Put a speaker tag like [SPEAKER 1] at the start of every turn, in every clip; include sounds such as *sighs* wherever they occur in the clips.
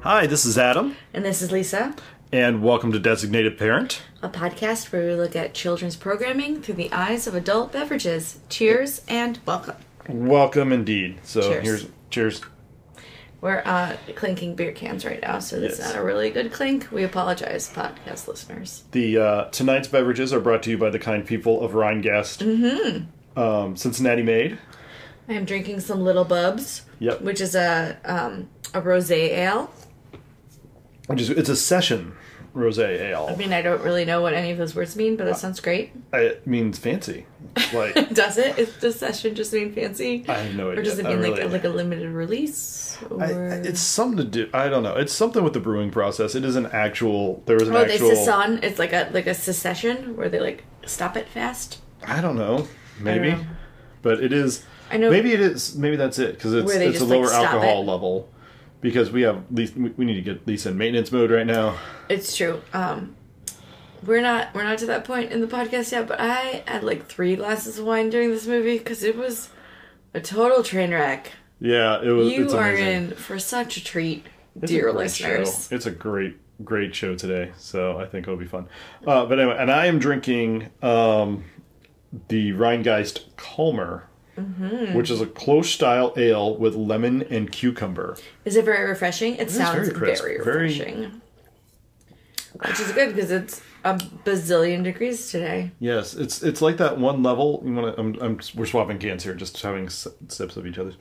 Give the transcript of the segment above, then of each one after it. [SPEAKER 1] Hi, this is Adam,
[SPEAKER 2] And this is Lisa,
[SPEAKER 1] and welcome to Designated Parent.
[SPEAKER 2] a podcast where we look at children's programming through the eyes of adult beverages. Cheers and welcome.
[SPEAKER 1] Welcome indeed. So
[SPEAKER 2] Cheers.
[SPEAKER 1] here's cheers.
[SPEAKER 2] We're uh, clinking beer cans right now, so it's
[SPEAKER 1] Yes.
[SPEAKER 2] not a really good clink. We apologize, podcast listeners.
[SPEAKER 1] The uh, tonight's beverages are brought to you by the kind people of Rhineguest, mm-hmm. um, Cincinnati Made.
[SPEAKER 2] I am drinking some Little Bubs,
[SPEAKER 1] Yep.
[SPEAKER 2] which is a um, a rosé ale.
[SPEAKER 1] Which is it's a session rosé ale.
[SPEAKER 2] I mean, I don't really know what any of those words mean, but that sounds great. *laughs*
[SPEAKER 1] It means fancy. Like
[SPEAKER 2] Does it? Is, does session just mean fancy?
[SPEAKER 1] I have no idea.
[SPEAKER 2] Or does it
[SPEAKER 1] I
[SPEAKER 2] mean like,
[SPEAKER 1] really-
[SPEAKER 2] a, like a limited release? Or...
[SPEAKER 1] I, it's something to do. I don't know. It's something with the brewing process. It is an actual. There was an
[SPEAKER 2] Oh, they
[SPEAKER 1] actual.
[SPEAKER 2] secession. It's like a like a secession where they like stop it fast.
[SPEAKER 1] I don't know. Maybe,
[SPEAKER 2] know.
[SPEAKER 1] but it is.
[SPEAKER 2] I know-
[SPEAKER 1] Maybe it is. Maybe that's it because it's
[SPEAKER 2] Where they
[SPEAKER 1] it's a
[SPEAKER 2] just, like,
[SPEAKER 1] lower
[SPEAKER 2] stop
[SPEAKER 1] alcohol
[SPEAKER 2] it.
[SPEAKER 1] level. Because we have Lisa, we we need to get Lisa in maintenance mode right now.
[SPEAKER 2] It's true. Um, we're not we're not to that point in the podcast yet, but I had like three glasses of wine during this movie because it was a total train wreck.
[SPEAKER 1] Yeah, it was. it's
[SPEAKER 2] You are
[SPEAKER 1] amazing.
[SPEAKER 2] in for such a treat,
[SPEAKER 1] It's a
[SPEAKER 2] dear
[SPEAKER 1] great
[SPEAKER 2] listeners.
[SPEAKER 1] show. It's a great, great show today. So I think it'll be fun. Uh, but anyway, and I am drinking um, the Rheingeist Calmer,
[SPEAKER 2] Mm-hmm.
[SPEAKER 1] which is a close style ale with lemon and cucumber.
[SPEAKER 2] Is it very refreshing? It sounds
[SPEAKER 1] very
[SPEAKER 2] very,
[SPEAKER 1] crisp, very-
[SPEAKER 2] refreshing. Which is good because it's a bazillion degrees today.
[SPEAKER 1] Yes, it's it's like that one level. You want to? I'm, I'm we're swapping cans here, just having s- sips of each other's.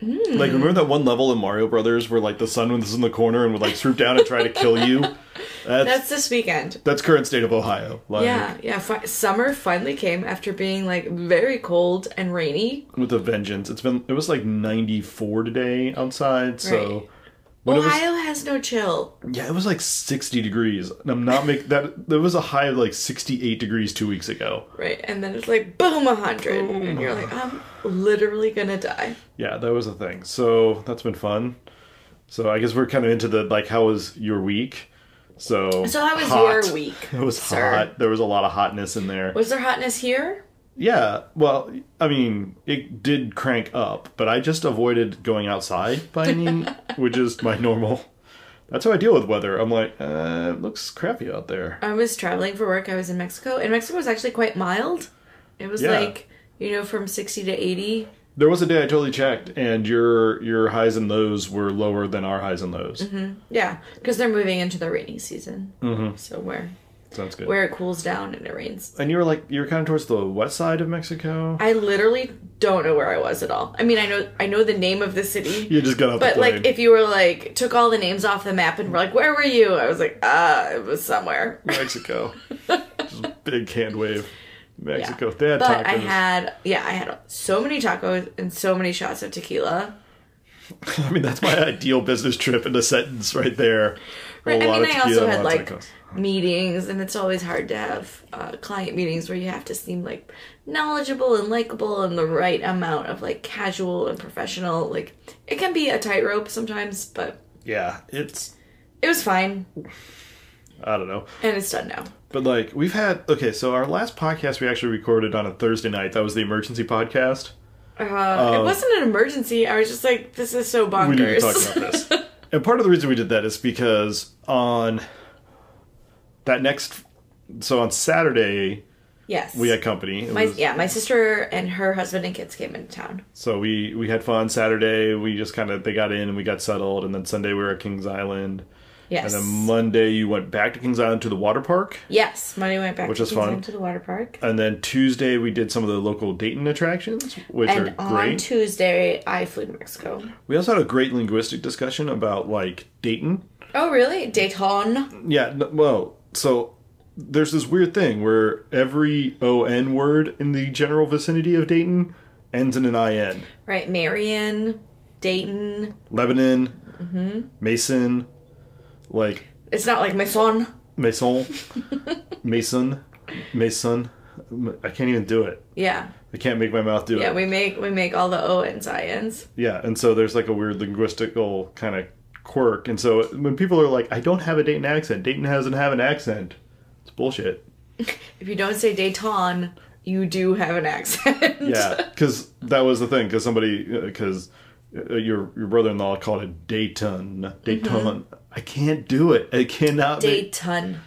[SPEAKER 2] Hmm.
[SPEAKER 1] Like remember that one level in Mario Brothers where like the sun was in the corner and would like swoop down and try to kill
[SPEAKER 2] *laughs*
[SPEAKER 1] you. That's that's,
[SPEAKER 2] That's this weekend.
[SPEAKER 1] current state of Ohio. Like,
[SPEAKER 2] Yeah, yeah. Fi- summer finally came after being like very cold and rainy.
[SPEAKER 1] with a vengeance. It's been it was like 94 today outside, so when
[SPEAKER 2] Right.
[SPEAKER 1] it
[SPEAKER 2] Ohio has no chill.
[SPEAKER 1] was yeah, it was like 60 degrees. And I'm not make that there was a high of like 68 degrees 2 weeks ago.
[SPEAKER 2] Right, and then it's like boom, a hundred,
[SPEAKER 1] Oh.
[SPEAKER 2] and you're like, I'm literally gonna die.
[SPEAKER 1] Yeah, that was a thing. So, that's been fun. So, I guess we're kind of into the like how was your week? So
[SPEAKER 2] So how was
[SPEAKER 1] hot.
[SPEAKER 2] your week?
[SPEAKER 1] *laughs* It was
[SPEAKER 2] sir?
[SPEAKER 1] hot. There was a lot of hotness in there.
[SPEAKER 2] Was there hotness here?
[SPEAKER 1] Yeah. Well, I mean, it did crank up, but I just avoided going outside by
[SPEAKER 2] *laughs*
[SPEAKER 1] any, which is my normal. That's how I deal with weather. I'm like, uh, it looks crappy out there.
[SPEAKER 2] I was traveling for work. I was in Mexico, and Mexico was actually quite mild. It was
[SPEAKER 1] Yeah.
[SPEAKER 2] like you know from sixty to eighty.
[SPEAKER 1] There was a day I totally checked, and your your highs and lows were lower than our highs and lows.
[SPEAKER 2] Mm-hmm. Yeah, because they're moving into the rainy season. Mm-hmm. So where
[SPEAKER 1] Sounds good.
[SPEAKER 2] where it cools down and it rains.
[SPEAKER 1] and you were like, you were kind of towards the west side of Mexico.
[SPEAKER 2] I literally don't know where I was at all. I mean, I know I know the name of the city,
[SPEAKER 1] you just got off
[SPEAKER 2] but
[SPEAKER 1] the plane.
[SPEAKER 2] like if you were like took all the names off the map and were like, "Where were you?" I was like, "Ah, it was somewhere."
[SPEAKER 1] Mexico,
[SPEAKER 2] *laughs*
[SPEAKER 1] just big hand wave. Mexico, they had tacos.
[SPEAKER 2] But I had yeah, I had so many tacos and so many shots of tequila.
[SPEAKER 1] *laughs* I mean, that's my ideal business trip in a sentence right there.
[SPEAKER 2] Right? I mean, I also
[SPEAKER 1] tequila, a
[SPEAKER 2] had
[SPEAKER 1] lot of
[SPEAKER 2] like
[SPEAKER 1] tacos.
[SPEAKER 2] meetings, and it's always hard to have uh, client meetings where you have to seem like knowledgeable and likable and the right amount of like casual and professional. Like it can be a tightrope sometimes, but
[SPEAKER 1] yeah, it's
[SPEAKER 2] it was fine,
[SPEAKER 1] I don't know,
[SPEAKER 2] and it's done now.
[SPEAKER 1] but like we've had okay. So our last podcast we actually recorded on a Thursday night. That was the emergency podcast.
[SPEAKER 2] Uh, it wasn't an emergency. I was just like, this is so bonkers.
[SPEAKER 1] We need to talk about this. and part of the reason we did that is because on that next, so on Saturday
[SPEAKER 2] *laughs* yes.
[SPEAKER 1] we had company. It
[SPEAKER 2] my,
[SPEAKER 1] was-
[SPEAKER 2] yeah, my sister and her husband and kids came into town.
[SPEAKER 1] So we we had fun Saturday. We just kind of they got in and we got settled, and then Sunday we were at Kings Island.
[SPEAKER 2] Yes.
[SPEAKER 1] And then Monday you went back to Kings Island to the water park.
[SPEAKER 2] yes. Monday went back
[SPEAKER 1] Which
[SPEAKER 2] to
[SPEAKER 1] is
[SPEAKER 2] Queensland
[SPEAKER 1] fun. Uh,
[SPEAKER 2] to the water park.
[SPEAKER 1] And then Tuesday we did some of the local Dayton attractions, which
[SPEAKER 2] And
[SPEAKER 1] are
[SPEAKER 2] on
[SPEAKER 1] great.
[SPEAKER 2] Tuesday, I flew to Mexico.
[SPEAKER 1] we also had a great linguistic discussion about like Dayton.
[SPEAKER 2] Oh, really? Dayton.
[SPEAKER 1] Yeah, n- well, so there's this weird thing where every on word in the general vicinity of Dayton ends in an in.
[SPEAKER 2] Right. Marion. Dayton. Mm-hmm.
[SPEAKER 1] Lebanon, Mason. like
[SPEAKER 2] It's not like my son.
[SPEAKER 1] Maison, Mason, Mason. I can't even do it.
[SPEAKER 2] Yeah.
[SPEAKER 1] I can't make my mouth do
[SPEAKER 2] Yeah,
[SPEAKER 1] it.
[SPEAKER 2] we make we make all the O ends I ends.
[SPEAKER 1] Yeah, and so there's like a weird linguistical kind of quirk. And so when people are like, I don't have a Dayton accent, Dayton doesn't have an accent, it's
[SPEAKER 2] *laughs*
[SPEAKER 1] bullshit.
[SPEAKER 2] If you don't say Dayton, you do have an accent.
[SPEAKER 1] Yeah, because that was the thing, because somebody, because your, your brother in law called it Dayton. Dayton.
[SPEAKER 2] Mm-hmm.
[SPEAKER 1] I can't do it. I cannot make
[SPEAKER 2] Dayton.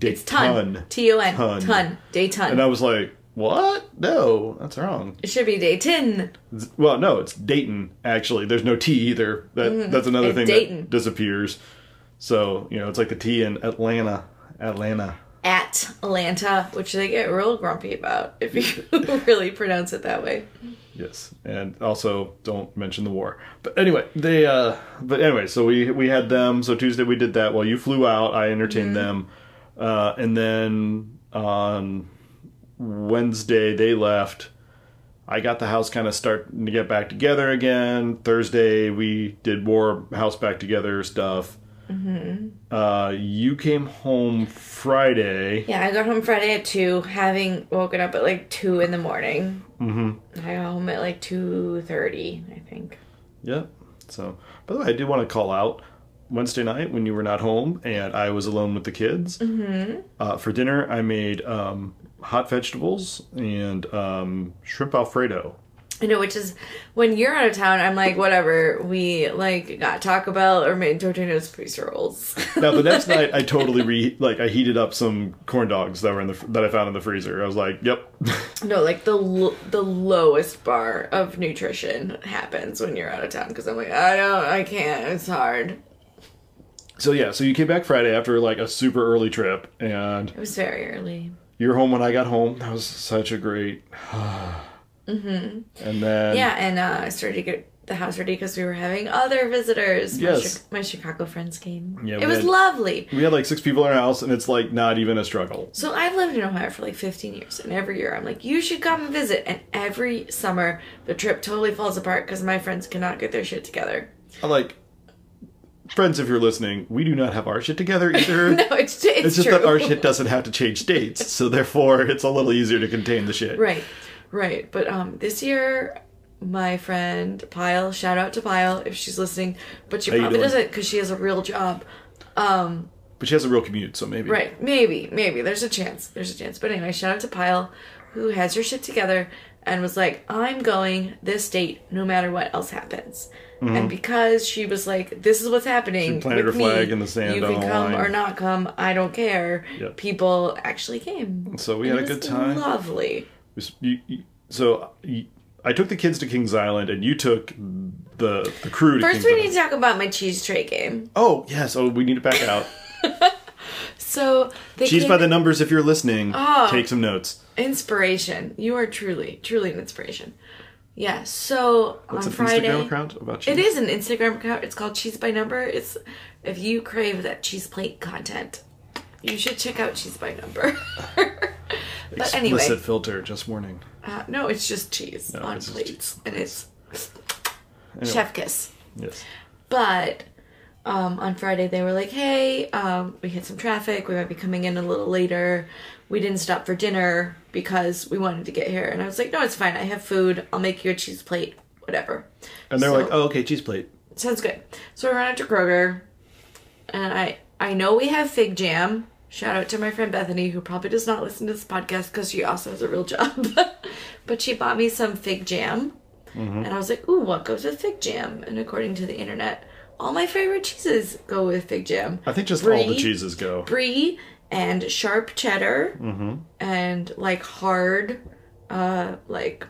[SPEAKER 2] It's ton.
[SPEAKER 1] Dayton.
[SPEAKER 2] T O N.
[SPEAKER 1] Ton.
[SPEAKER 2] Ton.
[SPEAKER 1] And I
[SPEAKER 2] Dayton.
[SPEAKER 1] was like, what? No, that's wrong.
[SPEAKER 2] It should be Dayton.
[SPEAKER 1] It's- Well, no, it's Dayton. Actually, there's no T either. That that's another
[SPEAKER 2] It's
[SPEAKER 1] thing
[SPEAKER 2] Dayton.
[SPEAKER 1] that disappears. So you know, it's like the T in Atlanta. Atlanta.
[SPEAKER 2] At Atlanta, which they get real grumpy about *laughs* if you really pronounce it that way.
[SPEAKER 1] Yes, and also don't mention the war. But anyway, they. uh But anyway, so we we had them. So Tuesday we did that. While you flew out, I entertained them, uh, and then on Wednesday they left. I got the house kind of starting to get back together again. Thursday we did more house back together stuff. Uh, you came home Friday.
[SPEAKER 2] Yeah, I got home Friday at two, having woken up at like two in the morning. Mm-hmm. I got home at like two thirty, I think.
[SPEAKER 1] Yep. So, by the way, I do want to call out Wednesday night when you were not home and I was alone with the kids. Mm-hmm. Uh, for dinner, I made um, hot vegetables and um, shrimp Alfredo.
[SPEAKER 2] I know, which is when you're out of town, I'm like, whatever. We like got Taco Bell or made Tortino's freezer rolls. *laughs*
[SPEAKER 1] Now, the next night, I totally re like I heated up some corn dogs that were in the that I found in the freezer. I was like, "Yep, *laughs*
[SPEAKER 2] no, like the l- the lowest bar of nutrition happens when you're out of town because I'm like, I don't, I can't. It's hard.
[SPEAKER 1] So yeah, so you came back Friday after like a super early trip, and
[SPEAKER 2] It was very early.
[SPEAKER 1] you were home when I got home. That was such a great. *sighs* mm-hmm. And then
[SPEAKER 2] Yeah, and uh, I started to get the house ready because we were having other visitors. My
[SPEAKER 1] Yes.
[SPEAKER 2] Chi- my Chicago friends came.
[SPEAKER 1] Yeah, we
[SPEAKER 2] it was
[SPEAKER 1] had-
[SPEAKER 2] lovely.
[SPEAKER 1] we had like six people in our house, and it's like not even a struggle.
[SPEAKER 2] So I've lived in Ohio for like 15 years, and every year I'm like, you should come and visit. And every summer, the trip totally falls apart because my friends cannot get their shit together. *laughs*
[SPEAKER 1] I'm like, friends, if you're listening, we do not have our shit
[SPEAKER 2] *laughs*
[SPEAKER 1] together either.
[SPEAKER 2] No, it's it's,
[SPEAKER 1] it's just
[SPEAKER 2] true.
[SPEAKER 1] that our shit doesn't have to change dates, so therefore it's a little easier to contain the shit.
[SPEAKER 2] Right, right. But um, this year, my friend Pyle, shout out to Pyle if she's listening, but she
[SPEAKER 1] you
[SPEAKER 2] probably
[SPEAKER 1] doing?
[SPEAKER 2] doesn't because she has a real job.
[SPEAKER 1] But she has a real commute, so maybe.
[SPEAKER 2] Right. Maybe, maybe. There's a chance. There's a chance. But anyway, shout out to Pyle, who has her shit together and was like, I'm going this date no matter what else happens. And because she was like, This is what's happening.
[SPEAKER 1] Mm-hmm. She planted
[SPEAKER 2] with
[SPEAKER 1] her flag
[SPEAKER 2] me.
[SPEAKER 1] in the sand
[SPEAKER 2] You
[SPEAKER 1] on
[SPEAKER 2] can
[SPEAKER 1] the
[SPEAKER 2] come
[SPEAKER 1] line."
[SPEAKER 2] or not come. I don't care.
[SPEAKER 1] Yep.
[SPEAKER 2] People actually came.
[SPEAKER 1] So we
[SPEAKER 2] And
[SPEAKER 1] had a
[SPEAKER 2] it was
[SPEAKER 1] good time.
[SPEAKER 2] Lovely.
[SPEAKER 1] Was- you- you- So you- I took the kids to Kings Island, and you took the the crew to
[SPEAKER 2] First,
[SPEAKER 1] Kings
[SPEAKER 2] we
[SPEAKER 1] Island.
[SPEAKER 2] need to talk about my cheese tray game.
[SPEAKER 1] Oh yes. Oh, we need to back
[SPEAKER 2] *laughs*
[SPEAKER 1] out.
[SPEAKER 2] So they
[SPEAKER 1] Cheese
[SPEAKER 2] came
[SPEAKER 1] by the numbers. If you're listening,
[SPEAKER 2] Oh.
[SPEAKER 1] take some notes.
[SPEAKER 2] inspiration. You are truly, truly an inspiration. Yeah. So
[SPEAKER 1] It's an
[SPEAKER 2] on Friday,
[SPEAKER 1] Instagram account about cheese.
[SPEAKER 2] It is an Instagram account. It's called Cheese by Number. It's if you crave that cheese plate content, you should check out Cheese by Number. *laughs* but
[SPEAKER 1] Explicit
[SPEAKER 2] anyway,
[SPEAKER 1] filter. Just warning.
[SPEAKER 2] uh, no, it's just cheese on
[SPEAKER 1] it's just
[SPEAKER 2] plates,
[SPEAKER 1] cheese.
[SPEAKER 2] and it's chef kiss.
[SPEAKER 1] Yes.
[SPEAKER 2] But um, on Friday they were like, "Hey, um, we hit some traffic. We might be coming in a little later. We didn't stop for dinner because we wanted to get here." And I was like, "No, it's fine. I have food. I'll make you a cheese plate. Whatever."
[SPEAKER 1] And they're
[SPEAKER 2] So-
[SPEAKER 1] like, oh, okay, cheese plate.
[SPEAKER 2] Sounds good. So I ran out to Kroger, and I I know we have fig jam. Shout out to my friend Bethany, who probably does not listen to this podcast because she also has a real job. *laughs* but she bought me some fig jam, and I was like, "Ooh, what goes with fig jam?" And according to the internet, all my favorite cheeses go with fig jam.
[SPEAKER 1] I think just all the
[SPEAKER 2] Brie-
[SPEAKER 1] cheeses go.
[SPEAKER 2] brie and sharp cheddar, and like hard, uh, like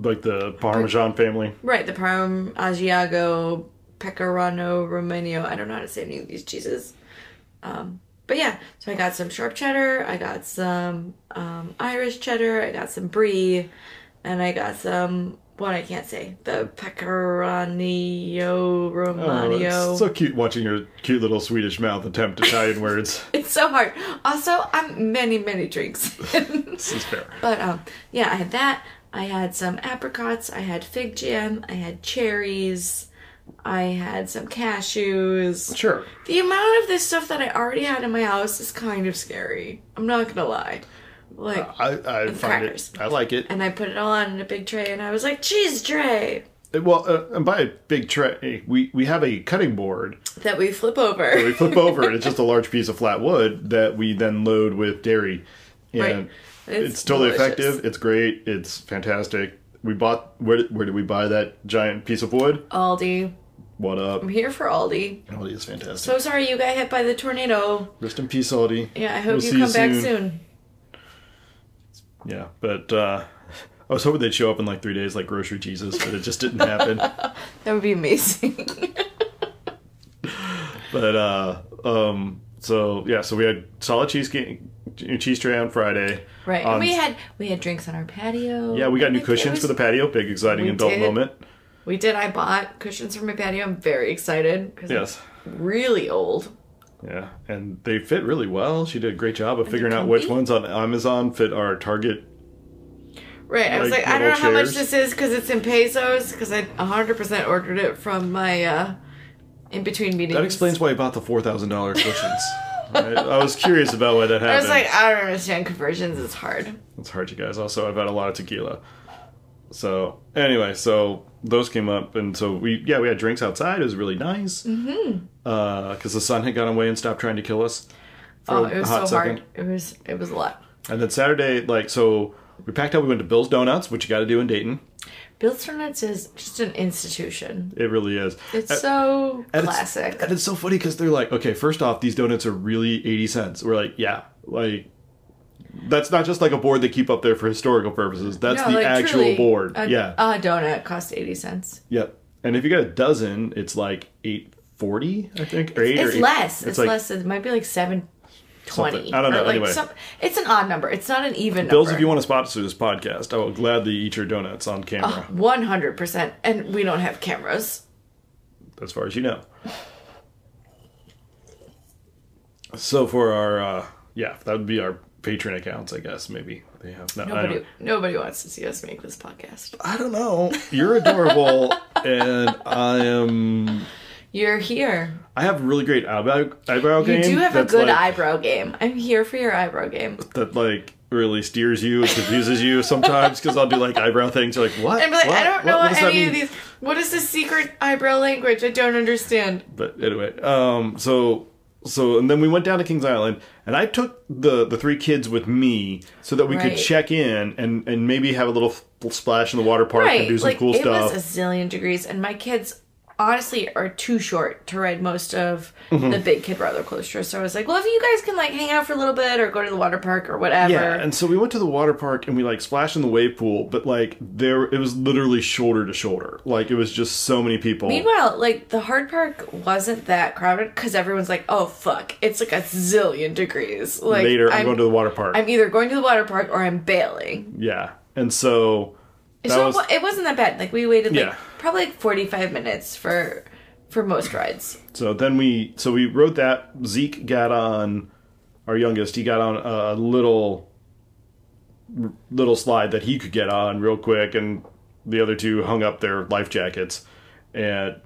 [SPEAKER 1] like the Parmesan family.
[SPEAKER 2] Right, the Parm, Asiago, Pecorano, Romano. I don't know how to say any of these cheeses. Um, but yeah, so I got some sharp cheddar, I got some um, Irish cheddar, I got some brie, and I got some what I can't say the Pecorano
[SPEAKER 1] Oh,
[SPEAKER 2] Romano.
[SPEAKER 1] it's so cute watching your cute little Swedish mouth attempt Italian words. *laughs*
[SPEAKER 2] it's so hard. Also, I'm many many drinks. *laughs*
[SPEAKER 1] This is fair.
[SPEAKER 2] But um, yeah, I had that. I had some apricots. I had fig jam. I had cherries. I had some cashews.
[SPEAKER 1] Sure.
[SPEAKER 2] The amount of this stuff that I already had in my house is kind of scary. I'm not gonna lie. Like,
[SPEAKER 1] I, I find
[SPEAKER 2] crackers.
[SPEAKER 1] it. I like it.
[SPEAKER 2] and I put it all on in a big tray, and I was like, cheese tray
[SPEAKER 1] Well, uh, and by a big tray, we we have a cutting board.
[SPEAKER 2] that we flip over.
[SPEAKER 1] We flip over, and it's just a large piece of flat wood that we then load with dairy,
[SPEAKER 2] *laughs*
[SPEAKER 1] and
[SPEAKER 2] Right.
[SPEAKER 1] it's,
[SPEAKER 2] It's
[SPEAKER 1] totally
[SPEAKER 2] delicious.
[SPEAKER 1] effective. It's great. It's fantastic. We bought where? Where did we buy that giant piece of wood?
[SPEAKER 2] Aldi.
[SPEAKER 1] What up?
[SPEAKER 2] I'm here for Aldi.
[SPEAKER 1] Aldi is fantastic.
[SPEAKER 2] Mm. So sorry you got hit by the tornado.
[SPEAKER 1] Rest in peace, Aldi.
[SPEAKER 2] Yeah, I hope
[SPEAKER 1] We'll
[SPEAKER 2] you
[SPEAKER 1] see
[SPEAKER 2] come back soon.
[SPEAKER 1] Yeah, but uh, I was hoping they'd show up in like three days, like grocery Jesus, but it just didn't
[SPEAKER 2] *laughs*
[SPEAKER 1] happen.
[SPEAKER 2] That would be amazing. *laughs*
[SPEAKER 1] But uh, um, so yeah, so we had solid cheese cheese tray on Friday.
[SPEAKER 2] right.
[SPEAKER 1] On-
[SPEAKER 2] and we had we had drinks on our patio.
[SPEAKER 1] Yeah, we got new
[SPEAKER 2] Like, it
[SPEAKER 1] cushions
[SPEAKER 2] was-
[SPEAKER 1] for the patio. Big exciting
[SPEAKER 2] We
[SPEAKER 1] adult
[SPEAKER 2] did.
[SPEAKER 1] moment.
[SPEAKER 2] We did. I bought cushions for my patio. I'm very excited because
[SPEAKER 1] Yes.
[SPEAKER 2] really old.
[SPEAKER 1] Yeah, and they fit really well. She did a great job of figuring out which
[SPEAKER 2] comfy.
[SPEAKER 1] ones on Amazon fit our target.
[SPEAKER 2] Right. I was
[SPEAKER 1] Like
[SPEAKER 2] like, I don't know
[SPEAKER 1] little
[SPEAKER 2] how much
[SPEAKER 1] chairs.
[SPEAKER 2] this is because it's in pesos because I 100% ordered it from my uh, in between meetings.
[SPEAKER 1] That explains why I bought the four thousand dollar
[SPEAKER 2] *laughs*
[SPEAKER 1] cushions. Right? I was curious about why that happened.
[SPEAKER 2] I was like, I don't understand conversions. It's hard.
[SPEAKER 1] It's hard, you guys. Also, I've had a lot of tequila. So anyway, so those came up, and so we yeah we had drinks outside. It was really nice because
[SPEAKER 2] Mm-hmm.
[SPEAKER 1] the sun had gone away and stopped trying to kill us. For
[SPEAKER 2] Oh,
[SPEAKER 1] a
[SPEAKER 2] it was so
[SPEAKER 1] hot
[SPEAKER 2] hard.
[SPEAKER 1] second.
[SPEAKER 2] It was it was a lot.
[SPEAKER 1] And then Saturday, like so, we packed up. We went to Bill's Donuts, which you got to do in Dayton.
[SPEAKER 2] Bill's Donuts is just an institution.
[SPEAKER 1] It really is.
[SPEAKER 2] It's
[SPEAKER 1] And-
[SPEAKER 2] so
[SPEAKER 1] and it's-
[SPEAKER 2] classic.
[SPEAKER 1] and it's so funny because they're like, okay, first off, these donuts are really eighty cents. We're like, yeah, like. That's not just like a board they keep up there for historical purposes. That's
[SPEAKER 2] No,
[SPEAKER 1] the
[SPEAKER 2] like,
[SPEAKER 1] actual
[SPEAKER 2] truly,
[SPEAKER 1] board.
[SPEAKER 2] A,
[SPEAKER 1] yeah.
[SPEAKER 2] a donut cost eighty cents.
[SPEAKER 1] Yep. And if you got a dozen, it's like eight forty, I think, or eight.
[SPEAKER 2] It's
[SPEAKER 1] or eight-
[SPEAKER 2] less. It's,
[SPEAKER 1] E. like
[SPEAKER 2] less. It might be like seven twenty.
[SPEAKER 1] Something. I don't know.
[SPEAKER 2] Or, like,
[SPEAKER 1] Anyway.
[SPEAKER 2] it's an odd number. It's not an even
[SPEAKER 1] Bills, if
[SPEAKER 2] number.
[SPEAKER 1] you want to sponsor this podcast, I will gladly eat your donuts on camera,
[SPEAKER 2] One hundred percent, and we don't have cameras. Oh.
[SPEAKER 1] as far as you know. So for our, uh, yeah, that would be our patron accounts, I guess. Maybe they have. No, I,
[SPEAKER 2] Nobody,
[SPEAKER 1] don't,
[SPEAKER 2] nobody wants to see us make this podcast.
[SPEAKER 1] I don't know. You're adorable, *laughs* and I am.
[SPEAKER 2] You're here.
[SPEAKER 1] I have really great eyebrow eyebrow
[SPEAKER 2] You
[SPEAKER 1] game.
[SPEAKER 2] do have a
[SPEAKER 1] that's
[SPEAKER 2] good
[SPEAKER 1] like-
[SPEAKER 2] eyebrow game. I'm here for your eyebrow game.
[SPEAKER 1] that like really steers you and confuses you sometimes because I'll do like eyebrow things. You're like, what?
[SPEAKER 2] And be like,
[SPEAKER 1] What?
[SPEAKER 2] I don't
[SPEAKER 1] What?
[SPEAKER 2] know
[SPEAKER 1] What does that
[SPEAKER 2] any of
[SPEAKER 1] mean?"
[SPEAKER 2] these. What is the secret eyebrow language? I don't understand.
[SPEAKER 1] But anyway, um, so so and then we went down to Kings Island and I took the the three kids with me so that we
[SPEAKER 2] Right.
[SPEAKER 1] could check in and and maybe have a little f- splash in the water park and do some
[SPEAKER 2] like
[SPEAKER 1] cool
[SPEAKER 2] it
[SPEAKER 1] stuff.
[SPEAKER 2] was a zillion degrees, and my kids honestly are too short to ride most of
[SPEAKER 1] Mm-hmm.
[SPEAKER 2] the big kid roller coaster. So I was like, well, if you guys can like hang out for a little bit or go to the water park or whatever.
[SPEAKER 1] yeah, and so we went to the water park and we like splashed in the wave pool, but like there it was literally shoulder to shoulder. Like it was just so many people.
[SPEAKER 2] Meanwhile, like the hard park wasn't that crowded because everyone's like, "Oh fuck, it's like a zillion degrees." Like
[SPEAKER 1] Later, I'm, going to the water park.
[SPEAKER 2] I'm either going to the water park or I'm bailing.
[SPEAKER 1] yeah, and so that
[SPEAKER 2] so it
[SPEAKER 1] was
[SPEAKER 2] wa- it wasn't that bad. Like we waited like
[SPEAKER 1] Yeah.
[SPEAKER 2] probably like 45 minutes for for most rides.
[SPEAKER 1] So then we so we wrote that Zeke got on our youngest. He got on a little little slide that he could get on real quick, and the other two hung up their life jackets. And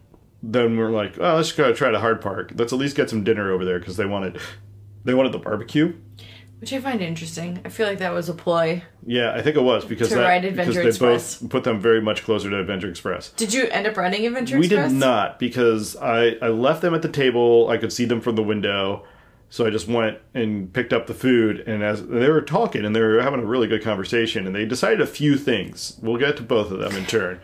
[SPEAKER 1] then we're like, oh, let's go try the hard park. Let's at least get some dinner over there because they wanted they wanted the barbecue.
[SPEAKER 2] Which I find interesting. I feel like that was a ploy.
[SPEAKER 1] Yeah, I think it was because
[SPEAKER 2] To
[SPEAKER 1] that,
[SPEAKER 2] ride Adventure
[SPEAKER 1] because they
[SPEAKER 2] Express.
[SPEAKER 1] both put them very much closer to Adventure Express.
[SPEAKER 2] Did you end up running Adventure
[SPEAKER 1] We
[SPEAKER 2] Express?
[SPEAKER 1] did not because I, I left them at the table. I could see them from the window. So I just went and picked up the food and as and they were talking and they were having a really good conversation and they decided a few things. We'll get to both of them in turn.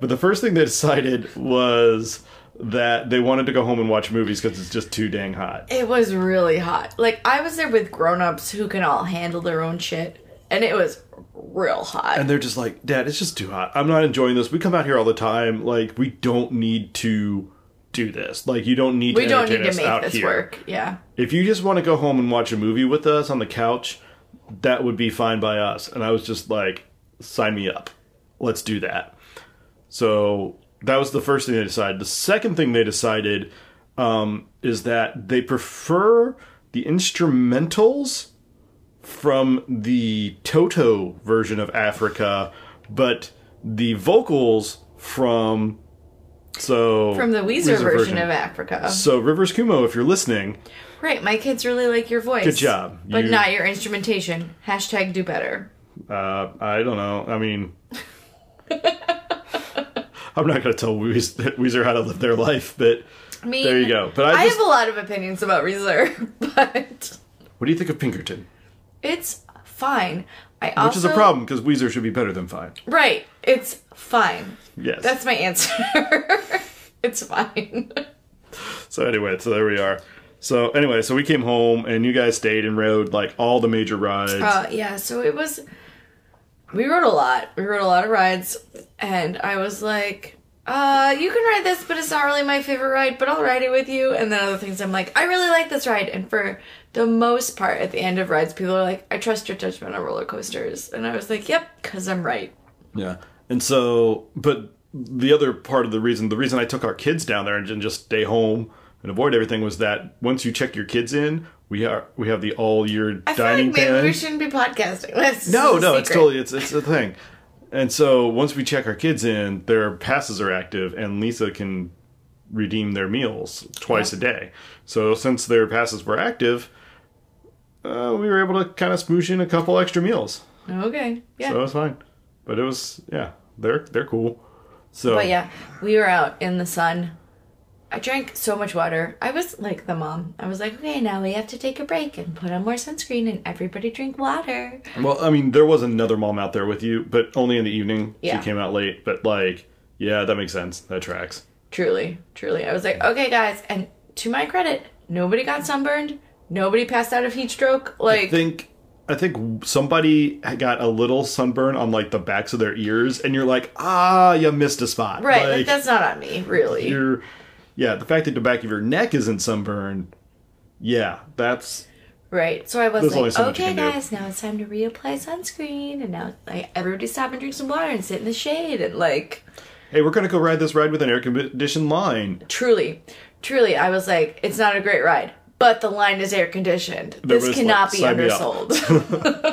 [SPEAKER 1] But the first thing they decided was that they wanted to go home and watch movies because it's just too dang hot.
[SPEAKER 2] It was really hot. Like I was there with grown-ups who can all handle their own shit, and it was real hot.
[SPEAKER 1] And they're just like, Dad, it's just too hot. I'm not enjoying this. We come out here all the time. Like, we don't need to do this. Like, you don't need
[SPEAKER 2] we
[SPEAKER 1] to
[SPEAKER 2] don't
[SPEAKER 1] entertain
[SPEAKER 2] need to
[SPEAKER 1] us
[SPEAKER 2] make
[SPEAKER 1] out
[SPEAKER 2] this
[SPEAKER 1] here.
[SPEAKER 2] work. Yeah.
[SPEAKER 1] if you just want to go home and watch a movie with us on the couch, that would be fine by us. And I was just like, sign me up. Let's do that. So that was the first thing they decided. The second thing they decided um, is that they prefer the instrumentals from the Toto version of Africa, but the vocals from So
[SPEAKER 2] From the Weezer, version, of Africa.
[SPEAKER 1] So Rivers Kumo, if you're listening,
[SPEAKER 2] Right, my kids really like your voice.
[SPEAKER 1] Good job.
[SPEAKER 2] But
[SPEAKER 1] You-
[SPEAKER 2] not your instrumentation. Hashtag do better.
[SPEAKER 1] uh, I don't know. I
[SPEAKER 2] *laughs*
[SPEAKER 1] mean, I'm not going to tell Weez- Weezer how to live their life, but
[SPEAKER 2] I mean,
[SPEAKER 1] there you go. But I,
[SPEAKER 2] I
[SPEAKER 1] just,
[SPEAKER 2] have a lot of opinions about Weezer, *laughs* but
[SPEAKER 1] what do you think of Pinkerton?
[SPEAKER 2] it's fine. I also
[SPEAKER 1] Which is a problem because Weezer should be better than fine.
[SPEAKER 2] Right, it's fine.
[SPEAKER 1] Yes.
[SPEAKER 2] That's my answer. *laughs* it's fine. *laughs*
[SPEAKER 1] So anyway, so there we are. So anyway, so we came home and you guys stayed and rode like all the major rides.
[SPEAKER 2] Uh, yeah, so it was. We rode a lot. We rode a lot of rides, and I was like, uh, you can ride this, but it's not really my favorite ride, but I'll ride it with you. And then other things, I'm like, I really like this ride. And for the most part, at the end of rides, people are like, I trust your judgment on roller coasters. And I was like, yep, because I'm right.
[SPEAKER 1] yeah. And so, but the other part of the reason, the reason I took our kids down there and didn't just stay home and avoid everything was that once you check your kids in, we are we have the all year
[SPEAKER 2] I feel like
[SPEAKER 1] dining
[SPEAKER 2] maybe
[SPEAKER 1] plan.
[SPEAKER 2] we shouldn't be podcasting *laughs*
[SPEAKER 1] no,
[SPEAKER 2] this. This is a
[SPEAKER 1] no, it's
[SPEAKER 2] secret.
[SPEAKER 1] totally it's it's a thing. And so once we check our kids in, their passes are active, and Lisa can redeem their meals twice a day. So since their passes were active, uh, we were able to kind of smoosh in a couple extra meals.
[SPEAKER 2] Okay, yeah.
[SPEAKER 1] So it was fine. But it was yeah, they're they're cool. So
[SPEAKER 2] But yeah, we were out in the sun. I drank so much water. I was like the mom. I was like, okay, now we have to take a break and put on more sunscreen and everybody drink water.
[SPEAKER 1] Well, I mean, there was another mom out there with you, but only in the evening.
[SPEAKER 2] Yeah.
[SPEAKER 1] She came out late, but like, yeah, that makes sense. That tracks.
[SPEAKER 2] Truly, truly. I was like, okay, guys. And to my credit, nobody got sunburned. Nobody passed out of heat stroke.
[SPEAKER 1] I
[SPEAKER 2] Like,
[SPEAKER 1] think I think somebody had got a little sunburn on like the backs of their ears, and you're like, ah, you missed a spot.
[SPEAKER 2] right. Like, that's not on me, really.
[SPEAKER 1] you're, yeah, the fact that the back of your neck isn't sunburned, yeah, that's
[SPEAKER 2] Right. So I was
[SPEAKER 1] There's only
[SPEAKER 2] like,
[SPEAKER 1] so much you
[SPEAKER 2] okay,
[SPEAKER 1] can do.
[SPEAKER 2] guys, now it's time to reapply sunscreen. And now, like, everybody stop and drink some water and sit in the shade. And, like,
[SPEAKER 1] hey, we're gonna go ride this ride with an air conditioned line.
[SPEAKER 2] truly, truly, I was like, it's not a great ride, but the line is air conditioned.
[SPEAKER 1] There
[SPEAKER 2] This
[SPEAKER 1] was,
[SPEAKER 2] cannot
[SPEAKER 1] like,
[SPEAKER 2] be
[SPEAKER 1] sign me up.
[SPEAKER 2] undersold.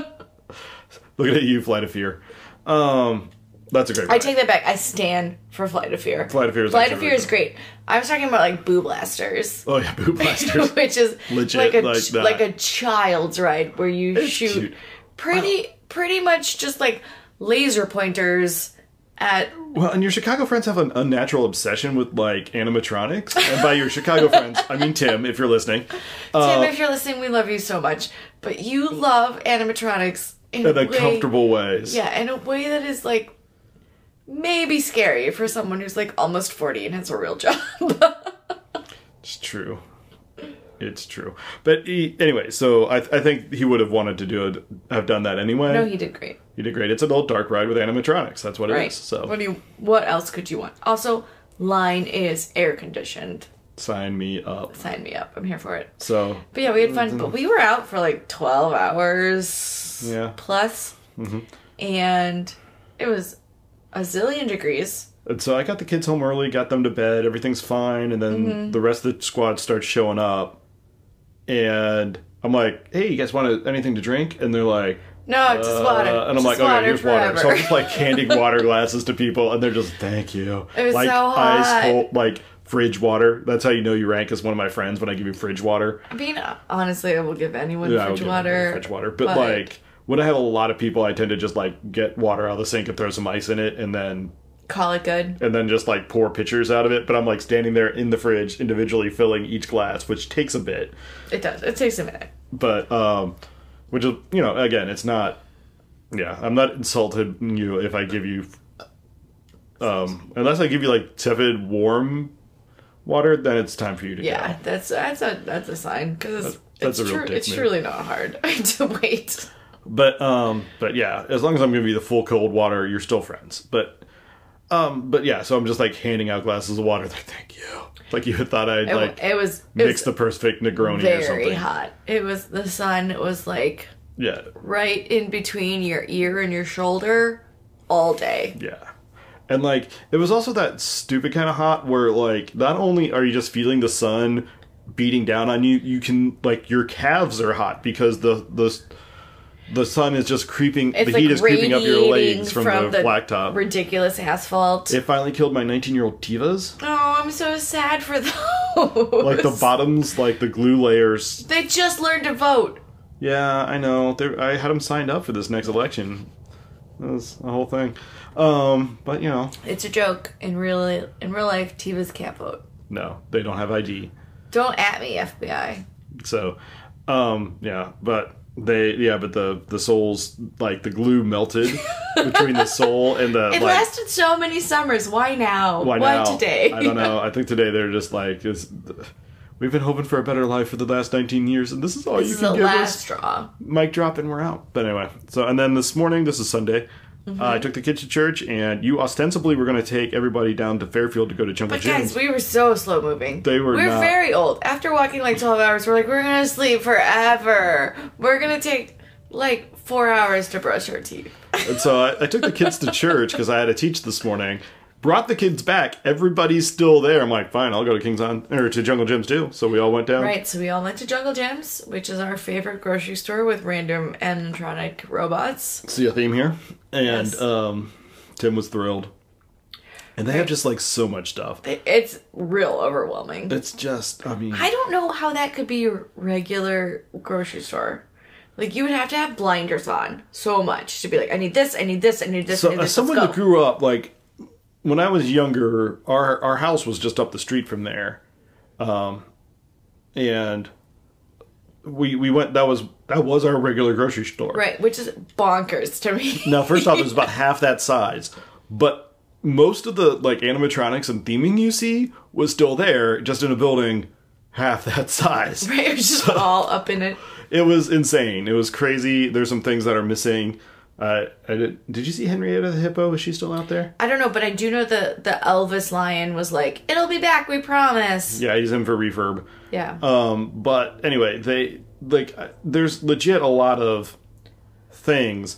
[SPEAKER 1] Look at you, flight of fear. Um, that's a great. Ride.
[SPEAKER 2] I take that back. I stand for Flight of Fear.
[SPEAKER 1] Flight of Fear is
[SPEAKER 2] Flight
[SPEAKER 1] actually
[SPEAKER 2] of Fear
[SPEAKER 1] really
[SPEAKER 2] is great. I was talking about like Boo Blasters.
[SPEAKER 1] Oh yeah, boo
[SPEAKER 2] *laughs*
[SPEAKER 1] blasters.
[SPEAKER 2] which is
[SPEAKER 1] Legit,
[SPEAKER 2] like a
[SPEAKER 1] like
[SPEAKER 2] ch-
[SPEAKER 1] that.
[SPEAKER 2] like a child's ride where you shoot
[SPEAKER 1] cute.
[SPEAKER 2] pretty pretty much just like laser pointers at
[SPEAKER 1] well, and your Chicago friends have an unnatural obsession with like animatronics. And by your Chicago friends, I mean Tim, if you're listening. Uh,
[SPEAKER 2] Tim if you're listening we love you so much but you love animatronics in
[SPEAKER 1] In
[SPEAKER 2] a way-
[SPEAKER 1] uncomfortable ways.
[SPEAKER 2] Yeah, in a way that is like maybe scary for someone who's like almost 40 and has a real job. *laughs*
[SPEAKER 1] It's true. It's true. But he, anyway, so I, I think he would have wanted to do it, have done that anyway.
[SPEAKER 2] no, he did great.
[SPEAKER 1] He did great. It's an old dark ride with animatronics. That's what it
[SPEAKER 2] Right.
[SPEAKER 1] is. So
[SPEAKER 2] what do you what else could you want? Also, line is air conditioned.
[SPEAKER 1] sign me up.
[SPEAKER 2] Sign me up. I'm here for it.
[SPEAKER 1] So
[SPEAKER 2] But yeah, we had
[SPEAKER 1] Mm-hmm.
[SPEAKER 2] fun, but we were out for like 12 hours
[SPEAKER 1] Yeah. Mm-hmm.
[SPEAKER 2] plus. And it was a zillion degrees.
[SPEAKER 1] and so I got the kids home early, got them to bed. Everything's fine, and then
[SPEAKER 2] Mm-hmm.
[SPEAKER 1] the rest of the squad starts showing up, and I'm like, "Hey, you guys want a, anything to drink?" And they're like.
[SPEAKER 2] No, it's just water.
[SPEAKER 1] Uh, and I'm
[SPEAKER 2] Just
[SPEAKER 1] like, okay, here's water. So I'm
[SPEAKER 2] forever.
[SPEAKER 1] just like handing
[SPEAKER 2] *laughs*
[SPEAKER 1] water glasses to people, and they're just, thank you.
[SPEAKER 2] It was
[SPEAKER 1] like
[SPEAKER 2] so hot.
[SPEAKER 1] ice cold, like fridge water. That's how you know you rank as one of my friends when I give you fridge water.
[SPEAKER 2] *laughs* I mean, honestly, I will give anyone
[SPEAKER 1] I would
[SPEAKER 2] fridge
[SPEAKER 1] give
[SPEAKER 2] water.
[SPEAKER 1] them Fridge water, but, like when I have a lot of people, I tend to just like get water out of the sink and throw some ice in it, and then
[SPEAKER 2] call it good.
[SPEAKER 1] and then just like pour pitchers out of it. But I'm like standing there in the fridge individually filling each glass, which takes a bit.
[SPEAKER 2] It does. It takes a minute.
[SPEAKER 1] but um which is you know again it's not yeah i'm not insulting you if i give you um unless i give you like tepid warm water then it's time for you to
[SPEAKER 2] Yeah, that's that's a that's a sign because
[SPEAKER 1] That's- that's
[SPEAKER 2] it's,
[SPEAKER 1] a real
[SPEAKER 2] tru-
[SPEAKER 1] dick
[SPEAKER 2] it's
[SPEAKER 1] move.
[SPEAKER 2] truly not hard *laughs* to wait.
[SPEAKER 1] go but um but yeah as long as i'm giving you the full cold water you're still friends but um but yeah so i'm just like handing out glasses of water like thank you like you had thought i'd
[SPEAKER 2] It,
[SPEAKER 1] like
[SPEAKER 2] it was it
[SPEAKER 1] mix
[SPEAKER 2] was
[SPEAKER 1] the perfect negroni or
[SPEAKER 2] very
[SPEAKER 1] something
[SPEAKER 2] hot. It was the sun was like
[SPEAKER 1] yeah
[SPEAKER 2] right in between your ear and your shoulder all day.
[SPEAKER 1] Yeah. And like it was also that stupid kind of hot where like not only are you just feeling the sun beating down on you, you can like your calves are hot because the the the sun is just creeping.
[SPEAKER 2] It's
[SPEAKER 1] the
[SPEAKER 2] like
[SPEAKER 1] heat is creeping up your
[SPEAKER 2] radiating
[SPEAKER 1] legs from,
[SPEAKER 2] from
[SPEAKER 1] the,
[SPEAKER 2] the
[SPEAKER 1] blacktop.
[SPEAKER 2] Ridiculous asphalt.
[SPEAKER 1] it finally killed my 19 year old
[SPEAKER 2] *laughs*
[SPEAKER 1] Tivas.
[SPEAKER 2] oh, I'm so sad for those.
[SPEAKER 1] Like the bottoms, like the glue layers.
[SPEAKER 2] They just learned to vote.
[SPEAKER 1] Yeah, I know. They're, I had them signed up for this next election. That was a whole thing. Um, but you know,
[SPEAKER 2] It's a joke. In real in real life, Tivas can't vote.
[SPEAKER 1] no, they don't have ID.
[SPEAKER 2] Don't at me, FBI.
[SPEAKER 1] So, um, yeah, but they, yeah, but the the souls, like the glue melted
[SPEAKER 2] *laughs*
[SPEAKER 1] between the soul and the.
[SPEAKER 2] It
[SPEAKER 1] like,
[SPEAKER 2] lasted so many summers. Why now?
[SPEAKER 1] Why now?
[SPEAKER 2] today? *laughs*
[SPEAKER 1] I don't know. I think today they're just like, it's, we've been hoping for a better life for the last 19 years, and this is all
[SPEAKER 2] this
[SPEAKER 1] you
[SPEAKER 2] is
[SPEAKER 1] can
[SPEAKER 2] the
[SPEAKER 1] give
[SPEAKER 2] last
[SPEAKER 1] us.
[SPEAKER 2] straw.
[SPEAKER 1] Mic drop, and we're out. But anyway, so and then this morning, this is Sunday.
[SPEAKER 2] Mm-hmm.
[SPEAKER 1] Uh, I took the kids to church, and you ostensibly were going to take everybody down to Fairfield to go to Jungle
[SPEAKER 2] But guys,
[SPEAKER 1] Jim's.
[SPEAKER 2] we were so slow moving.
[SPEAKER 1] They were
[SPEAKER 2] We're
[SPEAKER 1] not-
[SPEAKER 2] very old. After walking like twelve hours, we're like, we're gonna sleep forever. We're gonna take like four hours to brush our teeth.
[SPEAKER 1] And so I, I took the kids to church because I had to teach this morning. Brought the kids back. Everybody's still there. I'm like, fine, I'll go to King's on or to Jungle Jim's too. So we all went down.
[SPEAKER 2] Right, so we all went to Jungle Gyms, which is our favorite grocery store with random animatronic robots.
[SPEAKER 1] See a theme here. And
[SPEAKER 2] Yes.
[SPEAKER 1] um, Tim was thrilled. And they have
[SPEAKER 2] Right.
[SPEAKER 1] just like so much stuff.
[SPEAKER 2] It- It's real overwhelming.
[SPEAKER 1] It's just, I mean,
[SPEAKER 2] I don't know how that could be your regular grocery store. Like you would have to have blinders on so much to be like, I need this, I need this, I need this. I
[SPEAKER 1] so
[SPEAKER 2] need
[SPEAKER 1] as
[SPEAKER 2] this.
[SPEAKER 1] someone
[SPEAKER 2] let's
[SPEAKER 1] that
[SPEAKER 2] go.
[SPEAKER 1] grew up like when I was younger, our our house was just up the street from there, um, and we we went. That was that was our regular grocery store.
[SPEAKER 2] right, which is bonkers to me.
[SPEAKER 1] Now, first off, it was about half that size, but most of the like animatronics and theming you see was still there, just in a building half that *laughs* size.
[SPEAKER 2] *laughs* Right, it was just all up in it.
[SPEAKER 1] It was insane. It was crazy. There's some things that are missing. Uh, I did, did you see Henrietta the hippo? Is she still out there?
[SPEAKER 2] I don't know, but I do know the the Elvis lion was like, "It'll be back, we promise."
[SPEAKER 1] Yeah, he's in for refurb.
[SPEAKER 2] Yeah,
[SPEAKER 1] Um, but anyway, they like I- there's legit a lot of things,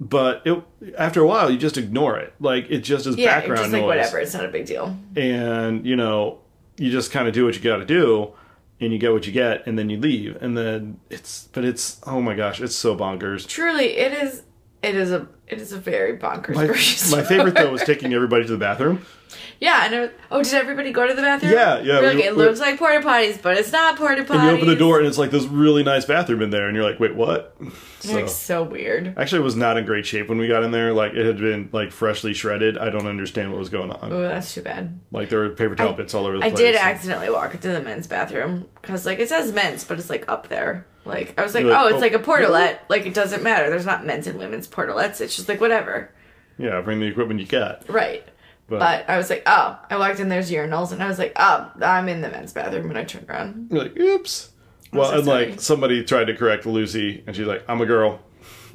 [SPEAKER 1] but it after a while you just ignore it. Like it just is
[SPEAKER 2] yeah,
[SPEAKER 1] background
[SPEAKER 2] just
[SPEAKER 1] noise.
[SPEAKER 2] like whatever. It's not a big deal.
[SPEAKER 1] and you know you just kind of do what you got to do and you get what you get and then you leave and then it's but it's oh my gosh it's so bonkers
[SPEAKER 2] Truly, it is. It is a. It is a very bonkers
[SPEAKER 1] my,
[SPEAKER 2] grocery store.
[SPEAKER 1] my favorite though was taking everybody to the bathroom
[SPEAKER 2] *laughs* Yeah, and I was, oh, did everybody go to the bathroom?
[SPEAKER 1] Yeah, yeah,
[SPEAKER 2] We're like,
[SPEAKER 1] we-
[SPEAKER 2] it
[SPEAKER 1] we-
[SPEAKER 2] looks like porta potties, but it's not porta potties.
[SPEAKER 1] you open the door and it's like this really nice bathroom in there and you're like wait what
[SPEAKER 2] It's like
[SPEAKER 1] so
[SPEAKER 2] so weird.
[SPEAKER 1] actually it was not in great shape when we got in there like it had been like freshly shredded i don't understand what was going on
[SPEAKER 2] Oh, that's too bad.
[SPEAKER 1] like there were paper towel bits all over the
[SPEAKER 2] I
[SPEAKER 1] place
[SPEAKER 2] did accidentally walk into the men's bathroom because, like, it says men's, but it's like up there. Like, I was like,
[SPEAKER 1] You're like,
[SPEAKER 2] oh, it's
[SPEAKER 1] oh,
[SPEAKER 2] like a portalette. Like, it doesn't matter. There's not men's and women's portalettes. It's just like whatever,
[SPEAKER 1] yeah bring the equipment you got
[SPEAKER 2] right?
[SPEAKER 1] but,
[SPEAKER 2] But I was like, oh, I walked in. There's urinals, and I was like, oh, I'm in the men's bathroom. And I turned around.
[SPEAKER 1] You're like, oops. Well,
[SPEAKER 2] so
[SPEAKER 1] and like
[SPEAKER 2] sorry.
[SPEAKER 1] somebody tried to correct Lucy, and she's like, "I'm a girl."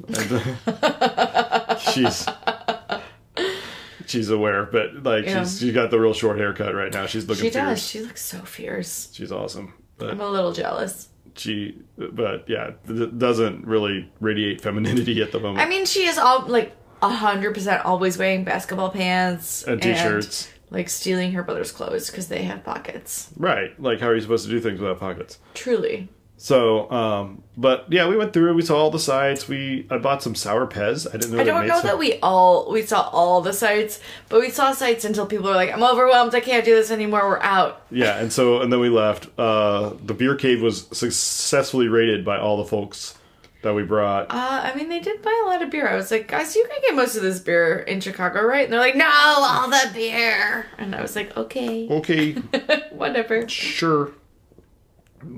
[SPEAKER 1] And
[SPEAKER 2] *laughs*
[SPEAKER 1] she's she's aware, but like
[SPEAKER 2] Yeah.
[SPEAKER 1] she's she's got the real short haircut right now. She's looking
[SPEAKER 2] She
[SPEAKER 1] fierce.
[SPEAKER 2] does. She looks so fierce.
[SPEAKER 1] She's awesome,
[SPEAKER 2] I'm
[SPEAKER 1] but
[SPEAKER 2] a little jealous.
[SPEAKER 1] she but yeah th- doesn't really radiate femininity at the moment.
[SPEAKER 2] I mean, she is all like hundred percent always wearing basketball pants
[SPEAKER 1] And t-shirts.
[SPEAKER 2] like stealing her brother's clothes because they have pockets.
[SPEAKER 1] right? Like, how are you supposed to do things without pockets?
[SPEAKER 2] Truly,
[SPEAKER 1] So, um, but yeah, we went through. We saw all the sites. We I bought some sour pez. I didn't know.
[SPEAKER 2] I
[SPEAKER 1] they
[SPEAKER 2] don't
[SPEAKER 1] made
[SPEAKER 2] know
[SPEAKER 1] some-
[SPEAKER 2] that we all we saw all the sites, but we saw sites until people were like, "I'm overwhelmed. I can't do this anymore. We're out."
[SPEAKER 1] Yeah, and so and then we left. Uh, the beer cave was successfully rated by all the folks that we brought.
[SPEAKER 2] Uh, I mean, they did buy a lot of beer. I was like, "Guys, you can get most of this beer in Chicago, right?" And they're like, "No, all the beer." And I was like, "Okay,
[SPEAKER 1] Okay,
[SPEAKER 2] *laughs* whatever."
[SPEAKER 1] sure.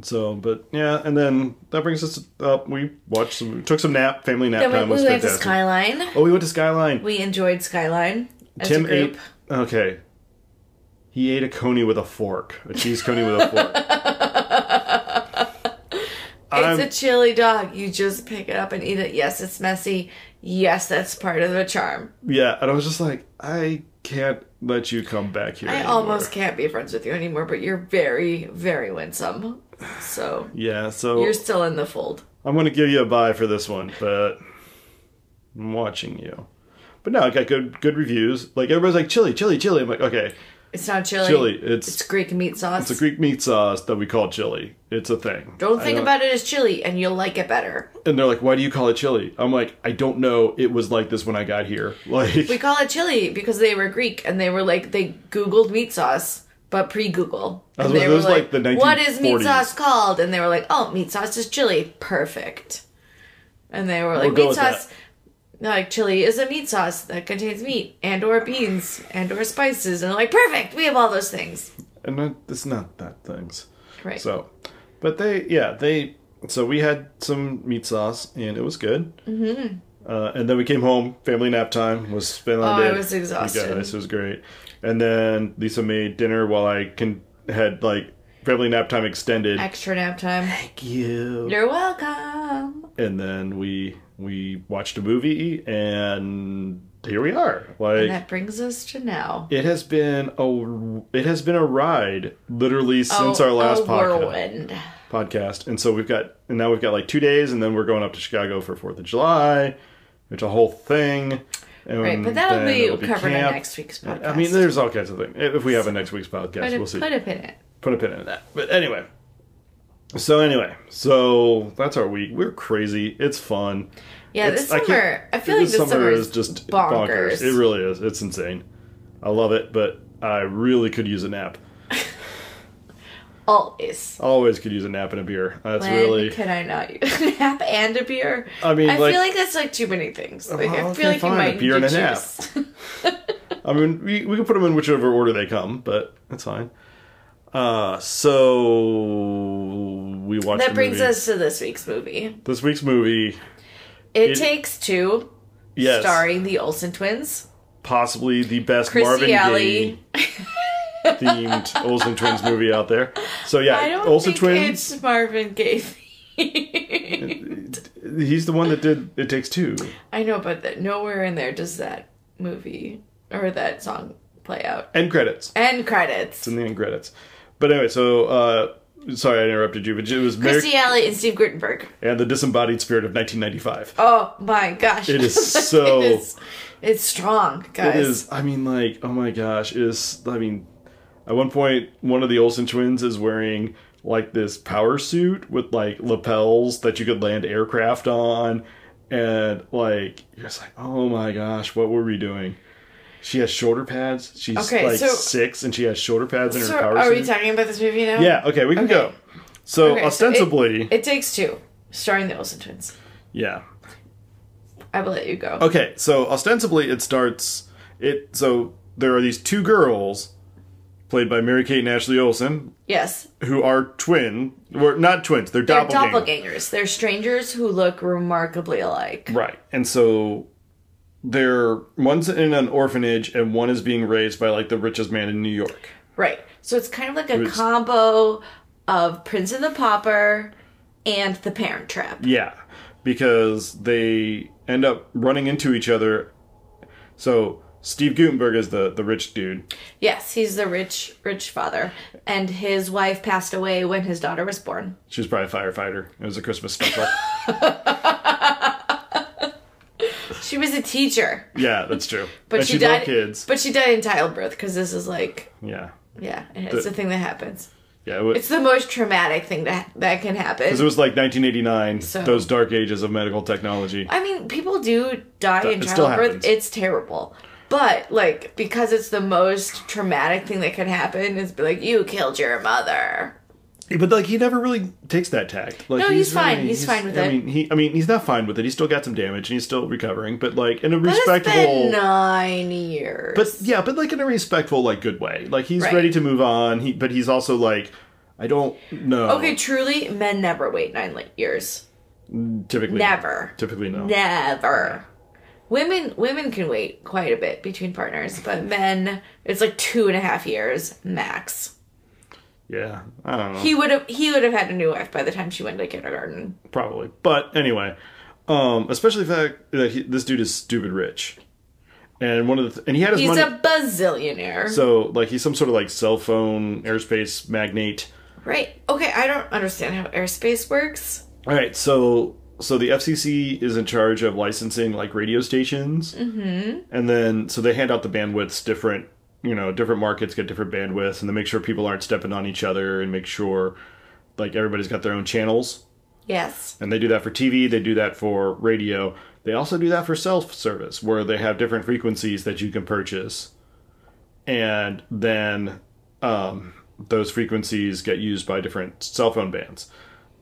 [SPEAKER 1] So, but yeah, and then that brings us up. We watched some, took some nap, family nap
[SPEAKER 2] Then
[SPEAKER 1] time
[SPEAKER 2] we,
[SPEAKER 1] was
[SPEAKER 2] we went to
[SPEAKER 1] fantastic.
[SPEAKER 2] Skyline.
[SPEAKER 1] oh, we went to Skyline.
[SPEAKER 2] We enjoyed Skyline as a
[SPEAKER 1] Tim
[SPEAKER 2] group.
[SPEAKER 1] ate. Okay. He ate a coney with a fork, a cheese coney with a
[SPEAKER 2] *laughs*
[SPEAKER 1] fork. I'm-
[SPEAKER 2] It's a chili dog. You just pick it up and eat it. Yes, it's messy. Yes, that's part of the charm.
[SPEAKER 1] yeah, and I was just like, I can't let you come back here.
[SPEAKER 2] I
[SPEAKER 1] anymore.
[SPEAKER 2] almost can't be friends with you anymore, but you're very, very winsome. So
[SPEAKER 1] Yeah, so
[SPEAKER 2] you're still in the fold.
[SPEAKER 1] I'm gonna give you a bye for this one, but I'm watching you. But no, I got good good reviews. Like everybody's like chili, chili, chili. I'm like, okay,
[SPEAKER 2] It's not chili.
[SPEAKER 1] Chili, it's-
[SPEAKER 2] it's Greek meat sauce.
[SPEAKER 1] It's a Greek meat sauce that we call chili. It's a thing.
[SPEAKER 2] Don't
[SPEAKER 1] I
[SPEAKER 2] think about it as chili, and you'll like it better.
[SPEAKER 1] And they're like, "Why do you call it chili?" I'm like, "I don't know. It was like this when I got here." *laughs* Like,
[SPEAKER 2] We call it chili because they were Greek and they were like they Googled meat sauce, but pre-Google.
[SPEAKER 1] That
[SPEAKER 2] And
[SPEAKER 1] was-
[SPEAKER 2] they
[SPEAKER 1] that
[SPEAKER 2] were
[SPEAKER 1] was, like, the
[SPEAKER 2] "What is meat
[SPEAKER 1] 1940s."
[SPEAKER 2] sauce called?" And they were like, "Oh, meat sauce is chili. Perfect." And they were like,
[SPEAKER 1] go
[SPEAKER 2] "Meat
[SPEAKER 1] with
[SPEAKER 2] sauce." they're Like chili is a meat sauce that contains meat and or beans and or spices, and they're like perfect. We have all those things,
[SPEAKER 1] and that- it's not that things.
[SPEAKER 2] right?
[SPEAKER 1] So, but they, yeah, they. So we had some meat sauce, and it was good. Mm-hmm. Uh, and then we came home. Family nap time was spent on
[SPEAKER 2] Oh, I
[SPEAKER 1] day.
[SPEAKER 2] was
[SPEAKER 1] We got
[SPEAKER 2] exhausted.
[SPEAKER 1] This it was great. And then Lisa made dinner while I can had like family nap time extended.
[SPEAKER 2] Extra nap time.
[SPEAKER 1] Thank you.
[SPEAKER 2] You're welcome.
[SPEAKER 1] and then we we watched a movie and here we are like
[SPEAKER 2] And that brings us to now.
[SPEAKER 1] it has been a it has been a ride literally since
[SPEAKER 2] Oh,
[SPEAKER 1] our last
[SPEAKER 2] a
[SPEAKER 1] podca-
[SPEAKER 2] whirlwind.
[SPEAKER 1] podcast and so we've got and now we've got like two days and then we're going up to chicago for fourth of july it's a whole thing and
[SPEAKER 2] Right, but that'll
[SPEAKER 1] Um, then
[SPEAKER 2] be
[SPEAKER 1] it'll
[SPEAKER 2] covered in
[SPEAKER 1] camp.
[SPEAKER 2] next week's podcast.
[SPEAKER 1] i mean there's all kinds of things if we have a next week's podcast
[SPEAKER 2] put a,
[SPEAKER 1] we'll see
[SPEAKER 2] put a pin in it.
[SPEAKER 1] put a pin in that. But anyway. So anyway, so that's our week. We're crazy. It's fun.
[SPEAKER 2] Yeah,
[SPEAKER 1] It's-
[SPEAKER 2] this
[SPEAKER 1] I can't-
[SPEAKER 2] summer. I, feel like this summer, is just bonkers.
[SPEAKER 1] It really is. It's insane. I love it, but I really could use a nap.
[SPEAKER 2] Always.
[SPEAKER 1] Always could use a nap and a beer. That's
[SPEAKER 2] When
[SPEAKER 1] really.
[SPEAKER 2] can I not *laughs* use a nap and a beer?
[SPEAKER 1] I mean,
[SPEAKER 2] I
[SPEAKER 1] like-
[SPEAKER 2] feel like that's like too many things. Like
[SPEAKER 1] well,
[SPEAKER 2] I feel
[SPEAKER 1] okay,
[SPEAKER 2] like
[SPEAKER 1] fine, a
[SPEAKER 2] you might
[SPEAKER 1] beer
[SPEAKER 2] need
[SPEAKER 1] and a nap.
[SPEAKER 2] juice. *laughs*
[SPEAKER 1] I mean, we we can put them in whichever order they come, but that's fine. Uh, so we watched
[SPEAKER 2] that
[SPEAKER 1] a
[SPEAKER 2] brings
[SPEAKER 1] movie.
[SPEAKER 2] us to this week's movie.
[SPEAKER 1] this week's movie.
[SPEAKER 2] It,
[SPEAKER 1] It-
[SPEAKER 2] takes two,
[SPEAKER 1] Yes,
[SPEAKER 2] starring the Olsen twins,
[SPEAKER 1] possibly the best
[SPEAKER 2] Chrissy
[SPEAKER 1] Marvin Gaye
[SPEAKER 2] Alley. *laughs*
[SPEAKER 1] themed Olsen twins movie out there. So
[SPEAKER 2] I
[SPEAKER 1] yeah,
[SPEAKER 2] don't
[SPEAKER 1] Olsen
[SPEAKER 2] think
[SPEAKER 1] twins.
[SPEAKER 2] it's Marvin Gaye. *laughs*
[SPEAKER 1] He's the one that did It Takes Two.
[SPEAKER 2] I know, but that nowhere in there does that movie or that song play out.
[SPEAKER 1] End credits.
[SPEAKER 2] End credits.
[SPEAKER 1] In the end credits. But anyway, so uh, sorry I interrupted you, but it was Merry-
[SPEAKER 2] Christy Alley and Steve Guttenberg.
[SPEAKER 1] and the Disembodied Spirit of 1995.
[SPEAKER 2] Oh my gosh.
[SPEAKER 1] It is so-
[SPEAKER 2] *laughs* It is- it's strong, guys.
[SPEAKER 1] It is. I mean, like, oh my gosh, it is. I mean, at one point, one of the Olsen twins is wearing like this power suit with like lapels that you could land aircraft on, and like you're just like, oh my gosh, what were we doing? She has shoulder pads. She's
[SPEAKER 2] Okay,
[SPEAKER 1] like
[SPEAKER 2] so-
[SPEAKER 1] six, and she has shoulder pads in
[SPEAKER 2] So
[SPEAKER 1] her power
[SPEAKER 2] are we
[SPEAKER 1] suit.
[SPEAKER 2] talking about this movie now?
[SPEAKER 1] yeah. Okay, we can go. So
[SPEAKER 2] Okay, so it-
[SPEAKER 1] ostensibly,
[SPEAKER 2] It takes two, starring the Olsen twins.
[SPEAKER 1] yeah.
[SPEAKER 2] I will let you go.
[SPEAKER 1] Okay, so ostensibly it starts it so there are these two girls played by Mary Kate and Ashley Olsen
[SPEAKER 2] Yes.
[SPEAKER 1] who are twin or not twins, they're,
[SPEAKER 2] They're
[SPEAKER 1] doppelgangers.
[SPEAKER 2] doppelgangers. They're strangers who look remarkably alike.
[SPEAKER 1] Right. And so they're one's in an orphanage and one is being raised by like the richest man in New York.
[SPEAKER 2] Right. So it's kind of like a combo of Prince and the Pauper and The Parent Trap.
[SPEAKER 1] Yeah, because they end up running into each other. So Steve Gutenberg is the the rich dude.
[SPEAKER 2] Yes, he's the rich, rich father. And his wife passed away when his daughter was born.
[SPEAKER 1] She was probably a firefighter. It was a Christmas
[SPEAKER 2] *laughs*
[SPEAKER 1] special.
[SPEAKER 2] She was a teacher.
[SPEAKER 1] yeah, that's true.
[SPEAKER 2] But
[SPEAKER 1] and
[SPEAKER 2] she,
[SPEAKER 1] she
[SPEAKER 2] died.
[SPEAKER 1] loved kids.
[SPEAKER 2] But she died in childbirth because this is like,
[SPEAKER 1] Yeah.
[SPEAKER 2] yeah, it's the, thing that happens.
[SPEAKER 1] Yeah, it was,
[SPEAKER 2] It's the most traumatic thing that that can
[SPEAKER 1] it
[SPEAKER 2] happen.
[SPEAKER 1] was like 1989,
[SPEAKER 2] So-
[SPEAKER 1] those dark ages of medical technology.
[SPEAKER 2] I mean, people do die in
[SPEAKER 1] It still
[SPEAKER 2] childbirth.
[SPEAKER 1] happens.
[SPEAKER 2] It's terrible. But like, because it's the most traumatic thing that can happen, is be like, you killed your mother.
[SPEAKER 1] But like, he never really takes that tack. Like,
[SPEAKER 2] No, he's fine. He's fine with
[SPEAKER 1] I
[SPEAKER 2] it.
[SPEAKER 1] mean, he, I mean, he's not fine with it. He's still got some damage, and he's still recovering. But like, in a
[SPEAKER 2] But it's been
[SPEAKER 1] respectable.
[SPEAKER 2] nine years.
[SPEAKER 1] but yeah, but like in a respectful, like good way. Like he's
[SPEAKER 2] Right.
[SPEAKER 1] ready to move on. He, but he's also like, I don't know.
[SPEAKER 2] okay, truly, men never wait nine li- years.
[SPEAKER 1] typically
[SPEAKER 2] Never.
[SPEAKER 1] Typically no.
[SPEAKER 2] Never. Women women can wait quite a bit between partners, but men it's like two and a half years max.
[SPEAKER 1] Yeah, I don't know.
[SPEAKER 2] He would have he would have had a new wife by the time she went to kindergarten.
[SPEAKER 1] probably. But anyway, um, especially the fact that he, this dude is stupid rich, and one of the th- and he had his
[SPEAKER 2] He's
[SPEAKER 1] money.
[SPEAKER 2] a bazillionaire.
[SPEAKER 1] So like he's some sort of like cell phone airspace magnate.
[SPEAKER 2] right. Okay, I don't understand how airspace works.
[SPEAKER 1] All right, so so the FCC is in charge of licensing like radio stations, mm-hmm. and then so they hand out the bandwidths different you know different markets get different bandwidths, and to make sure people aren't stepping on each other, and make sure like everybody's got their own channels.
[SPEAKER 2] Yes.
[SPEAKER 1] And they do that for TV, they do that for radio. They also do that for self service, where they have different frequencies that you can purchase. And then um, those frequencies get used by different cell phone bands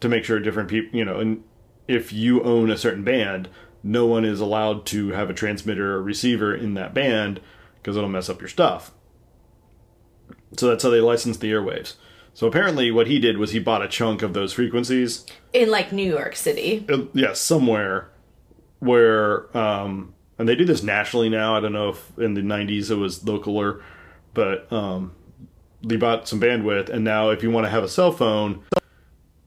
[SPEAKER 1] to make sure different people, you know, and if you own a certain band, no one is allowed to have a transmitter or receiver in that band because it'll mess up your stuff. So that's how they license the airwaves. So apparently, what he did was he bought a chunk of those frequencies
[SPEAKER 2] In like New York City.
[SPEAKER 1] uh, yeah, somewhere where um and they do this nationally now. I don't know if in the 90s it was localer, but um they bought some bandwidth and now if you want to have a cell phone,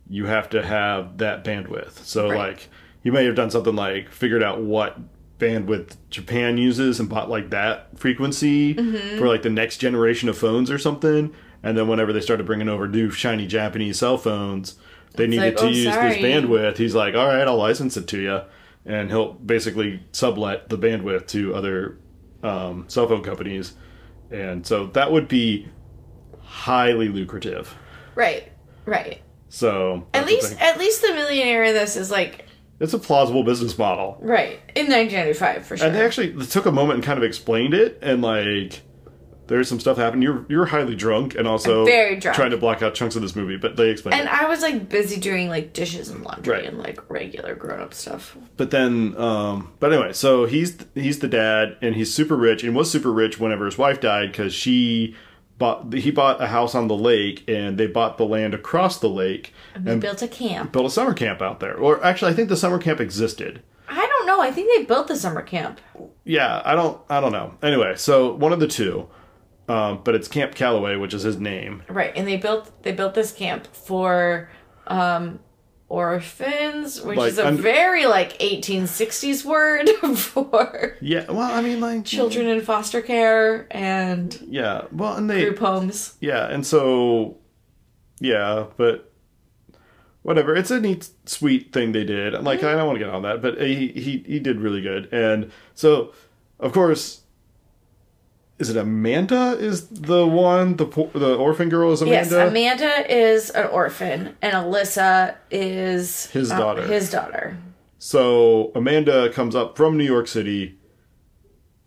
[SPEAKER 1] you have to have that bandwidth. So
[SPEAKER 2] Right.
[SPEAKER 1] like you may have done something like figured out what bandwidth Japan uses and bought like that frequency for like the next generation of phones or something. And then whenever they started bringing over new shiny Japanese cell phones, they needed
[SPEAKER 2] like,
[SPEAKER 1] to
[SPEAKER 2] "Oh,
[SPEAKER 1] use
[SPEAKER 2] sorry."
[SPEAKER 1] this bandwidth. He's like, all right, I'll license it to you. And he'll basically sublet the bandwidth to other um, cell phone companies. And so that would be highly lucrative.
[SPEAKER 2] Right. Right.
[SPEAKER 1] So
[SPEAKER 2] At
[SPEAKER 1] that's the
[SPEAKER 2] least
[SPEAKER 1] thing.
[SPEAKER 2] at least the millionaire in this is like
[SPEAKER 1] it's a plausible business model.
[SPEAKER 2] right. In nineteen ninety five for sure.
[SPEAKER 1] And they actually took a moment and kind of explained it, and like there's some stuff happened. You're you're highly drunk, and also
[SPEAKER 2] I'm very drunk.
[SPEAKER 1] trying to block out chunks of this movie, but they explained
[SPEAKER 2] and
[SPEAKER 1] it.
[SPEAKER 2] I was like busy doing like dishes and laundry
[SPEAKER 1] Right.
[SPEAKER 2] and like regular grown up stuff.
[SPEAKER 1] But then, um, but anyway, so he's he's the dad, and he's super rich, and was super rich whenever his wife died because she bought he bought a house on the lake, and they bought the land across the lake,
[SPEAKER 2] We
[SPEAKER 1] and
[SPEAKER 2] built a camp.
[SPEAKER 1] built a summer camp out there. Or actually, I think the summer camp existed.
[SPEAKER 2] I don't know. I think they built the summer camp.
[SPEAKER 1] yeah i don't i don't know anyway so one of the two um, but it's camp calloway which is his name
[SPEAKER 2] Right, and they built they built this camp for um orphans, which
[SPEAKER 1] Like,
[SPEAKER 2] is a
[SPEAKER 1] un-
[SPEAKER 2] very like 1860s word *laughs* for
[SPEAKER 1] yeah well i mean like
[SPEAKER 2] children in foster care and
[SPEAKER 1] yeah well and they
[SPEAKER 2] group homes.
[SPEAKER 1] yeah and so yeah but whatever it's a neat sweet thing they did like
[SPEAKER 2] Mm-hmm.
[SPEAKER 1] i don't want to get on that but he, he he did really good and so of course is it amanda is the one the po- the orphan girl is amanda
[SPEAKER 2] Yes, Amanda is an orphan and Alyssa is uh,
[SPEAKER 1] His daughter.
[SPEAKER 2] His daughter.
[SPEAKER 1] So Amanda comes up from New York City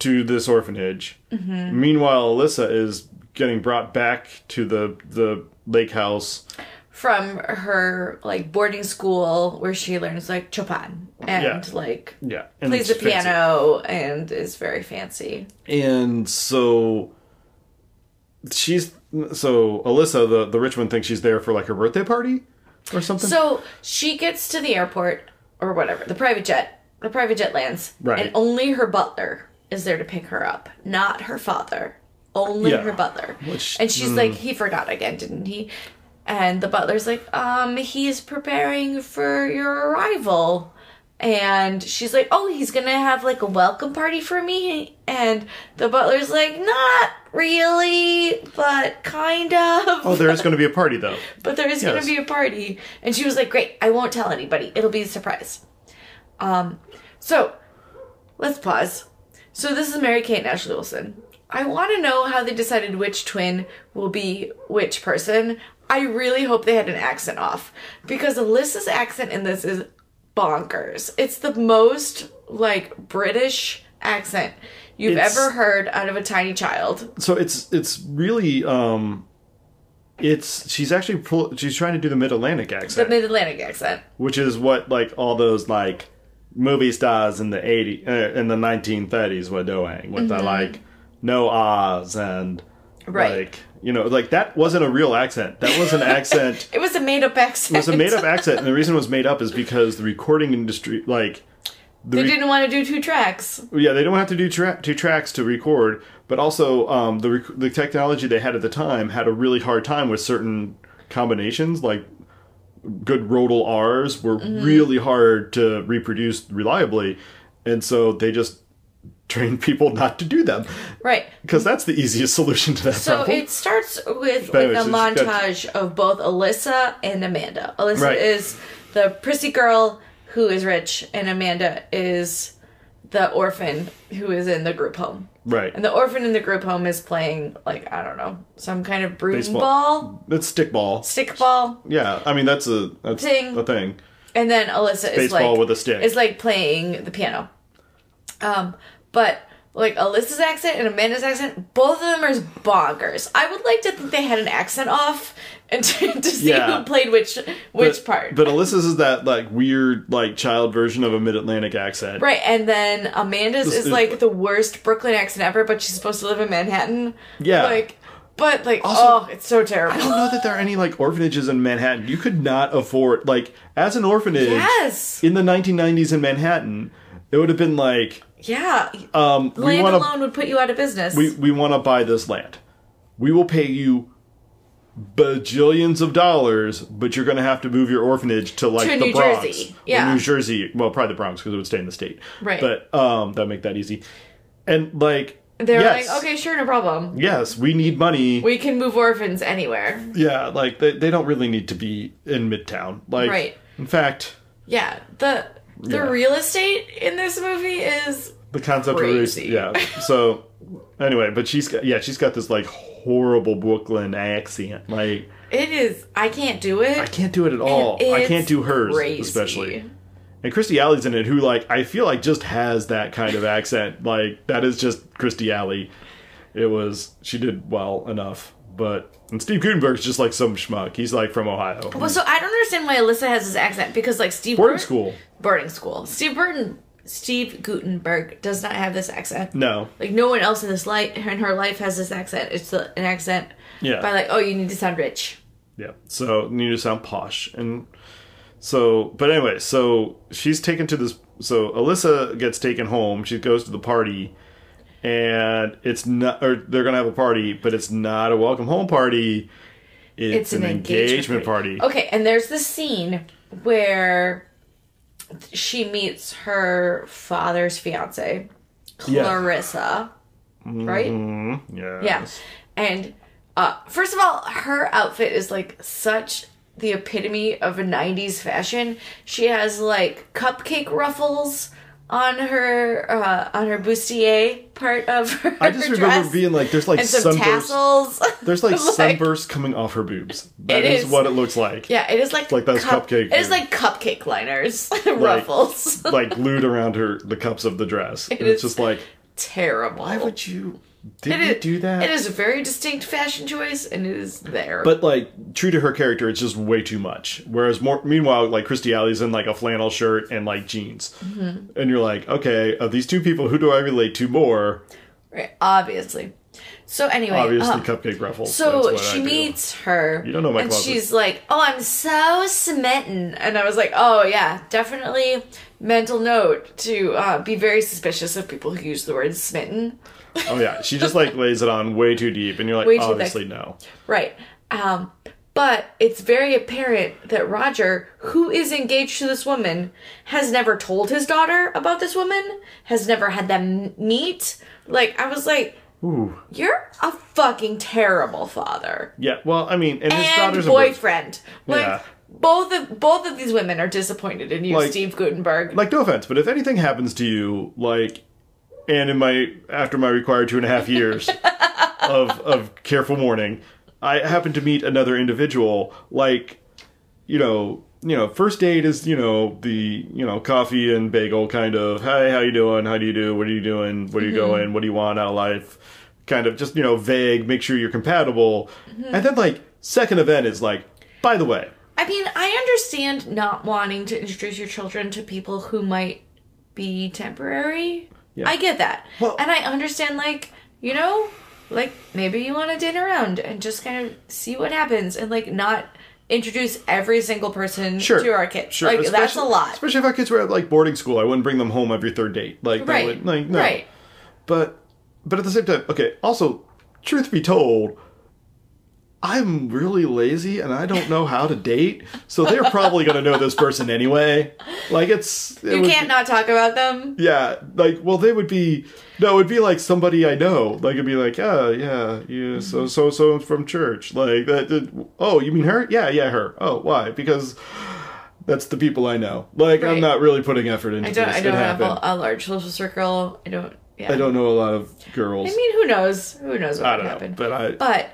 [SPEAKER 1] to this orphanage.
[SPEAKER 2] Mm-hmm.
[SPEAKER 1] Meanwhile, Alyssa is getting brought back to the the lake house.
[SPEAKER 2] From her like boarding school where she learns like chopin and
[SPEAKER 1] Yeah.
[SPEAKER 2] like
[SPEAKER 1] Yeah, and
[SPEAKER 2] plays the
[SPEAKER 1] it's fancy.
[SPEAKER 2] piano and is very fancy.
[SPEAKER 1] And so she's so Alyssa, the the rich one, thinks she's there for like her birthday party or something.
[SPEAKER 2] So she gets to the airport or whatever, the private jet. The private jet lands.
[SPEAKER 1] Right.
[SPEAKER 2] And only her butler is there to pick her up, not her father. Only
[SPEAKER 1] Yeah.
[SPEAKER 2] her butler.
[SPEAKER 1] Which- hmm.
[SPEAKER 2] and she's like, he forgot again, didn't he? And the butler's like, um, he's preparing for your arrival. And she's like, oh, he's gonna have like a welcome party for me. And the butler's like, not really, but kind of.
[SPEAKER 1] oh, there is going to be a party though.
[SPEAKER 2] But there is going
[SPEAKER 1] Yes.
[SPEAKER 2] to be a party. And she was like, Great, I won't tell anybody. It'll be a surprise. Um, so let's pause. So this is Mary Kate and Ashley Wilson. I want to know how they decided which twin will be which person. I really hope they had an accent off because Alyssa's accent in this is bonkers. It's the most like British accent you've
[SPEAKER 1] It's-
[SPEAKER 2] ever heard out of a tiny child.
[SPEAKER 1] so it's it's really um it's she's actually pull, she's trying to do the mid Atlantic
[SPEAKER 2] The
[SPEAKER 1] accent,
[SPEAKER 2] Mid Atlantic accent.
[SPEAKER 1] which is what like all those like movie stars in the eighty uh, in the nineteen thirties were doing with the like no ahs and
[SPEAKER 2] Mm-hmm. Right.
[SPEAKER 1] like you know like that wasn't a real accent that was an accent
[SPEAKER 2] It was a made up accent. *laughs*
[SPEAKER 1] it was a made up accent and the reason it was made up is because the recording industry like the
[SPEAKER 2] They
[SPEAKER 1] re-
[SPEAKER 2] didn't want to do two tracks.
[SPEAKER 1] Yeah, they don't have to do tra- two tracks to record, but also um, the rec- the technology they had at the time had a really hard time with certain combinations. Like good rodal R's were
[SPEAKER 2] Mm-hmm.
[SPEAKER 1] really hard to reproduce reliably, and so they just trained people not to do them
[SPEAKER 2] Right.
[SPEAKER 1] because that's the easiest solution to that
[SPEAKER 2] So
[SPEAKER 1] problem.
[SPEAKER 2] it starts with
[SPEAKER 1] But
[SPEAKER 2] like
[SPEAKER 1] it
[SPEAKER 2] a
[SPEAKER 1] was
[SPEAKER 2] montage of both Alyssa and Amanda. Alyssa
[SPEAKER 1] Right.
[SPEAKER 2] is the prissy girl who is rich, and Amanda is the orphan who is in the group home.
[SPEAKER 1] Right.
[SPEAKER 2] And the orphan in the group home is playing like I don't know some kind of broom
[SPEAKER 1] Baseball.
[SPEAKER 2] ball,
[SPEAKER 1] It's stickball.
[SPEAKER 2] stick ball,
[SPEAKER 1] Yeah, I mean that's a that's
[SPEAKER 2] Thing.
[SPEAKER 1] a thing.
[SPEAKER 2] and then Alyssa is
[SPEAKER 1] Baseball
[SPEAKER 2] like
[SPEAKER 1] with a stick.
[SPEAKER 2] is like playing the piano. Um, but like Alyssa's accent and Amanda's accent, both of them are bonkers. I would like to think they had an accent off *laughs* and to, to see
[SPEAKER 1] Yeah.
[SPEAKER 2] who played which which
[SPEAKER 1] But-
[SPEAKER 2] part.
[SPEAKER 1] But Alyssa's is that like weird like child version of a mid Atlantic accent.
[SPEAKER 2] Right, and then Amanda's
[SPEAKER 1] This
[SPEAKER 2] is
[SPEAKER 1] is-
[SPEAKER 2] like the worst Brooklyn accent ever, but she's supposed to live in Manhattan.
[SPEAKER 1] Yeah.
[SPEAKER 2] Like, but like,
[SPEAKER 1] Also-
[SPEAKER 2] oh, it's so
[SPEAKER 1] I
[SPEAKER 2] terrible.
[SPEAKER 1] don't know that there are any like orphanages in Manhattan. You could not afford like as an orphanage
[SPEAKER 2] Yes.
[SPEAKER 1] in the 1990s in Manhattan, it would have been like
[SPEAKER 2] *laughs* Yeah.
[SPEAKER 1] um we
[SPEAKER 2] Land
[SPEAKER 1] want to
[SPEAKER 2] alone would put you out of business.
[SPEAKER 1] we, we want to buy this land. We will pay you bajillions of dollars, but you're going to have to move your orphanage to like
[SPEAKER 2] To
[SPEAKER 1] the
[SPEAKER 2] New
[SPEAKER 1] Bronx,
[SPEAKER 2] Jersey.
[SPEAKER 1] Or
[SPEAKER 2] Yeah.
[SPEAKER 1] New Jersey. Well, probably the Bronx because it would stay in the state.
[SPEAKER 2] Right.
[SPEAKER 1] But um, that make that easy. And like
[SPEAKER 2] They're
[SPEAKER 1] yes,
[SPEAKER 2] like, okay, sure, no problem.
[SPEAKER 1] yes, we need money.
[SPEAKER 2] We can move orphans anywhere.
[SPEAKER 1] yeah, like they they don't really need to be in Midtown. Like
[SPEAKER 2] Right.
[SPEAKER 1] in fact,
[SPEAKER 2] Yeah. The the
[SPEAKER 1] Yeah.
[SPEAKER 2] real estate in this movie is
[SPEAKER 1] the concept
[SPEAKER 2] Crazy.
[SPEAKER 1] of race. Yeah. So anyway, but she's got yeah, she's got this like horrible Brooklyn accent. Like
[SPEAKER 2] it is I can't do it.
[SPEAKER 1] I can't do it at all.
[SPEAKER 2] And
[SPEAKER 1] I
[SPEAKER 2] it's
[SPEAKER 1] can't do hers,
[SPEAKER 2] crazy.
[SPEAKER 1] especially. And Christy Alley's in it, who like I feel like just has that kind of accent. Like that is just Christy Alley. It was she did well enough, but and Steve Gutenberg's just like some schmuck. He's like from Ohio,
[SPEAKER 2] Well, so I don't understand why Alyssa has this accent because like Steve
[SPEAKER 1] boarding
[SPEAKER 2] Burt-
[SPEAKER 1] school.
[SPEAKER 2] boarding school. Steve Burton Steve Gutenberg does not have this accent.
[SPEAKER 1] No,
[SPEAKER 2] Like no one else in this life in her life has this accent. It's the- an accent
[SPEAKER 1] yeah,
[SPEAKER 2] by like, oh, you need to sound rich.
[SPEAKER 1] yeah. So you need to sound posh, and so but anyway, so she's taken to this. So Alyssa gets taken home. She goes to the party. And it's not, or they're gonna have a party, but it's not a welcome home party. It's, an, engagement, party.
[SPEAKER 2] Okay, and there's this scene where she meets her father's fiance,
[SPEAKER 1] Yeah.
[SPEAKER 2] Clarissa, right?
[SPEAKER 1] Mhm,
[SPEAKER 2] Oh. Yeah.
[SPEAKER 1] Yes.
[SPEAKER 2] And uh, first of all, her outfit is like such the epitome of a 90s fashion. She has like cupcake ruffles on her uh, on her bustier part of her
[SPEAKER 1] I just remember
[SPEAKER 2] dress
[SPEAKER 1] being like, there's like
[SPEAKER 2] and some
[SPEAKER 1] sunburst.
[SPEAKER 2] tassels.
[SPEAKER 1] There's
[SPEAKER 2] *laughs*
[SPEAKER 1] like, sunburst coming off her boobs. That
[SPEAKER 2] It
[SPEAKER 1] is,
[SPEAKER 2] is.
[SPEAKER 1] what it looks like.
[SPEAKER 2] Yeah, it is like
[SPEAKER 1] Like those cupcake-
[SPEAKER 2] It is like cupcake liners, *laughs*
[SPEAKER 1] *laughs*
[SPEAKER 2] ruffles.
[SPEAKER 1] Like glued around her the cups of the dress. and
[SPEAKER 2] is-
[SPEAKER 1] it's just like,
[SPEAKER 2] Terrible.
[SPEAKER 1] why would you did
[SPEAKER 2] It
[SPEAKER 1] you
[SPEAKER 2] is-
[SPEAKER 1] do that?
[SPEAKER 2] It is a very distinct fashion choice, and it is there.
[SPEAKER 1] but like true to her character, it's just way too much. Whereas more meanwhile, like Christy Alley's in like a flannel shirt and like jeans,
[SPEAKER 2] Mm-hmm.
[SPEAKER 1] and you're like, okay, of these two people, who do I relate to more?
[SPEAKER 2] Right, obviously. So anyway,
[SPEAKER 1] Obviously,
[SPEAKER 2] um,
[SPEAKER 1] cupcake ruffles. That's
[SPEAKER 2] So
[SPEAKER 1] what I
[SPEAKER 2] she
[SPEAKER 1] do.
[SPEAKER 2] meets her.
[SPEAKER 1] You don't know my
[SPEAKER 2] And
[SPEAKER 1] closet.
[SPEAKER 2] she's like, "Oh, I'm so smitten," and I was like, "Oh yeah, definitely." Mental note to uh, be very suspicious of people who use the word smitten.
[SPEAKER 1] Oh yeah, she just like lays it on way too deep, and you're like,
[SPEAKER 2] *laughs* Way too thick.
[SPEAKER 1] obviously no.
[SPEAKER 2] Right. Um, but it's very apparent that Roger, who is engaged to this woman, has never told his daughter about this woman, has never had them meet. Like, I was like,
[SPEAKER 1] Ooh.
[SPEAKER 2] you're a fucking terrible father.
[SPEAKER 1] Yeah, well, I mean, and his
[SPEAKER 2] And
[SPEAKER 1] daughter's a boy.
[SPEAKER 2] boyfriend. Like,
[SPEAKER 1] Yeah.
[SPEAKER 2] both of both of these women are disappointed in you,
[SPEAKER 1] Like-
[SPEAKER 2] Steve Gutenberg.
[SPEAKER 1] Like, no offense, but if anything happens to you, like, and in my after my required two and a half years of of careful mourning, I happen to meet another individual. Like, you know, you know, first date is you know the you know coffee and bagel kind of. Hey, how you doing? How do you do? What are you doing? Where are you going? What do you want out of life? Kind of just you know vague. Make sure you're compatible, and then like second event is like, by the way.
[SPEAKER 2] I mean, I understand not wanting to introduce your children to people who might be temporary.
[SPEAKER 1] Yeah.
[SPEAKER 2] I get that.
[SPEAKER 1] Well-
[SPEAKER 2] and I understand, like, you know, like maybe you want to date around and just kind of see what happens and, like, not introduce every single person
[SPEAKER 1] sure.
[SPEAKER 2] to our kids.
[SPEAKER 1] Sure.
[SPEAKER 2] Like, that's a
[SPEAKER 1] Especially-
[SPEAKER 2] lot.
[SPEAKER 1] Especially if our kids were at like boarding school, I wouldn't bring them home every third date. Like, that
[SPEAKER 2] Right.
[SPEAKER 1] would- like no.
[SPEAKER 2] Right.
[SPEAKER 1] But, but at the same time, okay. Also, truth be told, I'm really lazy and I don't know how to date, so they're probably gonna know this person anyway. Like, it's it
[SPEAKER 2] You
[SPEAKER 1] would
[SPEAKER 2] can't
[SPEAKER 1] be-
[SPEAKER 2] not talk about them.
[SPEAKER 1] yeah, like well, they would be no, it'd be like somebody I know. Like it'd be like, oh yeah, yeah,
[SPEAKER 2] Mm-hmm.
[SPEAKER 1] so so so from church. Like that. that- oh, you mean her? Yeah, yeah, her. Oh, why? Because that's the people I know. Like
[SPEAKER 2] Right.
[SPEAKER 1] I'm not really putting effort into
[SPEAKER 2] I don't,
[SPEAKER 1] this.
[SPEAKER 2] I don't
[SPEAKER 1] it
[SPEAKER 2] have
[SPEAKER 1] happened.
[SPEAKER 2] a, a large social circle. I don't Yeah.
[SPEAKER 1] I don't know a lot of girls.
[SPEAKER 2] I mean, who knows? Who knows what
[SPEAKER 1] I
[SPEAKER 2] would
[SPEAKER 1] don't
[SPEAKER 2] happen?
[SPEAKER 1] know, but I
[SPEAKER 2] But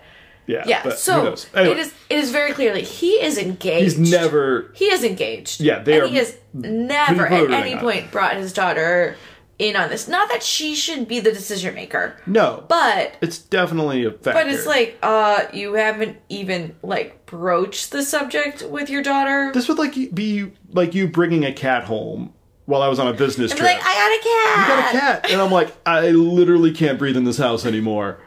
[SPEAKER 1] yeah.
[SPEAKER 2] yeah,
[SPEAKER 1] but
[SPEAKER 2] so
[SPEAKER 1] who knows? Anyway,
[SPEAKER 2] it is. It is very clearly he is engaged.
[SPEAKER 1] he's never.
[SPEAKER 2] He is engaged.
[SPEAKER 1] Yeah, they
[SPEAKER 2] and
[SPEAKER 1] are
[SPEAKER 2] He has never at
[SPEAKER 1] converting
[SPEAKER 2] any
[SPEAKER 1] on
[SPEAKER 2] point brought his daughter in on this. Not that she should be the decision maker,
[SPEAKER 1] No,
[SPEAKER 2] but
[SPEAKER 1] it's definitely a factor.
[SPEAKER 2] but it's like uh, you haven't even like broached the subject with your daughter.
[SPEAKER 1] this would like be like you bringing a cat home while I was on a business
[SPEAKER 2] Be
[SPEAKER 1] trip.
[SPEAKER 2] like, I got a
[SPEAKER 1] got
[SPEAKER 2] cat.
[SPEAKER 1] a cat, and I'm like, I literally can't breathe in this house anymore.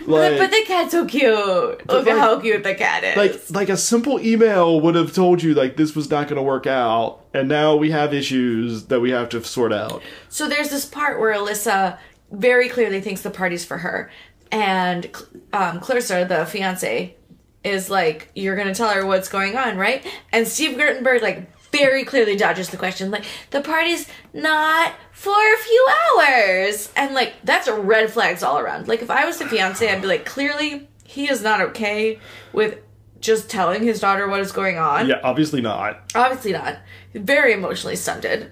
[SPEAKER 1] Like,
[SPEAKER 2] But, but the cat's so cute. Look at
[SPEAKER 1] like-
[SPEAKER 2] how cute the cat is.
[SPEAKER 1] like like a simple email would have told you like this was not going to work out and now we have issues that we have to sort out
[SPEAKER 2] So there's this part where Alyssa very clearly thinks the party's for her, and um, Clarissa, the fiance, is like, "You're gonna tell her what's going on, right?" And Steve Guttenberg like very clearly dodges the question, like, "The party's not for a few hours," and like that's red flags all around. Like if I was the fiance, I'd be like, clearly he is not okay with just telling his daughter what is going on.
[SPEAKER 1] yeah obviously not
[SPEAKER 2] Obviously not. Very emotionally stunted.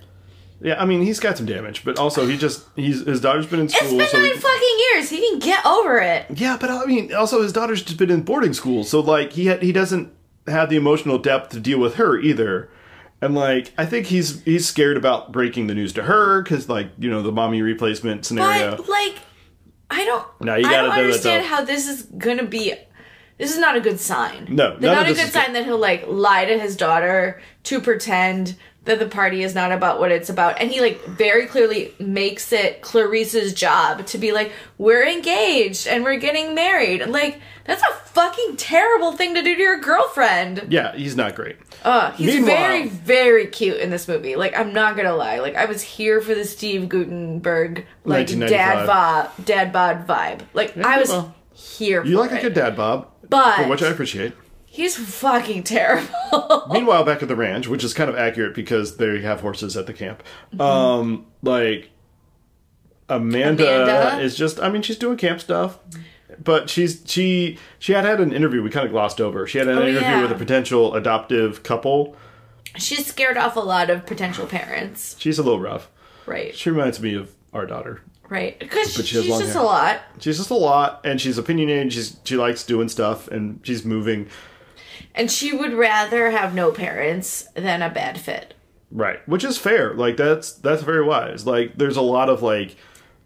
[SPEAKER 1] yeah i mean he's got some damage but also he just he's his daughter's been in
[SPEAKER 2] It's
[SPEAKER 1] school
[SPEAKER 2] been
[SPEAKER 1] so
[SPEAKER 2] nine
[SPEAKER 1] he,
[SPEAKER 2] fucking years. He can get over it.
[SPEAKER 1] yeah but i mean also his daughter's just been in boarding school so like he had, he doesn't have the emotional depth to deal with her either and like i think he's he's scared about breaking the news to her because like you know the mommy replacement scenario
[SPEAKER 2] But like, I don't.
[SPEAKER 1] No, you
[SPEAKER 2] I
[SPEAKER 1] gotta
[SPEAKER 2] don't
[SPEAKER 1] do it,
[SPEAKER 2] understand
[SPEAKER 1] though.
[SPEAKER 2] how this is gonna be. This is not a good sign.
[SPEAKER 1] No,
[SPEAKER 2] They're
[SPEAKER 1] none
[SPEAKER 2] not
[SPEAKER 1] of
[SPEAKER 2] a
[SPEAKER 1] this
[SPEAKER 2] good
[SPEAKER 1] is
[SPEAKER 2] sign that he'll like lie to his daughter to pretend that the party is not about what it's about, and he like very clearly makes it Clarice's job to be like, "We're engaged and we're getting married." Like that's a fucking terrible thing to do to your girlfriend.
[SPEAKER 1] yeah he's not great
[SPEAKER 2] Uh, he's
[SPEAKER 1] Meanwhile-
[SPEAKER 2] very, very cute in this movie. Like, I'm not gonna lie. Like, I was here for the Steve Gutenberg, like, dad
[SPEAKER 1] 1995.
[SPEAKER 2] bod, dad bod vibe. Like, I was
[SPEAKER 1] well,
[SPEAKER 2] here for
[SPEAKER 1] you like
[SPEAKER 2] it.
[SPEAKER 1] a good dad bob
[SPEAKER 2] But-
[SPEAKER 1] for which i appreciate
[SPEAKER 2] He's fucking terrible. *laughs*
[SPEAKER 1] Meanwhile, back at the ranch, which is kind of accurate because they have horses at the camp.
[SPEAKER 2] Mm-hmm.
[SPEAKER 1] Um, like Amanda,
[SPEAKER 2] Amanda?
[SPEAKER 1] is just—I mean, she's doing camp stuff, but she's she she had had an interview. We kind of glossed over. She had an interview
[SPEAKER 2] Oh, yeah.
[SPEAKER 1] with a potential adoptive couple.
[SPEAKER 2] She's scared off a lot of potential parents.
[SPEAKER 1] She's a little rough.
[SPEAKER 2] Right,
[SPEAKER 1] She reminds me of our daughter.
[SPEAKER 2] right. Because
[SPEAKER 1] But she
[SPEAKER 2] she's
[SPEAKER 1] has long
[SPEAKER 2] just
[SPEAKER 1] hair.
[SPEAKER 2] a lot.
[SPEAKER 1] She's just a lot, and she's opinionated. She's she likes doing stuff, and she's moving.
[SPEAKER 2] And she would rather have no parents than a bad fit.
[SPEAKER 1] Right, which is fair. Like that's that's very wise. Like there's a lot of like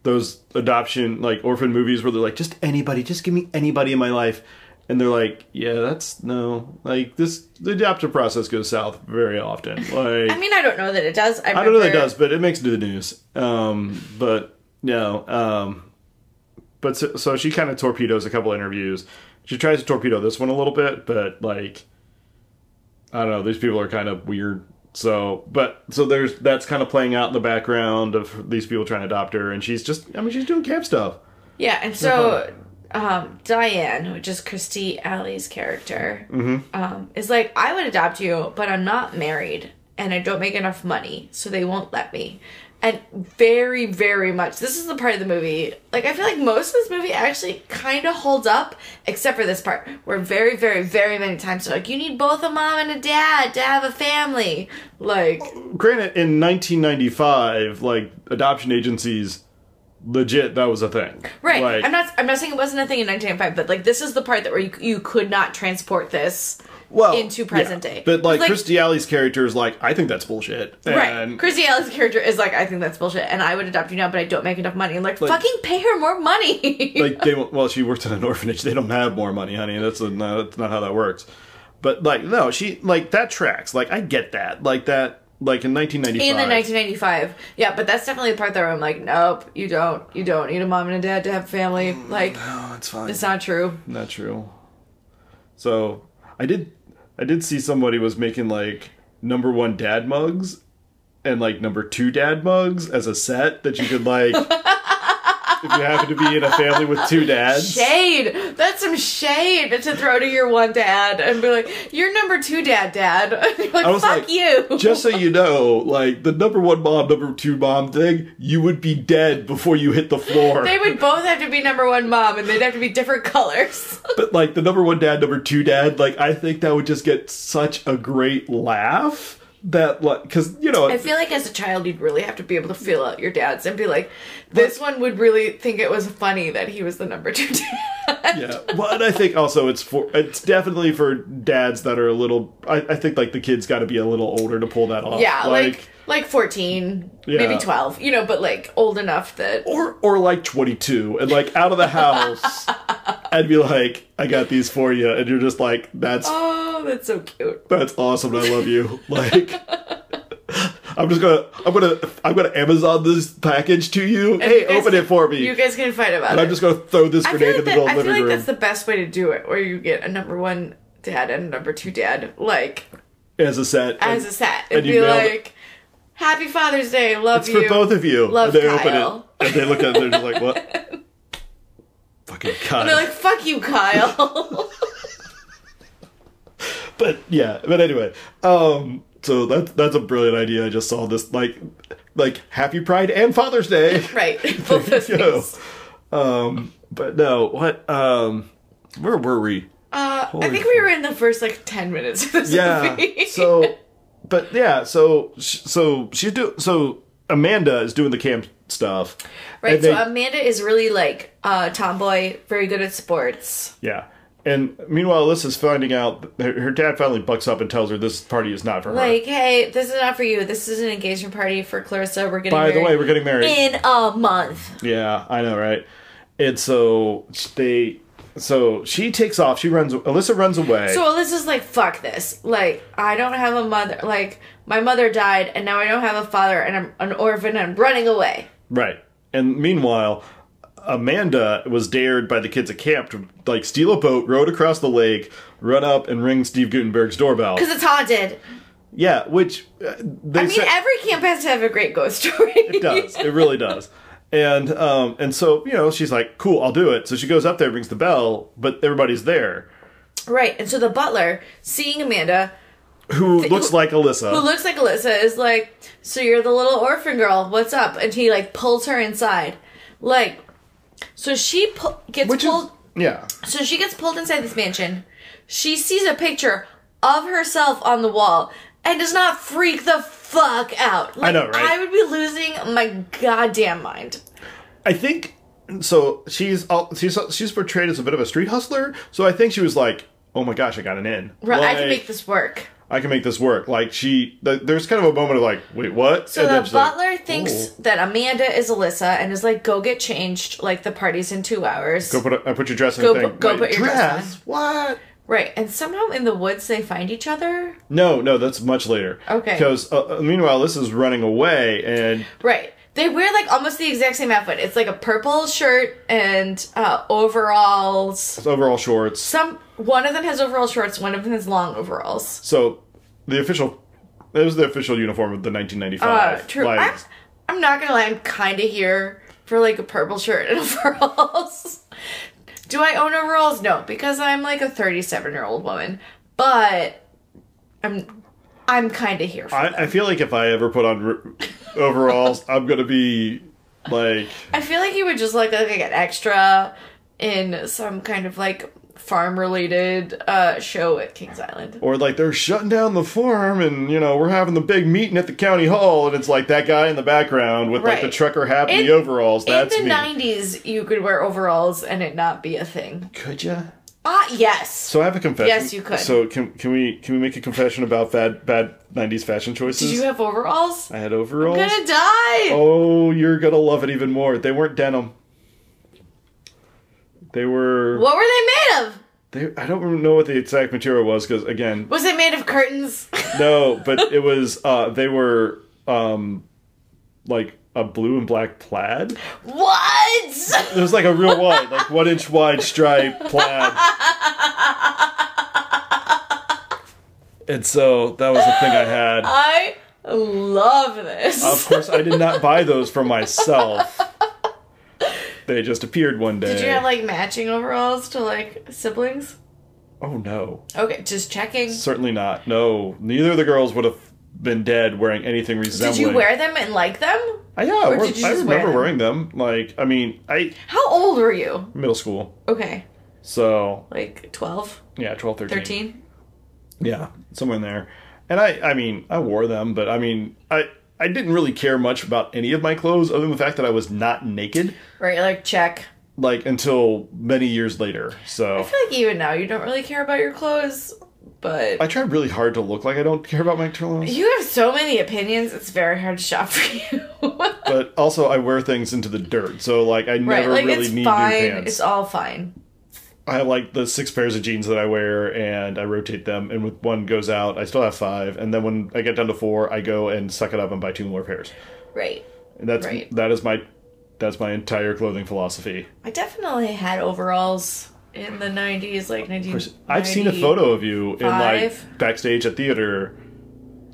[SPEAKER 1] those adoption like orphan movies where they're like just anybody, just give me anybody in my life, and they're like, yeah, that's no. Like this, the adoption process goes south very often. Like
[SPEAKER 2] I mean, I don't know that it does. I,
[SPEAKER 1] I don't know that it
[SPEAKER 2] remember-
[SPEAKER 1] does, but it makes it to the news. Um, but no, um, but so, so she kind of torpedoes a couple interviews. She tries to torpedo this one a little bit, but like, I don't know. These people are kind of weird. So, but so there's that's kind of playing out in the background of these people trying to adopt her, and she's just, I mean, she's doing camp stuff.
[SPEAKER 2] Yeah, and so um, Diane, which is Christy Alley's character, um, is like, I would adopt you, but I'm not married and I don't make enough money, so they won't let me. And very, very much, this is the part of the movie. Like, I feel like most of this movie actually kind of holds up, except for this part, where very, very, very many times they're like, you need both a mom and a dad to have a family. Like,
[SPEAKER 1] Granted, in 1995, like adoption agencies, legit, that was a thing.
[SPEAKER 2] Right.
[SPEAKER 1] Like,
[SPEAKER 2] I'm not. I'm not saying it wasn't a thing in 1995, but like this is the part that where you, you could not transport this
[SPEAKER 1] well,
[SPEAKER 2] into present day.
[SPEAKER 1] But like,
[SPEAKER 2] It's
[SPEAKER 1] Christy Alley's character is like, I think that's bullshit.
[SPEAKER 2] right,
[SPEAKER 1] And-
[SPEAKER 2] Chrissy Alley's character is like, I think that's bullshit, and I would adopt you now, but I don't make enough money. And like, fucking pay her more money.
[SPEAKER 1] like they won't- well, she works at an orphanage. They don't have more money, honey. That's no, that's not how that works. But like, no, she like that tracks. Like I get that. Like that. Like in 1995.
[SPEAKER 2] *laughs* in the 1995, yeah, but that's definitely the part there where I'm like, nope, you don't, you don't need a mom and a dad to have a family. Like,
[SPEAKER 1] Oh, it's fine.
[SPEAKER 2] it's not true.
[SPEAKER 1] not true. So I did. I did see somebody was making like number one dad mugs and like number two dad mugs as a set that you could
[SPEAKER 2] *laughs*
[SPEAKER 1] like. if you happen to be in a family with two dads.
[SPEAKER 2] Shade. That's some shade to throw to your one dad and be like, you're number two dad, dad. *laughs* You're like,
[SPEAKER 1] I was like, *laughs*
[SPEAKER 2] fuck you.
[SPEAKER 1] Just so you know, like the number one mom, number two mom thing, you would be dead before you hit the floor.
[SPEAKER 2] They would both have to be number one mom, and they'd have to be different colors.
[SPEAKER 1] But like the number one dad, number two dad, like I think that would just get such a great laugh that like because you know
[SPEAKER 2] I feel like as a child, you'd really have to be able to feel out your dads and be like, this one would really think it was funny that he was the number two
[SPEAKER 1] *laughs*
[SPEAKER 2] dad.
[SPEAKER 1] yeah well and i think also it's for it's definitely for dads that are a little i, I think like the kid's got to be a little older to pull that off
[SPEAKER 2] Yeah, like like, 14,
[SPEAKER 1] Yeah. Oh.
[SPEAKER 2] maybe 12, you know, but like old enough that.
[SPEAKER 1] or or like 22 and like out of the
[SPEAKER 2] *laughs*
[SPEAKER 1] house i'd be like i got these for you and you're just like that's
[SPEAKER 2] Oh, that's so cute.
[SPEAKER 1] that's awesome and i love
[SPEAKER 2] *laughs*
[SPEAKER 1] you like i'm just gonna i'm gonna i'm gonna amazon this package to you hey
[SPEAKER 2] you guys
[SPEAKER 1] open
[SPEAKER 2] can-
[SPEAKER 1] it for me
[SPEAKER 2] You guys can fight about
[SPEAKER 1] and
[SPEAKER 2] it.
[SPEAKER 1] i'm just gonna throw this
[SPEAKER 2] I feel
[SPEAKER 1] grenade
[SPEAKER 2] like,
[SPEAKER 1] in the
[SPEAKER 2] that,
[SPEAKER 1] middle
[SPEAKER 2] I
[SPEAKER 1] of the living
[SPEAKER 2] feel like
[SPEAKER 1] room
[SPEAKER 2] that's the best way to do it, where you get a number one dad and a number two dad, like
[SPEAKER 1] as a set and
[SPEAKER 2] as a set, and,
[SPEAKER 1] and you
[SPEAKER 2] be
[SPEAKER 1] nailed it.
[SPEAKER 2] like, "Happy Father's Day, love
[SPEAKER 1] it's
[SPEAKER 2] you."
[SPEAKER 1] for both of you
[SPEAKER 2] Love
[SPEAKER 1] and they
[SPEAKER 2] Kyle.
[SPEAKER 1] open it and they look at it and they're just like what
[SPEAKER 2] *laughs*
[SPEAKER 1] fucking
[SPEAKER 2] And they're
[SPEAKER 1] Kyle.
[SPEAKER 2] like, "Fuck you, Kyle." *laughs*
[SPEAKER 1] but yeah but anyway um so that's that's a brilliant idea i just saw this like like happy pride and father's day
[SPEAKER 2] *laughs*
[SPEAKER 1] *laughs*
[SPEAKER 2] right, both those
[SPEAKER 1] You know.
[SPEAKER 2] things.
[SPEAKER 1] um but no what um where were we
[SPEAKER 2] Uh, I think we were in the first like ten minutes of this
[SPEAKER 1] yeah
[SPEAKER 2] *laughs* movie.
[SPEAKER 1] so but yeah so sh- so she's do so amanda is doing the camp stuff
[SPEAKER 2] right,
[SPEAKER 1] and they-
[SPEAKER 2] so Amanda is really like uh, tomboy, very good at sports.
[SPEAKER 1] yeah and meanwhile alyssa's finding out her, her dad finally bucks up and tells her this party is not for her
[SPEAKER 2] Like, hey, this is not for you. This is an engagement party for Clarissa. We're getting
[SPEAKER 1] by the
[SPEAKER 2] married Eh.
[SPEAKER 1] way we're getting married
[SPEAKER 2] in a month.
[SPEAKER 1] Yeah, I know, right? And so they, so she takes off. She runs. Alyssa runs away.
[SPEAKER 2] So Alyssa's like, fuck this. Like, I don't have a mother. Like, my mother died, and now I don't have a father, and I'm an orphan, and I'm running away.
[SPEAKER 1] right. And meanwhile, Amanda was dared by the kids at camp to like steal a boat, rowed across the lake, run up and ring Steve Gutenberg's doorbell.
[SPEAKER 2] Because it's haunted.
[SPEAKER 1] Yeah, which uh, they
[SPEAKER 2] I mean,
[SPEAKER 1] said
[SPEAKER 2] every camp has to have a great ghost story.
[SPEAKER 1] it does. It really does. And um and so you know she's like, cool, I'll do it. So she goes up there, rings the bell, but everybody's there
[SPEAKER 2] *laughs* right. And so the butler, seeing Amanda,
[SPEAKER 1] who looks like Alyssa.
[SPEAKER 2] who looks like Alyssa, is like, so you're the little orphan girl. What's up? And he, like, pulls her inside. Like, so she pu- gets
[SPEAKER 1] which
[SPEAKER 2] pulled.
[SPEAKER 1] is yeah.
[SPEAKER 2] So she gets pulled inside this mansion. She sees a picture of herself on the wall and does not freak the fuck out. Like,
[SPEAKER 1] know, right?
[SPEAKER 2] I would be losing my goddamn mind.
[SPEAKER 1] I think so. She's all she's she's portrayed as a bit of a street hustler. So I think she was like, "Oh my gosh, I got an in.
[SPEAKER 2] Right, I can
[SPEAKER 1] Like,
[SPEAKER 2] make this work.
[SPEAKER 1] I can make this work." Like she, th- there's kind of a moment of like, "Wait, what?"
[SPEAKER 2] So the butler thinks
[SPEAKER 1] "Ooh,
[SPEAKER 2] that Amanda is Alyssa and is like, go get changed. Like, the party's in two hours.
[SPEAKER 1] "Go put a, I put your dress in."
[SPEAKER 2] Go
[SPEAKER 1] the thing.
[SPEAKER 2] put- go
[SPEAKER 1] "My
[SPEAKER 2] put your dress on."
[SPEAKER 1] What?
[SPEAKER 2] Right. And somehow in the woods they find each other.
[SPEAKER 1] No, no, that's much later.
[SPEAKER 2] Okay.
[SPEAKER 1] Because uh, meanwhile, this is running away, and
[SPEAKER 2] Right. They wear like almost the exact same outfit. It's like a purple shirt and uh, overalls.
[SPEAKER 1] it's overall shorts.
[SPEAKER 2] Some one of them has overall shorts, one of them has long overalls.
[SPEAKER 1] So the official, it was the official uniform of the
[SPEAKER 2] Uh,
[SPEAKER 1] 1995.
[SPEAKER 2] true.
[SPEAKER 1] Like,
[SPEAKER 2] I'm, I'm not gonna lie. I'm kind of here for like a purple shirt and *laughs* overalls. Do I own overalls? No, because I'm like a 37 year old woman. But I'm I'm kind of here for. I,
[SPEAKER 1] I, I feel like if I ever put on r- overalls, *laughs* I'm gonna be like
[SPEAKER 2] I feel like you would just look like an extra in some kind of like farm related uh, show at Kings Island.
[SPEAKER 1] or like they're shutting down the farm and you know we're having the big meeting at the county hall and it's like that guy in the background with like the
[SPEAKER 2] Right.
[SPEAKER 1] trucker hat and
[SPEAKER 2] In-
[SPEAKER 1] the overalls that's
[SPEAKER 2] in
[SPEAKER 1] me
[SPEAKER 2] the 90s, you could wear overalls and it not be a thing.
[SPEAKER 1] could ya
[SPEAKER 2] Ah, yes.
[SPEAKER 1] so i have a confession
[SPEAKER 2] Yes, you could.
[SPEAKER 1] so can can we can we make a confession about bad bad 90s fashion choices
[SPEAKER 2] Did you have overalls?
[SPEAKER 1] i had overalls
[SPEAKER 2] I'm gonna die.
[SPEAKER 1] oh you're gonna love it even more they weren't denim they were
[SPEAKER 2] What were they made of?
[SPEAKER 1] they, i don't know what the exact material was because again
[SPEAKER 2] Was it made of curtains? *laughs*
[SPEAKER 1] no, but it was uh they were um like a blue and black plaid.
[SPEAKER 2] what?
[SPEAKER 1] It was like a real wide, like one inch wide stripe plaid. And so that was the thing I had.
[SPEAKER 2] I love this.
[SPEAKER 1] Of course, I did not buy those for myself. They just appeared one day.
[SPEAKER 2] Did you have like matching overalls to like siblings?
[SPEAKER 1] oh no,
[SPEAKER 2] Okay, just checking.
[SPEAKER 1] certainly not. No, neither of the girls would have been dead wearing anything
[SPEAKER 2] Did
[SPEAKER 1] resembling.
[SPEAKER 2] you wear them and like them?
[SPEAKER 1] I, yeah, I wore-
[SPEAKER 2] did you
[SPEAKER 1] I
[SPEAKER 2] just
[SPEAKER 1] remember
[SPEAKER 2] wear them?
[SPEAKER 1] wearing them. Like, I mean, I
[SPEAKER 2] How old were you?
[SPEAKER 1] middle school.
[SPEAKER 2] Okay,
[SPEAKER 1] So
[SPEAKER 2] like 12,
[SPEAKER 1] yeah, 12, 13.
[SPEAKER 2] 13?
[SPEAKER 1] Yeah, somewhere in there. And I, I mean, I wore them, but I mean, I, I didn't really care much about any of my clothes other than the fact that I was not naked,
[SPEAKER 2] Right, like check.
[SPEAKER 1] like until many years later. So
[SPEAKER 2] I feel like even now you don't really care about your clothes, but
[SPEAKER 1] I try really hard to look like I don't care about my externals,
[SPEAKER 2] you have so many opinions. It's very hard to shop for *laughs* you.
[SPEAKER 1] but also I wear things into the dirt, so like I
[SPEAKER 2] right,
[SPEAKER 1] never
[SPEAKER 2] like
[SPEAKER 1] really
[SPEAKER 2] it's
[SPEAKER 1] need new
[SPEAKER 2] fine.
[SPEAKER 1] pants.
[SPEAKER 2] It's all fine.
[SPEAKER 1] I have like the six pairs of jeans that I wear, and I rotate them, and with one goes out, I still have five, and then when I get down to four, I go and suck it up and buy two more pairs.
[SPEAKER 2] Right.
[SPEAKER 1] And that's
[SPEAKER 2] Right.
[SPEAKER 1] that is my that's my entire clothing philosophy.
[SPEAKER 2] I definitely had overalls in the 90s, like 19.
[SPEAKER 1] I've seen a photo of you in
[SPEAKER 2] Five.
[SPEAKER 1] like backstage at theater,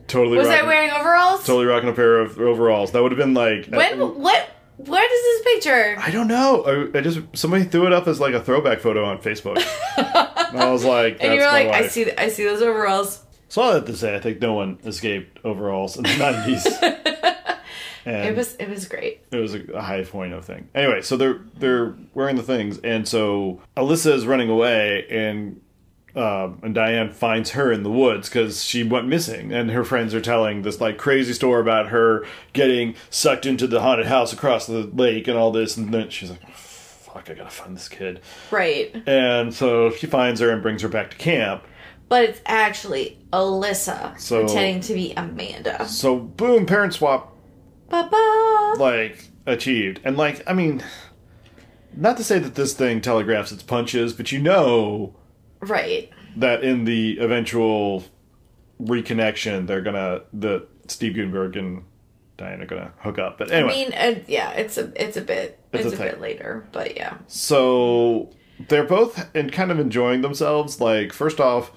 [SPEAKER 1] totally
[SPEAKER 2] Was I
[SPEAKER 1] rocking,
[SPEAKER 2] wearing overalls?
[SPEAKER 1] totally rocking a pair of overalls. That would have been like
[SPEAKER 2] when? What? What is this picture?
[SPEAKER 1] I don't know. I, I just somebody threw it up as like a throwback photo on
[SPEAKER 2] *laughs*
[SPEAKER 1] Facebook. and I was like, that's
[SPEAKER 2] And you were
[SPEAKER 1] my
[SPEAKER 2] like,
[SPEAKER 1] wife.
[SPEAKER 2] I see, I see those overalls.
[SPEAKER 1] So all that to say, I think no one escaped overalls in the
[SPEAKER 2] *laughs*
[SPEAKER 1] nineties. and
[SPEAKER 2] It was, it was great.
[SPEAKER 1] it was a high point of thing. Anyway, so they're they're wearing the things, and so Alyssa is running away, and um, and Diane finds her in the woods because she went missing, and her friends are telling this like crazy story about her getting sucked into the haunted house across the lake and all this, and then she's like, "Fuck, I gotta find this kid,"
[SPEAKER 2] Right.
[SPEAKER 1] and so she finds her and brings her back to camp.
[SPEAKER 2] But it's actually Alyssa
[SPEAKER 1] So-
[SPEAKER 2] pretending to be Amanda.
[SPEAKER 1] So boom, parent swap
[SPEAKER 2] Ba-ba.
[SPEAKER 1] like achieved and like i mean not to say that this thing telegraphs its punches but you know
[SPEAKER 2] Right.
[SPEAKER 1] that in the eventual reconnection they're gonna the steve gutenberg and diane are gonna hook up but
[SPEAKER 2] I
[SPEAKER 1] anyway
[SPEAKER 2] mean, uh, yeah, it's a, it's a bit,
[SPEAKER 1] It's
[SPEAKER 2] it's,
[SPEAKER 1] a
[SPEAKER 2] a,
[SPEAKER 1] thing.
[SPEAKER 2] bit later, but yeah.
[SPEAKER 1] so they're both and kind of enjoying themselves like first off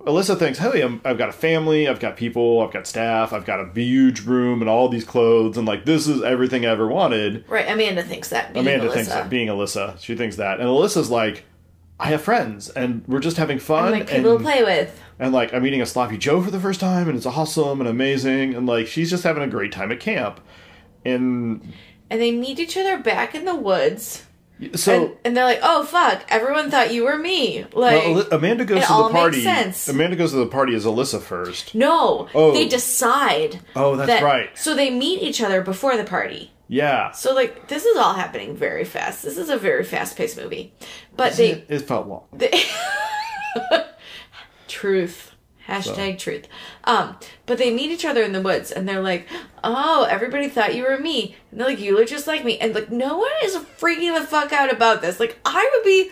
[SPEAKER 1] Alyssa thinks, hey, I'm, I've got a family, I've got people, I've got staff, I've got a huge room and all these clothes, and like this is everything I ever wanted.
[SPEAKER 2] Right. Amanda thinks that. being
[SPEAKER 1] Amanda
[SPEAKER 2] Alyssa.
[SPEAKER 1] thinks that being Alyssa, she thinks that, and Alyssa's like, I have friends, and we're just having fun,
[SPEAKER 2] like people
[SPEAKER 1] and,
[SPEAKER 2] to play with.
[SPEAKER 1] and, like I'm eating a sloppy Joe for the first time, and it's awesome and amazing, and like she's just having a great time at camp, and
[SPEAKER 2] And they meet each other back in the woods.
[SPEAKER 1] so.
[SPEAKER 2] and, and they're like, "Oh fuck! Everyone thought you were me." Like,
[SPEAKER 1] well, Ali- Amanda goes
[SPEAKER 2] it
[SPEAKER 1] to
[SPEAKER 2] all
[SPEAKER 1] the
[SPEAKER 2] makes
[SPEAKER 1] party.
[SPEAKER 2] sense.
[SPEAKER 1] Amanda goes to the party as Alyssa first.
[SPEAKER 2] no,
[SPEAKER 1] Oh.
[SPEAKER 2] they decide.
[SPEAKER 1] Oh, that's
[SPEAKER 2] that-
[SPEAKER 1] right.
[SPEAKER 2] So they meet each other before the party.
[SPEAKER 1] Yeah,
[SPEAKER 2] So like, this is all happening very fast. This is a very fast-paced movie, but they
[SPEAKER 1] it, it felt long.
[SPEAKER 2] truth hashtag truth um but they meet each other in the woods and they're like oh everybody thought you were me and they're like you look just like me and like no one is freaking the fuck out about this like i would be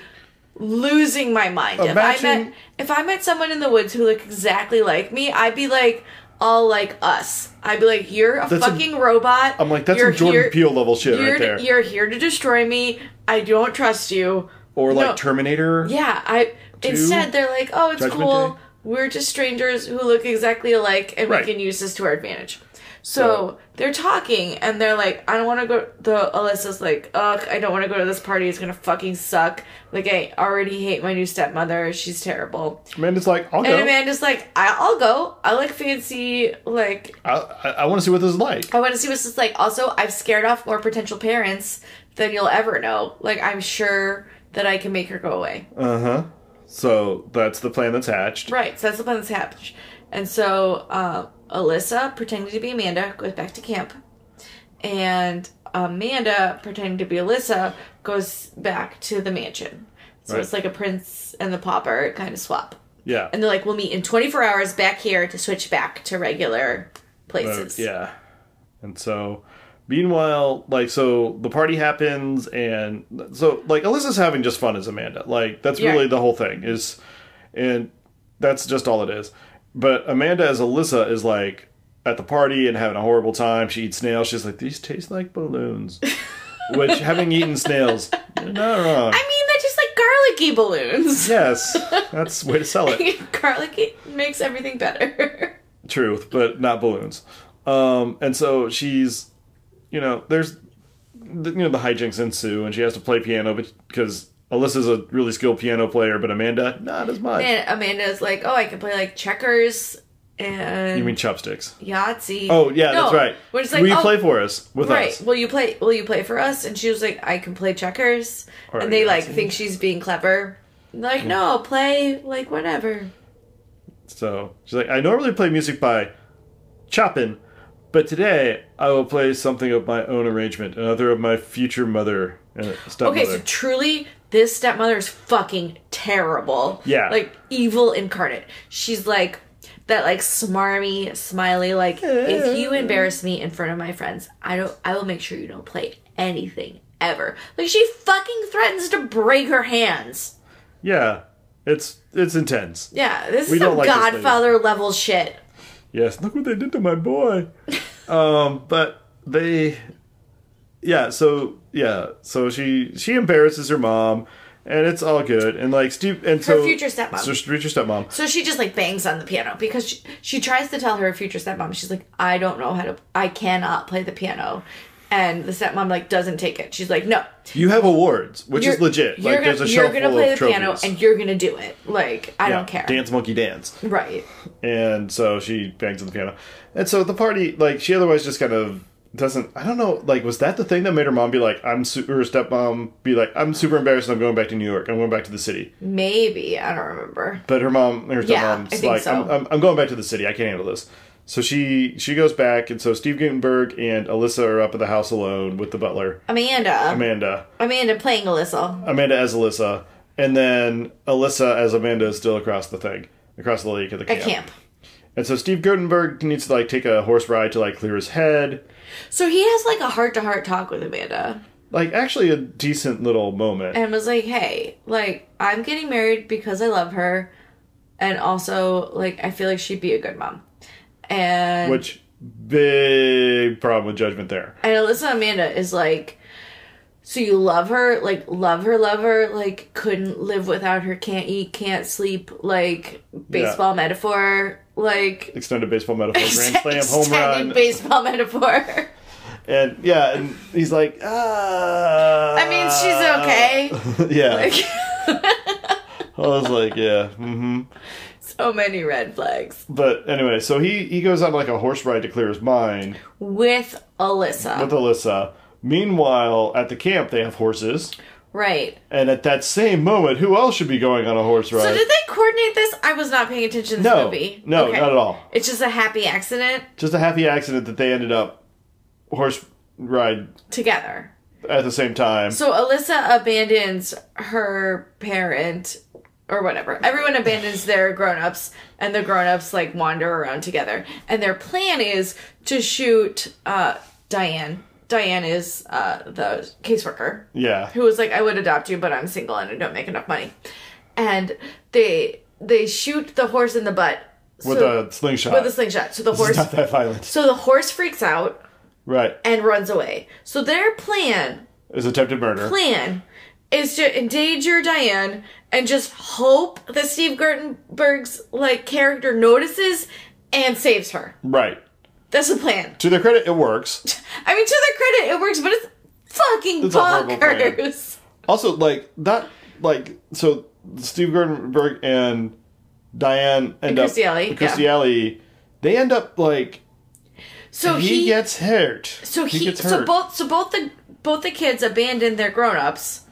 [SPEAKER 2] losing my mind if i
[SPEAKER 1] Imagine-
[SPEAKER 2] met if i met someone in the woods who looked exactly like me i'd be like all like us i'd be like you're a
[SPEAKER 1] That's a-
[SPEAKER 2] fucking robot
[SPEAKER 1] I'm like, that's
[SPEAKER 2] you're
[SPEAKER 1] some Jordan
[SPEAKER 2] here-
[SPEAKER 1] Peele level shit
[SPEAKER 2] you're,
[SPEAKER 1] right there,
[SPEAKER 2] you're here to destroy me i don't trust you
[SPEAKER 1] or like
[SPEAKER 2] No.
[SPEAKER 1] Terminator.
[SPEAKER 2] yeah, I instead they're like, oh, it's
[SPEAKER 1] Judgment
[SPEAKER 2] cool.
[SPEAKER 1] Day.
[SPEAKER 2] We're just strangers who look exactly alike, and
[SPEAKER 1] Right.
[SPEAKER 2] we can use this to our advantage.
[SPEAKER 1] So-
[SPEAKER 2] So they're talking, and they're like, I don't want to go. The Alyssa's like, ugh, I don't want to go to this party. It's gonna fucking suck. Like I already hate my new stepmother. She's terrible.
[SPEAKER 1] Amanda's like, I'll
[SPEAKER 2] And
[SPEAKER 1] go.
[SPEAKER 2] Amanda's like, I- I'll go. I like fancy. Like
[SPEAKER 1] I, I, I want to see what this is like.
[SPEAKER 2] I want to see what this is like. Also, I've scared off more potential parents than you'll ever know. Like I'm sure that I can make her go away.
[SPEAKER 1] Uh huh. So that's the plan that's hatched.
[SPEAKER 2] Right, so that's the plan that's happened. And so uh, Alyssa, pretending to be Amanda, goes back to camp. And Amanda, pretending to be Alyssa, goes back to the mansion. So it's
[SPEAKER 1] Right.
[SPEAKER 2] like a prince and the pauper kind of swap.
[SPEAKER 1] Yeah.
[SPEAKER 2] And they're like, we'll meet in 24 hours back here to switch back to regular places.
[SPEAKER 1] Yeah. And so, meanwhile, like, so the party happens, and so, like, Alyssa's having just fun as Amanda. Like, that's
[SPEAKER 2] Yeah.
[SPEAKER 1] really the whole thing, is, and that's just all it is. But Amanda as Alyssa is like at the party and having a horrible time. She eats snails. She's like, these taste like balloons.
[SPEAKER 2] *laughs*
[SPEAKER 1] Which, having eaten snails, you're not wrong.
[SPEAKER 2] I mean, they're just like garlicky balloons.
[SPEAKER 1] yes, that's the way to sell it.
[SPEAKER 2] *laughs* Garlic makes everything better. *laughs*
[SPEAKER 1] truth, but not balloons. Um, and so she's, you know, there's, the- you know, the hijinks ensue, and she has to play piano because Alyssa's a really skilled piano player, but Amanda not as much.
[SPEAKER 2] and Amanda's like, oh, I can play like checkers and.
[SPEAKER 1] You mean chopsticks?
[SPEAKER 2] Yahtzee.
[SPEAKER 1] Oh yeah, that's
[SPEAKER 2] No,
[SPEAKER 1] right.
[SPEAKER 2] We're just like,
[SPEAKER 1] Will you
[SPEAKER 2] oh,
[SPEAKER 1] play for us with
[SPEAKER 2] right.
[SPEAKER 1] us?
[SPEAKER 2] Will you play? Will you play for us? And she was like, I can play checkers,
[SPEAKER 1] Or
[SPEAKER 2] and they like
[SPEAKER 1] Yahtzee. Hmm.
[SPEAKER 2] think she's being clever. Like, no, play like whatever.
[SPEAKER 1] So she's like, I normally play music by Chopin, but today I will play something of my own arrangement, another of my future mother and stepmother.
[SPEAKER 2] Okay, so truly, this stepmother is fucking terrible.
[SPEAKER 1] Yeah.
[SPEAKER 2] Like evil incarnate. She's like that like smarmy, smiley, like if you embarrass me in front of my friends, I don't I will make sure you don't play anything ever. Like she fucking threatens to break her hands.
[SPEAKER 1] yeah, it's it's intense.
[SPEAKER 2] Yeah, this
[SPEAKER 1] We
[SPEAKER 2] is
[SPEAKER 1] don't
[SPEAKER 2] some
[SPEAKER 1] like this lady.
[SPEAKER 2] godfather level shit.
[SPEAKER 1] Yes, look what they did to my boy. um, but they, yeah. So yeah, so she she embarrasses her mom, and it's all good. And like Steve, and so
[SPEAKER 2] future stepmom.
[SPEAKER 1] so future stepmom.
[SPEAKER 2] So she just like bangs on the piano because she, she tries to tell her future stepmom. She's like, I don't know how to, I cannot play the piano. And the stepmom like doesn't take it. She's like, no,
[SPEAKER 1] You have awards, which is
[SPEAKER 2] you're-
[SPEAKER 1] legit.
[SPEAKER 2] You're
[SPEAKER 1] Like
[SPEAKER 2] gonna,
[SPEAKER 1] there's a
[SPEAKER 2] you're
[SPEAKER 1] shelf
[SPEAKER 2] gonna
[SPEAKER 1] full
[SPEAKER 2] play
[SPEAKER 1] of
[SPEAKER 2] the
[SPEAKER 1] trophies.
[SPEAKER 2] piano and you're gonna do it. Like I don't care.
[SPEAKER 1] Dance monkey dance.
[SPEAKER 2] Right.
[SPEAKER 1] and so she bangs on the piano and so the party like she otherwise just kind of doesn't i don't know like was that the thing that made her mom be like i'm super her stepmom be like i'm super embarrassed i'm going back to new york i'm going back to the city
[SPEAKER 2] Maybe I don't remember.
[SPEAKER 1] but her mom her
[SPEAKER 2] Yeah, I
[SPEAKER 1] stepmom's
[SPEAKER 2] think
[SPEAKER 1] like
[SPEAKER 2] so.
[SPEAKER 1] I'm, I'm, I'm going back to the city i can't handle this so she she goes back and so steve gutenberg and alyssa are up at the house alone with the butler
[SPEAKER 2] Amanda.
[SPEAKER 1] amanda
[SPEAKER 2] Amanda playing Alyssa.
[SPEAKER 1] amanda as alyssa and then alyssa as amanda is still across the thing across the lake at the
[SPEAKER 2] At
[SPEAKER 1] camp
[SPEAKER 2] camp.
[SPEAKER 1] And so Steve Gutenberg needs to like take a horse ride to like clear his head.
[SPEAKER 2] So he has like a heart to heart talk with Amanda
[SPEAKER 1] Like actually a decent little moment.
[SPEAKER 2] and was like, "Hey, like I'm getting married because I love her, and also like I feel like she'd be a good mom." And
[SPEAKER 1] which big problem with judgment there.
[SPEAKER 2] And Alyssa Amanda is like, so you love her, like love her, love her, like couldn't live without her, can't eat, can't sleep, like baseball metaphor, like
[SPEAKER 1] Extended baseball
[SPEAKER 2] *laughs*
[SPEAKER 1] metaphor, *laughs* grand slam, home
[SPEAKER 2] extended
[SPEAKER 1] run,
[SPEAKER 2] baseball metaphor. *laughs*
[SPEAKER 1] and yeah, and he's like, ah.
[SPEAKER 2] I mean, she's okay.
[SPEAKER 1] okay. *laughs* yeah,
[SPEAKER 2] Like,
[SPEAKER 1] I was like, yeah, mm-hmm.
[SPEAKER 2] so many red flags
[SPEAKER 1] But anyway, so he he goes on like a horse ride to clear his mind
[SPEAKER 2] with Alyssa,
[SPEAKER 1] with Alyssa. Meanwhile, at the camp, they have horses,
[SPEAKER 2] right?
[SPEAKER 1] and at that same moment, who else should be going on a horse ride?
[SPEAKER 2] So did they coordinate this? I was not paying attention to this
[SPEAKER 1] No,
[SPEAKER 2] movie.
[SPEAKER 1] no, not at all.
[SPEAKER 2] It's just a happy accident
[SPEAKER 1] just a happy accident that they ended up horse ride
[SPEAKER 2] together.
[SPEAKER 1] at the same time.
[SPEAKER 2] So Alyssa abandons her parent or whatever. Everyone abandons their grown-ups and the grown-ups like wander around together. And their plan is to shoot uh Diane. Diane is uh the caseworker
[SPEAKER 1] Yeah.
[SPEAKER 2] who was like, I would adopt you, but I'm single and I don't make enough money. And they they shoot the horse in the butt
[SPEAKER 1] With
[SPEAKER 2] so,
[SPEAKER 1] a slingshot.
[SPEAKER 2] with a slingshot. So the horse
[SPEAKER 1] it's not that violent.
[SPEAKER 2] so the horse freaks out
[SPEAKER 1] Right.
[SPEAKER 2] and runs away. So their plan
[SPEAKER 1] It's attempted murder.
[SPEAKER 2] plan is to endanger Diane and just hope that Steve Gutenberg's like character notices and saves her.
[SPEAKER 1] Right.
[SPEAKER 2] That's the plan.
[SPEAKER 1] To their credit, it
[SPEAKER 2] *laughs*
[SPEAKER 1] works.
[SPEAKER 2] I mean, to their credit, it works, but it's fucking
[SPEAKER 1] a horrible plan.
[SPEAKER 2] bonkers.
[SPEAKER 1] Also, like, that, like, so Steve Gordonberg and Diane end up.
[SPEAKER 2] Kirstie Alley, yeah.
[SPEAKER 1] Kirstie Alley, They end up, like,
[SPEAKER 2] So
[SPEAKER 1] he,
[SPEAKER 2] he,
[SPEAKER 1] gets hurt.
[SPEAKER 2] so he,
[SPEAKER 1] gets hurt.
[SPEAKER 2] so both so both the both the kids abandon their grown ups.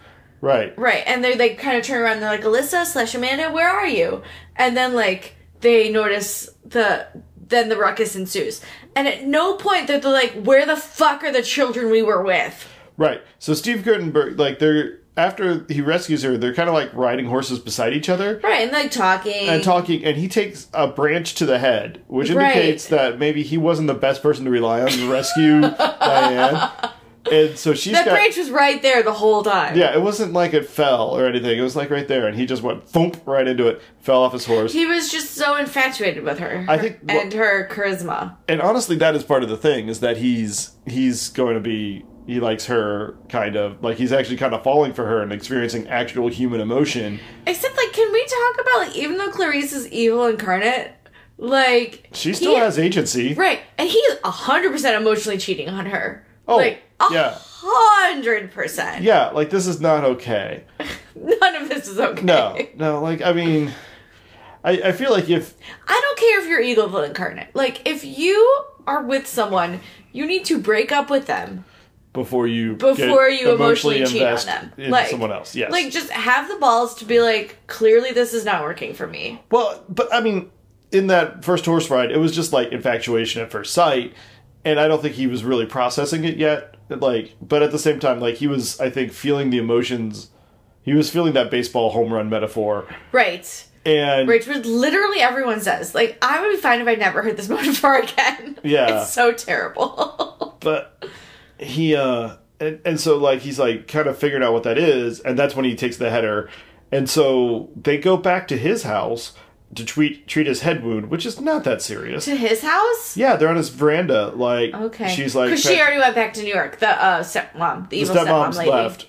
[SPEAKER 1] right.
[SPEAKER 2] Right, and they like kind of turn around. And they're like, "Alyssa slash Amanda, where are you?" And then like they notice the then the ruckus ensues. And at no point that they're like, "Where the fuck are the children we were with?"
[SPEAKER 1] Right. So Steve Gutenberg, like, they're, after he rescues her, they're kind of like riding horses beside each other.
[SPEAKER 2] Right, and like talking.
[SPEAKER 1] and talking, and he takes a branch to the head, which indicates that maybe he wasn't the best person to rely on to
[SPEAKER 2] *laughs*
[SPEAKER 1] rescue Diane. And so she's
[SPEAKER 2] that
[SPEAKER 1] got.
[SPEAKER 2] branch was right there the whole time.
[SPEAKER 1] yeah, it wasn't like it fell or anything. It was like right there, and he just went thump right into it, fell off his horse.
[SPEAKER 2] He was just so infatuated with her.
[SPEAKER 1] I think-
[SPEAKER 2] and her charisma.
[SPEAKER 1] and honestly, that is part of the thing is that he's he's going to be he likes her kind of like he's actually kind of falling for her and experiencing actual human emotion.
[SPEAKER 2] Except, like, can we talk about like even though Clarice is evil incarnate, like
[SPEAKER 1] She still
[SPEAKER 2] he-
[SPEAKER 1] has agency.
[SPEAKER 2] right, and he's hundred percent emotionally cheating on her.
[SPEAKER 1] Oh,
[SPEAKER 2] like
[SPEAKER 1] yeah.
[SPEAKER 2] hundred percent.
[SPEAKER 1] Yeah, like this is not okay.
[SPEAKER 2] None of this is okay. *laughs*
[SPEAKER 1] No, no, like I mean, I, I feel like if
[SPEAKER 2] I don't care if you're evil incarnate. Like, if you are with someone, you need to break up with them.
[SPEAKER 1] before you
[SPEAKER 2] before
[SPEAKER 1] get
[SPEAKER 2] you emotionally, cheat on
[SPEAKER 1] invest
[SPEAKER 2] them.
[SPEAKER 1] in someone else. Yes.
[SPEAKER 2] Like just have the balls to be like, clearly this is not working for me.
[SPEAKER 1] well, but I mean, in that first horse ride, it was just like infatuation at first sight, and I don't think he was really processing it yet. Like, but at the same time, like he was, I think, feeling the emotions. He was feeling that baseball home run metaphor,
[SPEAKER 2] Right.
[SPEAKER 1] and
[SPEAKER 2] Which was literally everyone says. Like, I would be fine if I never heard this *laughs* metaphor again.
[SPEAKER 1] Yeah.
[SPEAKER 2] It's so terrible. *laughs*
[SPEAKER 1] but he uh and, and so like he's like kind of figured out what that is and that's when he takes the header and so they go back to his house to treat treat his head wound which is not that serious
[SPEAKER 2] to his house?
[SPEAKER 1] yeah they're on his veranda like
[SPEAKER 2] Okay.
[SPEAKER 1] she's like
[SPEAKER 2] Because she already went back to New York. The uh, stepmom, the
[SPEAKER 1] the
[SPEAKER 2] evil stepmom
[SPEAKER 1] stepmom's
[SPEAKER 2] lady.
[SPEAKER 1] left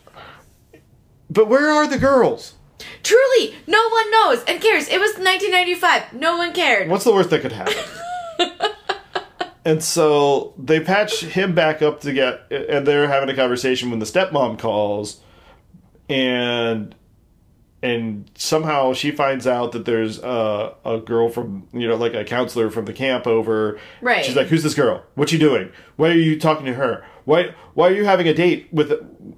[SPEAKER 1] but where are the girls
[SPEAKER 2] Truly, no one knows and cares. It was 1995. No one cared.
[SPEAKER 1] what's the worst that could
[SPEAKER 2] *laughs*
[SPEAKER 1] happen and so they patch him back up to get and they're having a conversation when the stepmom calls and and somehow she finds out that there's a, a girl from you know like a counselor from the camp over
[SPEAKER 2] Right.
[SPEAKER 1] she's like who's this girl what you doing why are you talking to her why why are you having a date with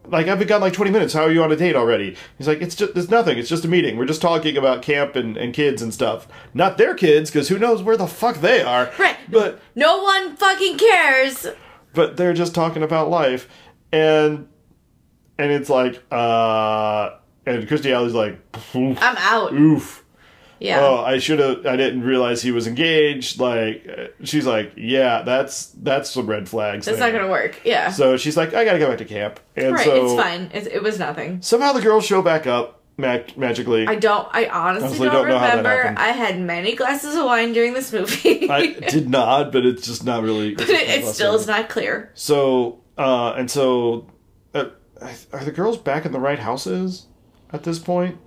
[SPEAKER 1] like i've been gone like 20 minutes how are you on a date already he's like it's just it's nothing it's just a meeting we're just talking about camp and, and kids and stuff not their kids because who knows where the fuck they are
[SPEAKER 2] Right.
[SPEAKER 1] but
[SPEAKER 2] No one fucking cares.
[SPEAKER 1] but they're just talking about life and and it's like uh and Christy Alley's like "Oof,
[SPEAKER 2] I'm out.
[SPEAKER 1] oof
[SPEAKER 2] Uh, Yeah.
[SPEAKER 1] Mm. oh I should have I didn't realize he was engaged like uh, she's like yeah that's that's some red flags
[SPEAKER 2] That's
[SPEAKER 1] there."
[SPEAKER 2] not going to work. Yeah.
[SPEAKER 1] so she's like I gotta go back to camp and
[SPEAKER 2] right.
[SPEAKER 1] so
[SPEAKER 2] it's fine. It, it was nothing.
[SPEAKER 1] somehow the girls show back up mag- magically
[SPEAKER 2] I don't. I honestly,
[SPEAKER 1] Honestly,
[SPEAKER 2] don't,
[SPEAKER 1] don't know how that
[SPEAKER 2] remember.
[SPEAKER 1] happened.
[SPEAKER 2] I had many glasses of wine during this movie. *laughs*
[SPEAKER 1] I did not but it's just not really
[SPEAKER 2] But it, it still is not clear.
[SPEAKER 1] so uh and so uh, are the girls back in the right houses at this point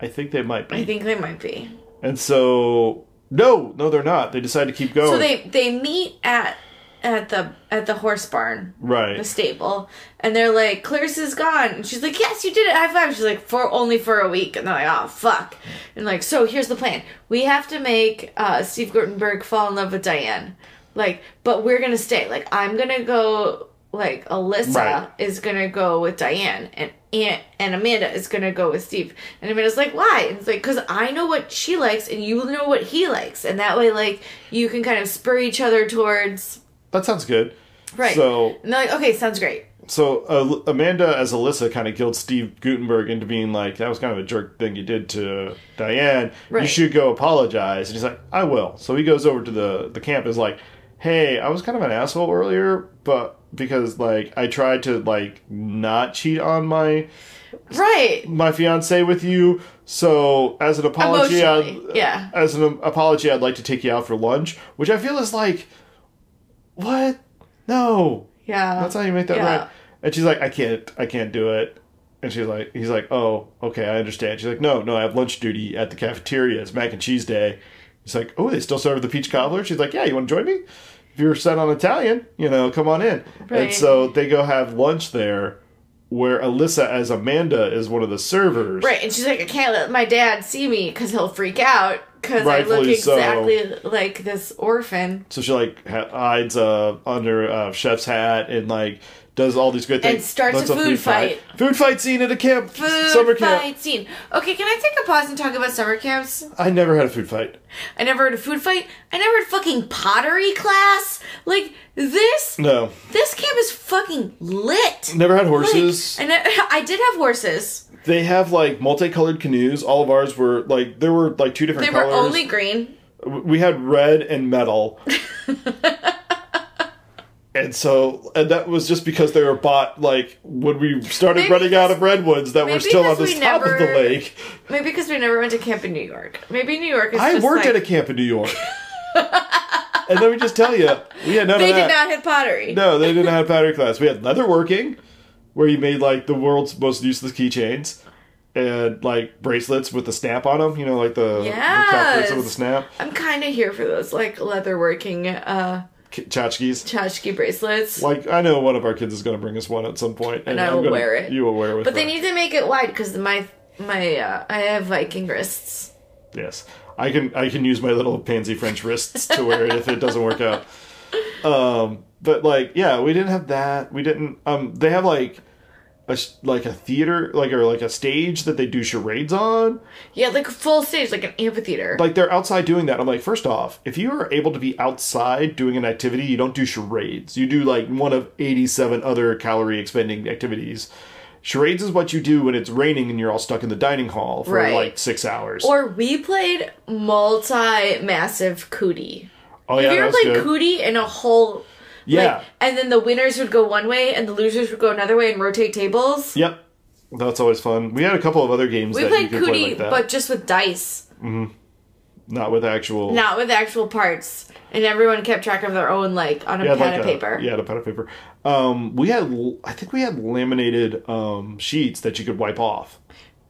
[SPEAKER 1] i think they might
[SPEAKER 2] I
[SPEAKER 1] be
[SPEAKER 2] think they might be.
[SPEAKER 1] and so no no they're not they decide to keep going
[SPEAKER 2] So they they meet at at the at the horse barn, the
[SPEAKER 1] right
[SPEAKER 2] stable, and they're like, "Clarice is gone," and she's like, "Yes, you did it, high five. She's like, "For only for a week," and they're like, "Oh fuck," and like, so here's the plan: we have to make uh, Steve Guttenberg fall in love with Diane, like, but we're gonna stay. Like, I'm gonna go. Like Alyssa
[SPEAKER 1] Right.
[SPEAKER 2] is gonna go with Diane, and Aunt and Amanda is gonna go with Steve. And Amanda's like, why? And it's like, because I know what she likes, and you know what he likes, and that way, like, you can kind of spur each other towards
[SPEAKER 1] that sounds good
[SPEAKER 2] right.
[SPEAKER 1] so
[SPEAKER 2] and they're like, okay, sounds great.
[SPEAKER 1] so uh, amanda as alyssa kind of guilt steve gutenberg into being like that was kind of a jerk thing you did to diane
[SPEAKER 2] Right.
[SPEAKER 1] you should go apologize and he's like i will so he goes over to the the camp and is like hey i was kind of an asshole earlier but because like i tried to like not cheat on my
[SPEAKER 2] Right.
[SPEAKER 1] my fiance with you so as an apology
[SPEAKER 2] Emotionally,
[SPEAKER 1] I'd,
[SPEAKER 2] yeah.
[SPEAKER 1] as an apology i'd like to take you out for lunch which i feel is like what no
[SPEAKER 2] Yeah.
[SPEAKER 1] that's how you make that
[SPEAKER 2] Yeah.
[SPEAKER 1] right. And she's like, I can't, I can't do it. And she's like, he's like, oh, okay, I understand. She's like, no, no, I have lunch duty at the cafeteria. It's mac and cheese day. He's like, oh, they still serve the peach cobbler. She's like, yeah, you want to join me? If you're set on Italian, you know, come on in.
[SPEAKER 2] Right.
[SPEAKER 1] And so they go have lunch there, where Alyssa as Amanda is one of the servers.
[SPEAKER 2] Right. And she's like, I can't let my dad see me because he'll freak out because I look
[SPEAKER 1] Rightfully so.
[SPEAKER 2] exactly like this orphan.
[SPEAKER 1] So she like ha- hides uh, under uh, chef's hat and like does all these good
[SPEAKER 2] And
[SPEAKER 1] things.
[SPEAKER 2] starts a
[SPEAKER 1] Lots of
[SPEAKER 2] food
[SPEAKER 1] Food fight scene at a camp.
[SPEAKER 2] Food
[SPEAKER 1] summer camp.
[SPEAKER 2] fight scene. Okay, can I take a pause and talk about summer camps?
[SPEAKER 1] I never had a food fight.
[SPEAKER 2] I never had a food fight. I never had fucking pottery class. Like this,
[SPEAKER 1] No,
[SPEAKER 2] this camp is fucking lit.
[SPEAKER 1] never had
[SPEAKER 2] Like,
[SPEAKER 1] horses.
[SPEAKER 2] and I, *laughs* I did have horses.
[SPEAKER 1] they have like multicolored canoes. All of ours were like there were like two different
[SPEAKER 2] They
[SPEAKER 1] colors.
[SPEAKER 2] were only green.
[SPEAKER 1] we had red and
[SPEAKER 2] *laughs*
[SPEAKER 1] metal. and so and that was just because they were bought like when we started
[SPEAKER 2] Maybe
[SPEAKER 1] running out
[SPEAKER 2] because-
[SPEAKER 1] of redwoods that were
[SPEAKER 2] maybe
[SPEAKER 1] still on the
[SPEAKER 2] because we
[SPEAKER 1] top of the
[SPEAKER 2] never-
[SPEAKER 1] lake.
[SPEAKER 2] Maybe because we never went to camp in New York. Maybe New York is.
[SPEAKER 1] I
[SPEAKER 2] just
[SPEAKER 1] worked
[SPEAKER 2] like,
[SPEAKER 1] at a camp in New
[SPEAKER 2] *laughs*
[SPEAKER 1] York. and let me just tell you, we had none
[SPEAKER 2] They
[SPEAKER 1] of that.
[SPEAKER 2] did not have pottery.
[SPEAKER 1] No, they didn't have powder class. We had leather working, where you made like the world's most useless keychains and like bracelets with the snap on them. You know, like the, the cuff
[SPEAKER 2] Yes.
[SPEAKER 1] bracelet with the snap,
[SPEAKER 2] I'm kind of here for those like leatherworking uh
[SPEAKER 1] K- tchotchkes.
[SPEAKER 2] tchotchke bracelets.
[SPEAKER 1] Like I know one of our kids is going to bring us one at some point, and,
[SPEAKER 2] I
[SPEAKER 1] I'm
[SPEAKER 2] will
[SPEAKER 1] gonna-
[SPEAKER 2] wear it.
[SPEAKER 1] You will wear it with.
[SPEAKER 2] But they
[SPEAKER 1] her.
[SPEAKER 2] need to make it wide because my my uh, I have Viking wrists.
[SPEAKER 1] yes, I can I can use my little pansy French wrists to wear it if it doesn't work
[SPEAKER 2] *laughs*
[SPEAKER 1] out. Um, but like yeah, we didn't have that. We didn't. Um, they have like a s like a theater, like or like a stage that they do charades on.
[SPEAKER 2] Yeah, like a full stage, like an amphitheater.
[SPEAKER 1] Like they're outside doing that. I'm like, first off, if you are able to be outside doing an activity, you don't do charades. You do like one of 87 other calorie expending activities. Charades is what you do when it's raining and you're all stuck in the dining hall for
[SPEAKER 2] Right.
[SPEAKER 1] like six hours.
[SPEAKER 2] or we played multi massive cootie.
[SPEAKER 1] oh
[SPEAKER 2] Have
[SPEAKER 1] yeah,
[SPEAKER 2] you
[SPEAKER 1] that
[SPEAKER 2] ever
[SPEAKER 1] was
[SPEAKER 2] played
[SPEAKER 1] good.
[SPEAKER 2] cootie in a whole
[SPEAKER 1] yeah,
[SPEAKER 2] Like, and then the winners would go one way and the losers would go another way and rotate tables.
[SPEAKER 1] yep. That's always fun. We had a couple of other games
[SPEAKER 2] We
[SPEAKER 1] that
[SPEAKER 2] played
[SPEAKER 1] you could
[SPEAKER 2] cootie,
[SPEAKER 1] play like that,
[SPEAKER 2] but just with dice,
[SPEAKER 1] not with actual.
[SPEAKER 2] not with actual parts. And everyone kept track of their own, like on a
[SPEAKER 1] Yeah,
[SPEAKER 2] pad
[SPEAKER 1] like
[SPEAKER 2] of
[SPEAKER 1] a-
[SPEAKER 2] paper.
[SPEAKER 1] Yeah, a pad of paper. Um, we had, l- I think we had laminated um, sheets that you could wipe off.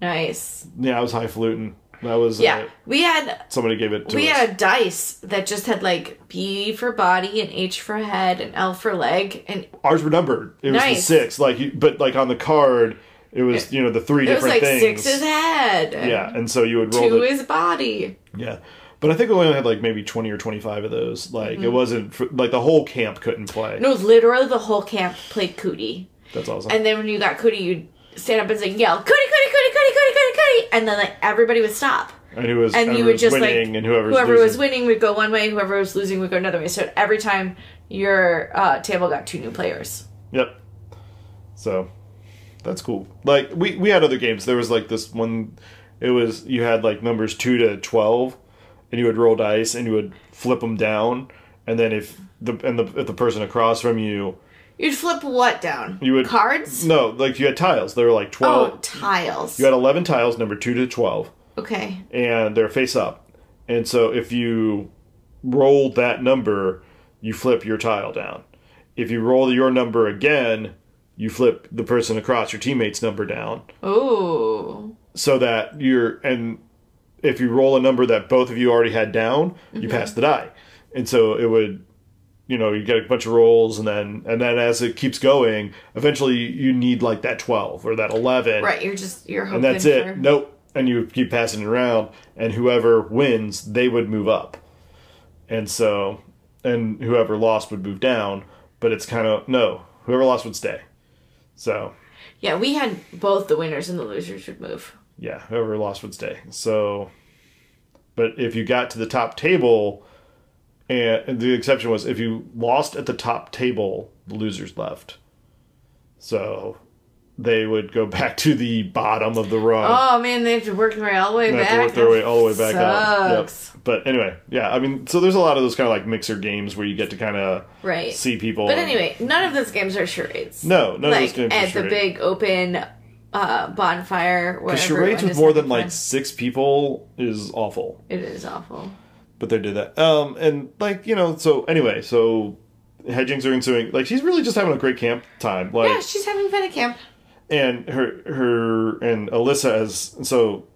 [SPEAKER 2] Nice.
[SPEAKER 1] Yeah, I was highfalutin. That was
[SPEAKER 2] Yeah,
[SPEAKER 1] uh,
[SPEAKER 2] we had
[SPEAKER 1] somebody gave it to
[SPEAKER 2] we
[SPEAKER 1] us.
[SPEAKER 2] had dice that just had like B for body and H for head and L for leg, and
[SPEAKER 1] Ours were numbered. It was the
[SPEAKER 2] Nice.
[SPEAKER 1] six. Like, you, but like on the card, it was you know the three
[SPEAKER 2] it was
[SPEAKER 1] different
[SPEAKER 2] like
[SPEAKER 1] things.
[SPEAKER 2] six is head, and
[SPEAKER 1] yeah, and so you would roll
[SPEAKER 2] two
[SPEAKER 1] the
[SPEAKER 2] is body.
[SPEAKER 1] yeah. But I think we only had like maybe twenty or twenty-five of those. Like it wasn't for, like the whole camp couldn't play.
[SPEAKER 2] Mm-hmm. No, literally the whole camp played cootie.
[SPEAKER 1] That's awesome.
[SPEAKER 2] And then when you got Cootie, you'd stand up and sing, yell, Cootie, Cootie, Cootie, Cootie, Cootie, Cootie, Cootie. And then like everybody would stop.
[SPEAKER 1] And, who was
[SPEAKER 2] And
[SPEAKER 1] whoever
[SPEAKER 2] you would
[SPEAKER 1] was
[SPEAKER 2] just
[SPEAKER 1] winning
[SPEAKER 2] like,
[SPEAKER 1] and whoever was
[SPEAKER 2] whoever was
[SPEAKER 1] losing.
[SPEAKER 2] winning would go one way, whoever was losing would go another way. So every time your uh, table got two new players.
[SPEAKER 1] Yep. So that's cool. Like we we had other games. There was like this one. It was you had like numbers two to twelve, and you would roll dice and you would flip them down, and then if the and the if the person across from you
[SPEAKER 2] You'd flip what down?
[SPEAKER 1] you would
[SPEAKER 2] Cards?
[SPEAKER 1] No, like you had tiles. There were like twelve.
[SPEAKER 2] oh, tiles.
[SPEAKER 1] You had eleven tiles, number two to twelve,
[SPEAKER 2] okay.
[SPEAKER 1] and they're face up. And so if you roll that number, you flip your tile down. If you roll your number again, you flip the person across your teammate's number down
[SPEAKER 2] Ooh.
[SPEAKER 1] so that you're and if you roll a number that both of you already had down, you pass the die. And so it would you know, you get a bunch of rolls and then and then as it keeps going, eventually you need like that 12 or that 11
[SPEAKER 2] Right, you're just, you're
[SPEAKER 1] and
[SPEAKER 2] hoping
[SPEAKER 1] that's
[SPEAKER 2] for...
[SPEAKER 1] it. Nope. And you keep passing it around, and whoever wins, they would move up. And so, and whoever lost would move down. But it's kind of no, whoever lost would stay. So
[SPEAKER 2] Yeah, we had both the winners and the losers would move.
[SPEAKER 1] yeah, whoever lost would stay. So, but if you got to the top table, and the exception was if you lost at the top table, the losers left. So they would go *laughs* back to the bottom of the rung.
[SPEAKER 2] Oh, man, they have to work their way all the way
[SPEAKER 1] They
[SPEAKER 2] back.
[SPEAKER 1] have to work their way all the way back up. Yep.
[SPEAKER 2] Sucks.
[SPEAKER 1] But anyway, yeah, I mean, so there's a lot of those kind of like mixer games where you get to kind of
[SPEAKER 2] Right.
[SPEAKER 1] see people.
[SPEAKER 2] But
[SPEAKER 1] and-
[SPEAKER 2] anyway, none of those games are charades.
[SPEAKER 1] no, no,
[SPEAKER 2] like
[SPEAKER 1] games
[SPEAKER 2] at
[SPEAKER 1] are charades.
[SPEAKER 2] the big open uh, bonfire. Where
[SPEAKER 1] The charades
[SPEAKER 2] everyone
[SPEAKER 1] with
[SPEAKER 2] is
[SPEAKER 1] more
[SPEAKER 2] having
[SPEAKER 1] than like
[SPEAKER 2] fun.
[SPEAKER 1] six people is awful,
[SPEAKER 2] It is awful.
[SPEAKER 1] but they did that. Um, and like you know, so anyway, so hedgings are ensuing. Like she's really just having a great camp time. Like,
[SPEAKER 2] Yeah, she's having fun at camp.
[SPEAKER 1] and her her and Alyssa as so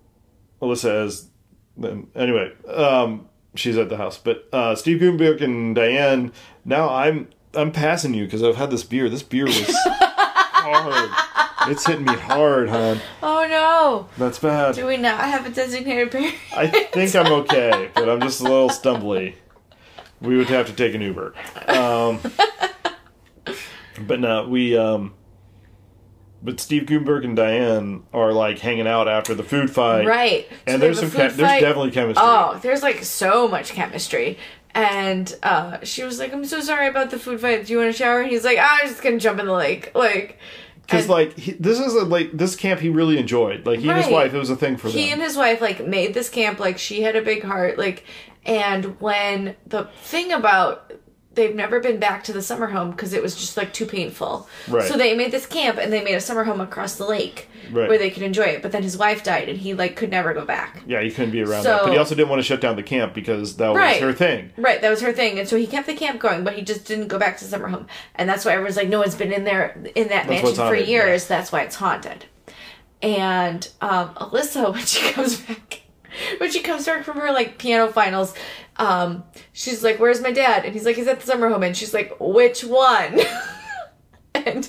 [SPEAKER 1] Alyssa as then anyway um she's at the house but uh Steve Gutenberg and Diane now I'm I'm passing you because I've had this beer this beer was hard it's hitting me hard hon
[SPEAKER 2] Oh no!
[SPEAKER 1] that's bad
[SPEAKER 2] Do we not have a designated parent?
[SPEAKER 1] I think I'm okay, but I'm just a little stumbly. We would have to take an Uber. Um, but no, we. Um, but Steve Gutenberg and Diane are like hanging out after the food fight,
[SPEAKER 2] right. So
[SPEAKER 1] And
[SPEAKER 2] they
[SPEAKER 1] there's
[SPEAKER 2] have
[SPEAKER 1] some
[SPEAKER 2] a
[SPEAKER 1] chem-
[SPEAKER 2] food
[SPEAKER 1] there's
[SPEAKER 2] fight.
[SPEAKER 1] definitely chemistry.
[SPEAKER 2] Oh, there's like so much chemistry. And uh, she was like, "I'm so sorry about the food fight. Do you want to shower?" And he's like, "Ah, "I'm just gonna jump in the lake." Like,
[SPEAKER 1] Because
[SPEAKER 2] and-
[SPEAKER 1] like he, this is a like this camp he really enjoyed. Like he and his
[SPEAKER 2] Right.
[SPEAKER 1] wife, it was a thing for
[SPEAKER 2] he
[SPEAKER 1] them.
[SPEAKER 2] and his wife like made this camp like she had a big heart like and when the thing about they've never been back to the summer home because it was just like too painful
[SPEAKER 1] Right.
[SPEAKER 2] so they made this camp and they made a summer home across the lake
[SPEAKER 1] Right.
[SPEAKER 2] where they could enjoy it but then his wife died and he like could never go back
[SPEAKER 1] yeah, he couldn't be around
[SPEAKER 2] So-
[SPEAKER 1] that, but he also didn't want to shut down the camp because that was
[SPEAKER 2] Right.
[SPEAKER 1] her thing.
[SPEAKER 2] Right, that was her thing, and so he kept the camp going, but he just didn't go back to summer home, and that's why everyone's like, no one's been in there in that mansion
[SPEAKER 1] what's
[SPEAKER 2] for
[SPEAKER 1] haunted,
[SPEAKER 2] years. That's why it's haunted. And um, Alyssa, *laughs* when she comes back, when she comes back from her like piano finals, um, she's like, "Where's my dad?" And he's like, "He's at the summer home," and she's like, "Which one?" *laughs* and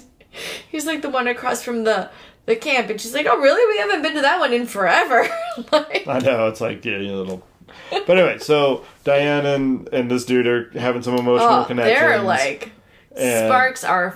[SPEAKER 2] he's like, "The one across from the." The camp, and she's like, "Oh, really? We haven't been to that one in forever." *laughs* like,
[SPEAKER 1] *laughs* I know it's like yeah, you little. But anyway, so Diane and, and this dude are having some emotional
[SPEAKER 2] oh,
[SPEAKER 1] connections.
[SPEAKER 2] they're like
[SPEAKER 1] And,
[SPEAKER 2] Sparks are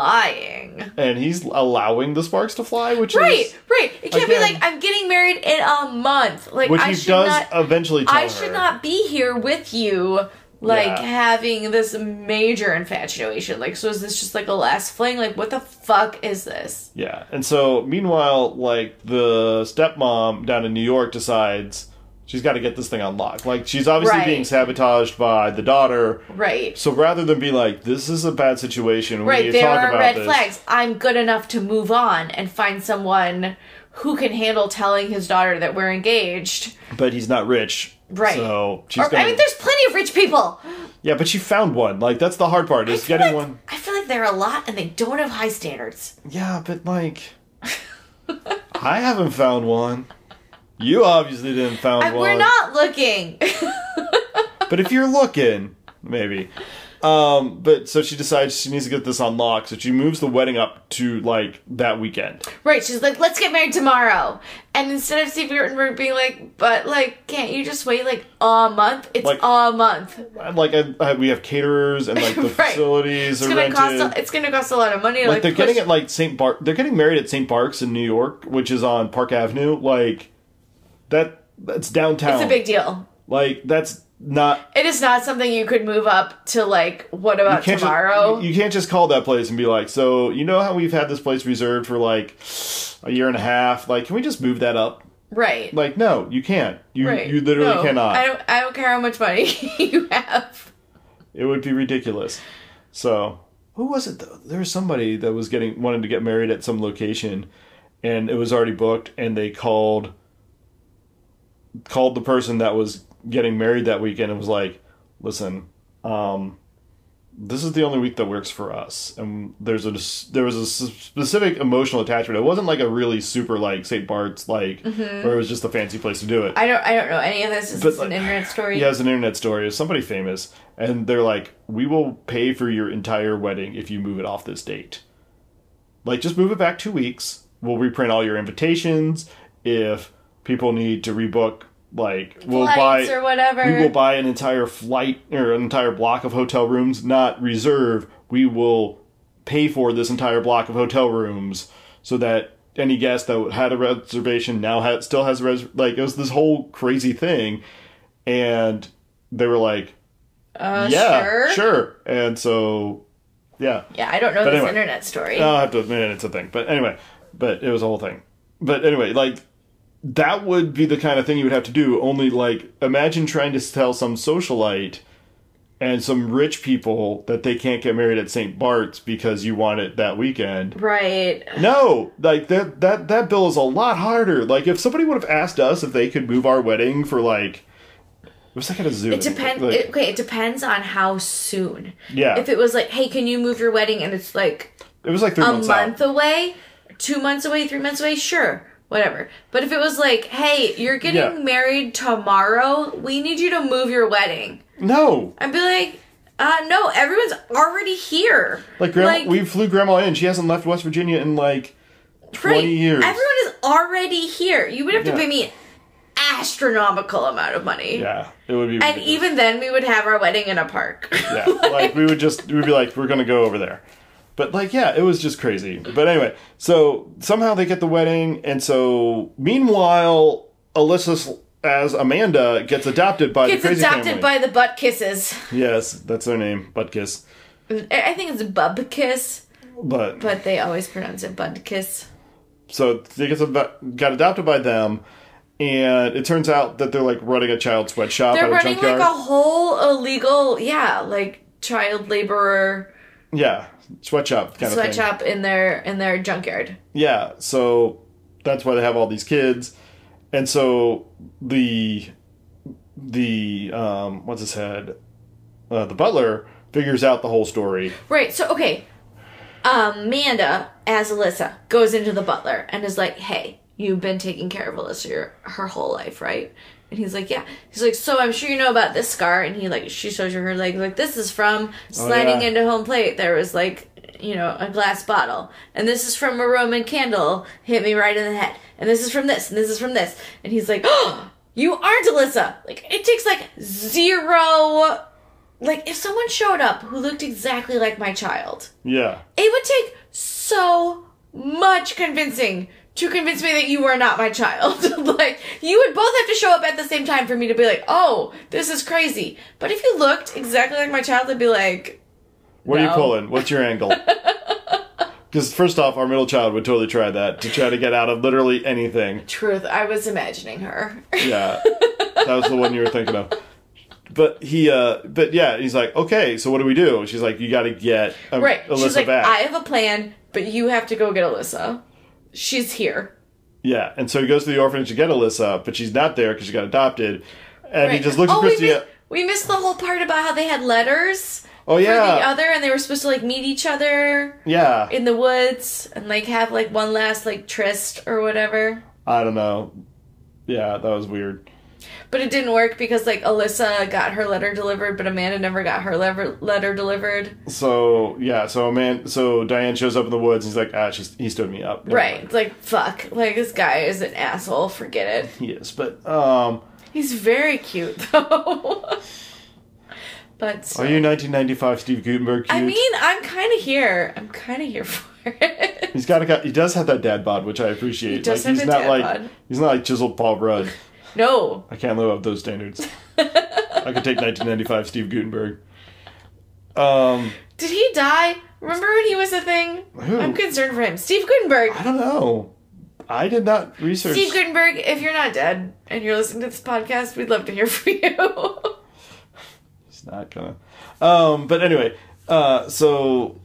[SPEAKER 2] flying.
[SPEAKER 1] and he's allowing the sparks to fly, which
[SPEAKER 2] Right,
[SPEAKER 1] is
[SPEAKER 2] right. It can't be
[SPEAKER 1] Again.
[SPEAKER 2] like I'm getting married in a month. Like
[SPEAKER 1] which
[SPEAKER 2] I
[SPEAKER 1] he
[SPEAKER 2] should
[SPEAKER 1] does
[SPEAKER 2] not.
[SPEAKER 1] eventually. Tell
[SPEAKER 2] I should
[SPEAKER 1] her.
[SPEAKER 2] not be here with you. Like
[SPEAKER 1] Yeah.
[SPEAKER 2] having this major infatuation. Like, so is this just like a last fling? Like, what the fuck is this?
[SPEAKER 1] Yeah. And so, meanwhile, like the stepmom down in New York decides she's got to get this thing unlocked. Like she's obviously
[SPEAKER 2] Right.
[SPEAKER 1] being sabotaged by the daughter.
[SPEAKER 2] Right.
[SPEAKER 1] So rather than be like, "This is a bad situation," we
[SPEAKER 2] Right,
[SPEAKER 1] need to
[SPEAKER 2] there
[SPEAKER 1] talk
[SPEAKER 2] are
[SPEAKER 1] about
[SPEAKER 2] red
[SPEAKER 1] this.
[SPEAKER 2] flags. I'm good enough to move on and find someone who can handle telling his daughter that we're engaged.
[SPEAKER 1] But he's not rich,
[SPEAKER 2] Right.
[SPEAKER 1] So she's
[SPEAKER 2] Or,
[SPEAKER 1] gonna.
[SPEAKER 2] I mean, there's plenty of rich people.
[SPEAKER 1] yeah, but she found one. Like that's the hard part
[SPEAKER 2] I
[SPEAKER 1] is
[SPEAKER 2] feel,
[SPEAKER 1] getting
[SPEAKER 2] like,
[SPEAKER 1] one.
[SPEAKER 2] I feel like there are a lot and they don't have high standards.
[SPEAKER 1] Yeah, but like,
[SPEAKER 2] *laughs*
[SPEAKER 1] I haven't found one. You obviously didn't found
[SPEAKER 2] I-
[SPEAKER 1] one.
[SPEAKER 2] we're not looking. *laughs*
[SPEAKER 1] but if you're looking, maybe. Um, but so she decides she needs to get this unlocked, so she moves the wedding up to like that weekend.
[SPEAKER 2] right, she's like, let's get married tomorrow. And instead of Steve Guttenberg being like, but like, can't you just wait like a month? It's
[SPEAKER 1] Like-
[SPEAKER 2] a month.
[SPEAKER 1] And, like I, I, we have caterers and like
[SPEAKER 2] *laughs*
[SPEAKER 1] the
[SPEAKER 2] Right.
[SPEAKER 1] facilities
[SPEAKER 2] It's
[SPEAKER 1] are
[SPEAKER 2] gonna
[SPEAKER 1] rented.
[SPEAKER 2] cost. A, it's gonna cost a lot of money. To,
[SPEAKER 1] like
[SPEAKER 2] like,
[SPEAKER 1] they're getting
[SPEAKER 2] push-
[SPEAKER 1] it like St. Bar. They're getting married at St. Barks in New York, which is on Park Avenue. Like that. That's downtown.
[SPEAKER 2] It's a big deal.
[SPEAKER 1] Like that's not.
[SPEAKER 2] It is not something you could move up to like. What about
[SPEAKER 1] can't ju-
[SPEAKER 2] tomorrow?
[SPEAKER 1] you can't just call that place and be like, so you know how we've had this place reserved for like a year and a half. Like, can we just move that up?
[SPEAKER 2] right.
[SPEAKER 1] Like, no, you can't. You
[SPEAKER 2] right.
[SPEAKER 1] you literally
[SPEAKER 2] No,
[SPEAKER 1] cannot.
[SPEAKER 2] I don't. I don't care how much money *laughs* you have.
[SPEAKER 1] It would be ridiculous. So who was it though? There was somebody that was getting wanted to get married at some location, and it was already booked, and they called called the person that was getting married that weekend and was like, "Listen, um, this is the only week that works for us." And there's a there was a s- specific emotional attachment. It wasn't like a really super like St. Bart's like, where it was just a fancy place to do it.
[SPEAKER 2] I don't. I don't know any of this. Is
[SPEAKER 1] But,
[SPEAKER 2] this an
[SPEAKER 1] like,
[SPEAKER 2] internet story?
[SPEAKER 1] Yeah, it's an internet story. It's somebody famous, and they're like, "We will pay for your entire wedding if you move it off this date. Like, just move it back two weeks. We'll reprint all your invitations. If people need to rebook, like, we'll buy
[SPEAKER 2] Lights or whatever.
[SPEAKER 1] we will buy an entire flight or an entire block of hotel rooms, not reserve. We will pay for this entire block of hotel rooms so that any guest that had a reservation now ha still has a res- like it was this whole crazy thing, and they were like,
[SPEAKER 2] Uh,
[SPEAKER 1] yeah,
[SPEAKER 2] sure.
[SPEAKER 1] sure, and so yeah,
[SPEAKER 2] Yeah, I don't know this
[SPEAKER 1] anyway. Uh,
[SPEAKER 2] internet story.
[SPEAKER 1] I'll have to admit it's a thing. But anyway, but it was a whole thing. But anyway, like that would be the kind of thing you would have to do. Only like imagine trying to tell some socialite and some rich people that they can't get married at St. Bart's because you want it that weekend.
[SPEAKER 2] right.
[SPEAKER 1] No, like that that that bill is a lot harder. Like if somebody would have asked us if they could move our wedding for like it was like at a zoo.
[SPEAKER 2] It depends.
[SPEAKER 1] Like,
[SPEAKER 2] it, okay, it depends on how soon.
[SPEAKER 1] Yeah.
[SPEAKER 2] If it was like, hey, can you move your wedding? And it's like
[SPEAKER 1] it was like three
[SPEAKER 2] a
[SPEAKER 1] months
[SPEAKER 2] month
[SPEAKER 1] out.
[SPEAKER 2] away, two months away, three months away, sure, whatever. But if it was like, hey, you're getting
[SPEAKER 1] Yeah.
[SPEAKER 2] married tomorrow, we need you to move your wedding,
[SPEAKER 1] No,
[SPEAKER 2] I'd be like, uh, no, everyone's already here.
[SPEAKER 1] like, grandma,
[SPEAKER 2] Like-
[SPEAKER 1] we flew grandma in. She hasn't left West Virginia in like 20 years.
[SPEAKER 2] Everyone is already here. You would have to
[SPEAKER 1] Yeah.
[SPEAKER 2] pay me an astronomical amount of money.
[SPEAKER 1] Yeah, it would be.
[SPEAKER 2] And
[SPEAKER 1] ridiculous.
[SPEAKER 2] even then, we would have our wedding in a park. *laughs*
[SPEAKER 1] yeah, like we would just we'd be like, we're gonna go over there, but like yeah, it was just crazy. But anyway, so somehow they get the wedding, and so meanwhile, Alyssa as Amanda gets adopted by
[SPEAKER 2] It's
[SPEAKER 1] the crazy
[SPEAKER 2] adopted
[SPEAKER 1] family.
[SPEAKER 2] by the butt kisses.
[SPEAKER 1] yes, that's their name, Butkus.
[SPEAKER 2] I I think it's bub kiss,
[SPEAKER 1] But,
[SPEAKER 2] but they always pronounce it bud kiss.
[SPEAKER 1] so they gets ab- got adopted by them. And it turns out that they're like running a child sweatshop
[SPEAKER 2] They're
[SPEAKER 1] at a
[SPEAKER 2] running like
[SPEAKER 1] junkyard.
[SPEAKER 2] a whole illegal, yeah, like child laborer
[SPEAKER 1] yeah, sweatshop kind of thing.
[SPEAKER 2] sweatshop in their in their junkyard.
[SPEAKER 1] Yeah, so that's why they have all these kids, and so the the um what's his head, uh, the butler figures out the whole story.
[SPEAKER 2] Right. So okay, um, Amanda as Alyssa goes into the butler and is like, "Hey, you've been taking care of Alyssa your, her whole life, right?" And he's like, "Yeah." He's like, "So I'm sure you know about this scar." And he like she shows her her leg like this is from sliding
[SPEAKER 1] yeah.
[SPEAKER 2] into home plate. There was like you know a glass bottle, and this is from a Roman candle hit me right in the head, and this is from this, and this is from this. And he's like, "Oh, you aren't Alyssa." Like it takes like zero like if someone showed up who looked exactly like my child,
[SPEAKER 1] Yeah.
[SPEAKER 2] it would take so much convincing to convince me that you were not my child. *laughs* like you would both have to show up at the same time for me to be like, "Oh, this is crazy." But if you looked exactly like my child, I'd be like,
[SPEAKER 1] What are you
[SPEAKER 2] No.
[SPEAKER 1] pulling? What's your
[SPEAKER 2] *laughs*
[SPEAKER 1] angle? Because first off, our middle child would totally try that to try to get out of literally anything.
[SPEAKER 2] "Truth, I was imagining her." *laughs*
[SPEAKER 1] Yeah, that was the one you were thinking of. But he, uh but yeah, he's like, okay, so what do we do? And she's like, you got to get um,
[SPEAKER 2] right.
[SPEAKER 1] Alyssa
[SPEAKER 2] She's like,
[SPEAKER 1] back.
[SPEAKER 2] "I have a plan, but you have to go get Alyssa. She's here."
[SPEAKER 1] Yeah, and so he goes to the orphanage to get Alyssa, but she's not there because she got adopted. And he
[SPEAKER 2] Right.
[SPEAKER 1] just looks
[SPEAKER 2] oh,
[SPEAKER 1] at Christina.
[SPEAKER 2] We missed, we missed the whole part about how they had letters
[SPEAKER 1] oh
[SPEAKER 2] for the
[SPEAKER 1] yeah,
[SPEAKER 2] other, and they were supposed to like meet each other
[SPEAKER 1] yeah.
[SPEAKER 2] in the woods and like have like one last like tryst or whatever.
[SPEAKER 1] I don't know. Yeah, that was weird.
[SPEAKER 2] But it didn't work because like Alyssa got her letter delivered, but Amanda never got her lever- letter delivered.
[SPEAKER 1] So yeah, so a man, so Diane shows up in the woods. and He's like, ah, she's, he stood me up. Never
[SPEAKER 2] Right?
[SPEAKER 1] mind.
[SPEAKER 2] It's like fuck. Like this guy is an asshole. Forget it.
[SPEAKER 1] He is, but um,
[SPEAKER 2] He's very cute *laughs* though. but
[SPEAKER 1] are you 1995 Steve Gutenberg? Cute?
[SPEAKER 2] I mean, I'm kind of here. I'm kind of here *laughs* for it.
[SPEAKER 1] He's got a he does have that dad bod, which I appreciate. He
[SPEAKER 2] does
[SPEAKER 1] like,
[SPEAKER 2] have
[SPEAKER 1] he's
[SPEAKER 2] a
[SPEAKER 1] not
[SPEAKER 2] dad
[SPEAKER 1] like
[SPEAKER 2] bod.
[SPEAKER 1] he's not like chiseled Paul Rudd.
[SPEAKER 2] no,
[SPEAKER 1] I can't live up to those standards. I could take 1995 Steve Gutenberg. Um,
[SPEAKER 2] Did he die? Remember when he was a thing?
[SPEAKER 1] Who?
[SPEAKER 2] I'm concerned for him. Steve Gutenberg.
[SPEAKER 1] I don't know. I did not research.
[SPEAKER 2] Steve Gutenberg, if you're not dead and you're listening to this podcast, we'd love to hear from you. *laughs*
[SPEAKER 1] He's not gonna. Um, but anyway, uh, so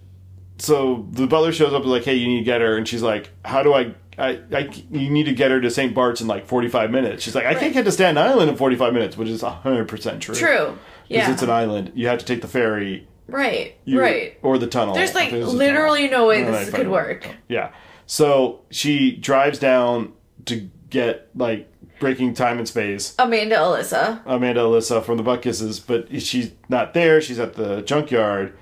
[SPEAKER 1] so the butler shows up and like, hey, you need to get her, and she's like, how do I? I, I c- you need to get her to St. Bart's in like 45 minutes. She's like, I can't
[SPEAKER 2] Right.
[SPEAKER 1] get to Staten Island in 45 minutes, which is 100% true.
[SPEAKER 2] True.
[SPEAKER 1] Because
[SPEAKER 2] Yeah.
[SPEAKER 1] it's an island. You have to take the ferry
[SPEAKER 2] right.
[SPEAKER 1] you-
[SPEAKER 2] right.
[SPEAKER 1] or the tunnel.
[SPEAKER 2] There's
[SPEAKER 1] I
[SPEAKER 2] like
[SPEAKER 1] think it's a
[SPEAKER 2] literally no way
[SPEAKER 1] tunnel.
[SPEAKER 2] this
[SPEAKER 1] No, no,
[SPEAKER 2] could
[SPEAKER 1] no,
[SPEAKER 2] work.
[SPEAKER 1] no. Yeah. So she drives down to get like breaking time and space
[SPEAKER 2] Amanda Alyssa.
[SPEAKER 1] Amanda Alyssa from the Butt Kisses, but she's not there. She's at the junkyard,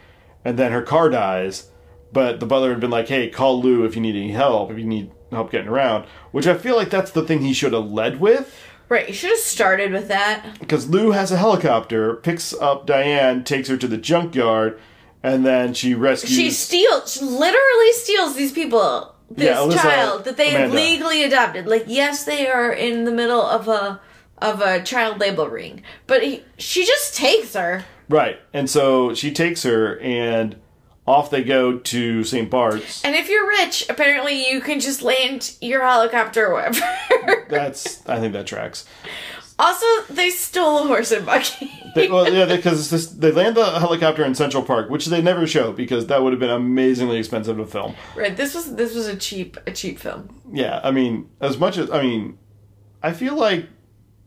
[SPEAKER 1] and then her car dies. But the butler had been like, "Hey, call Lou if you need any help. If you need help getting around," which I feel like that's the thing he should have led with
[SPEAKER 2] Right. You should have started with that.
[SPEAKER 1] because Lou has a helicopter, picks up Diane, takes her to the junkyard, and then she rescues.
[SPEAKER 2] She steals, she literally steals these people. This
[SPEAKER 1] Yeah, Alyssa,
[SPEAKER 2] child that they
[SPEAKER 1] Amanda.
[SPEAKER 2] legally adopted. Like, yes, they are in the middle of a of a child labor ring, but he, she just takes her.
[SPEAKER 1] Right. And so she takes her and off they go to St. Bart's.
[SPEAKER 2] And if you're rich, apparently you can just land your helicopter *laughs* wherever.
[SPEAKER 1] That's I think that tracks.
[SPEAKER 2] also, they stole a horse and buggy. *laughs*
[SPEAKER 1] They, well, yeah, because this they land the helicopter in Central Park, which they never show because that would have been amazingly expensive to film.
[SPEAKER 2] right, this was this was a cheap a cheap film.
[SPEAKER 1] Yeah, I mean, as much as I mean, I feel like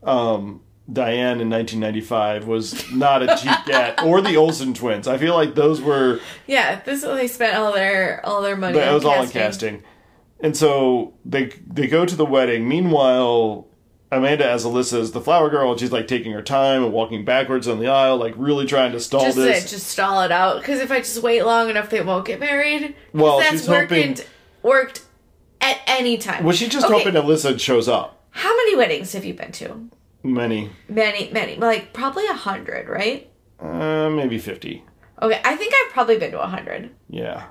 [SPEAKER 1] um, Diane in 1995 was not a cheap get, or the Olsen twins. I feel like those were
[SPEAKER 2] Yeah, this they spent all their all their money.
[SPEAKER 1] But it
[SPEAKER 2] on
[SPEAKER 1] was all in
[SPEAKER 2] casting.
[SPEAKER 1] casting. And so they they go to the wedding. Meanwhile, Amanda as Alyssa is the flower girl, and she's like taking her time and walking backwards on the aisle, like really trying to stall
[SPEAKER 2] Just
[SPEAKER 1] this.
[SPEAKER 2] to, just stall it out because if I just wait long enough, they won't get married. 'Cause
[SPEAKER 1] Well,
[SPEAKER 2] that's
[SPEAKER 1] she's
[SPEAKER 2] worked
[SPEAKER 1] hoping-
[SPEAKER 2] in- worked at any time.
[SPEAKER 1] was she just
[SPEAKER 2] Okay,
[SPEAKER 1] hoping Alyssa shows up?
[SPEAKER 2] How many weddings have you been to?
[SPEAKER 1] Many,
[SPEAKER 2] Many, many, like probably a hundred, right?
[SPEAKER 1] uh, maybe fifty.
[SPEAKER 2] Okay, I think I've probably been to a hundred.
[SPEAKER 1] Yeah,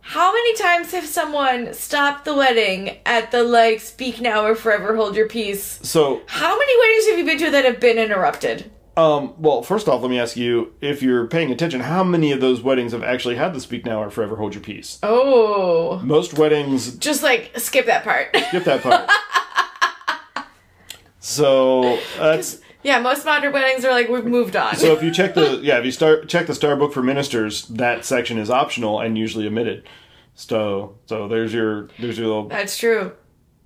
[SPEAKER 2] How many times have someone stopped the wedding at the like speak now or forever hold your peace?
[SPEAKER 1] so
[SPEAKER 2] How many weddings have you been to that have been interrupted?
[SPEAKER 1] Um, well, first off, let me ask you if you're paying attention, how many of those weddings have actually had the speak now or forever hold your peace?
[SPEAKER 2] Oh.
[SPEAKER 1] Most weddings
[SPEAKER 2] Just like skip that part. *laughs*
[SPEAKER 1] skip that part. so that's
[SPEAKER 2] yeah, most modern weddings are like we've moved on.
[SPEAKER 1] so if you check the yeah if you start check the star book for ministers, that section is optional and usually omitted. So so there's your there's your little
[SPEAKER 2] That's true.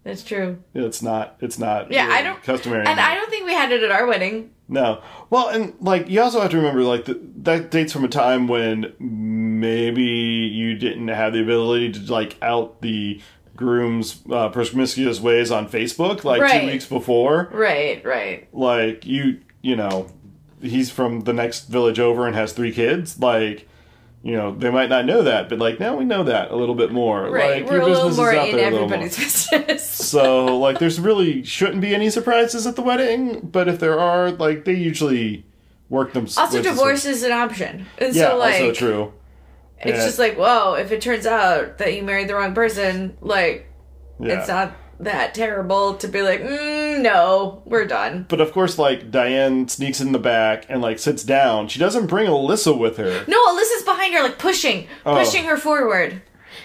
[SPEAKER 2] That's true.
[SPEAKER 1] it's not it's not
[SPEAKER 2] Yeah,
[SPEAKER 1] really
[SPEAKER 2] I don't
[SPEAKER 1] customary
[SPEAKER 2] And
[SPEAKER 1] anymore.
[SPEAKER 2] I don't think we had it at our wedding.
[SPEAKER 1] No. Well, and like you also have to remember, like th that dates from a time when maybe you didn't have the ability to like out the groom's uh, promiscuous ways on Facebook, like two
[SPEAKER 2] Right.
[SPEAKER 1] weeks before.
[SPEAKER 2] Right, right.
[SPEAKER 1] Like you, you know, he's from the next village over and has three kids. Like, you know, they might not know that, but like now we know that a little bit more.
[SPEAKER 2] Right.
[SPEAKER 1] Like,
[SPEAKER 2] We're a little more in
[SPEAKER 1] a little more. *laughs*
[SPEAKER 2] everybody's business.
[SPEAKER 1] So, like, there's really shouldn't be any surprises at the wedding, but if there are, like, they usually work them.
[SPEAKER 2] Also,
[SPEAKER 1] with this-
[SPEAKER 2] divorce is an option. And
[SPEAKER 1] Yeah,
[SPEAKER 2] so, like,
[SPEAKER 1] also true.
[SPEAKER 2] it's
[SPEAKER 1] Yeah.
[SPEAKER 2] just like, whoa, if it turns out that you married the wrong person, like,
[SPEAKER 1] Yeah.
[SPEAKER 2] it's not that terrible to be like, mm, no, we're done.
[SPEAKER 1] but of course, like Diane sneaks in the back and like sits down. She doesn't bring Alyssa with
[SPEAKER 2] *laughs*
[SPEAKER 1] her.
[SPEAKER 2] No, Alyssa's behind her, like pushing,
[SPEAKER 1] Oh.
[SPEAKER 2] pushing her forward.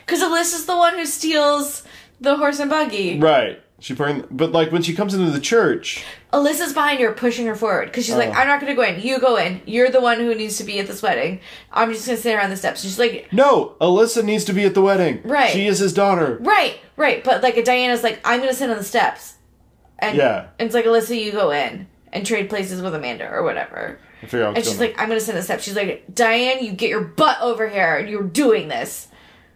[SPEAKER 2] Because Alyssa's the one who steals the horse and buggy.
[SPEAKER 1] Right. She bring, but like when she comes into the church,
[SPEAKER 2] Alyssa's behind her, pushing her forward. Because
[SPEAKER 1] Oh.
[SPEAKER 2] she's like, I'm not going to go in. You go in. You're the one who needs to be at this wedding. I'm just going to sit around the steps. And she's like,
[SPEAKER 1] no, Alyssa needs to be at the wedding.
[SPEAKER 2] Right.
[SPEAKER 1] She is his daughter.
[SPEAKER 2] right, right. But like, Diana's like, I'm going to sit on the steps. And
[SPEAKER 1] Yeah.
[SPEAKER 2] and it's like, Alyssa, you go in and trade places with Amanda or whatever.
[SPEAKER 1] I figure out.
[SPEAKER 2] And
[SPEAKER 1] what's
[SPEAKER 2] she's
[SPEAKER 1] going
[SPEAKER 2] like, I'm going to sit on the steps. She's like, Diane, you get your butt over here. You're doing this.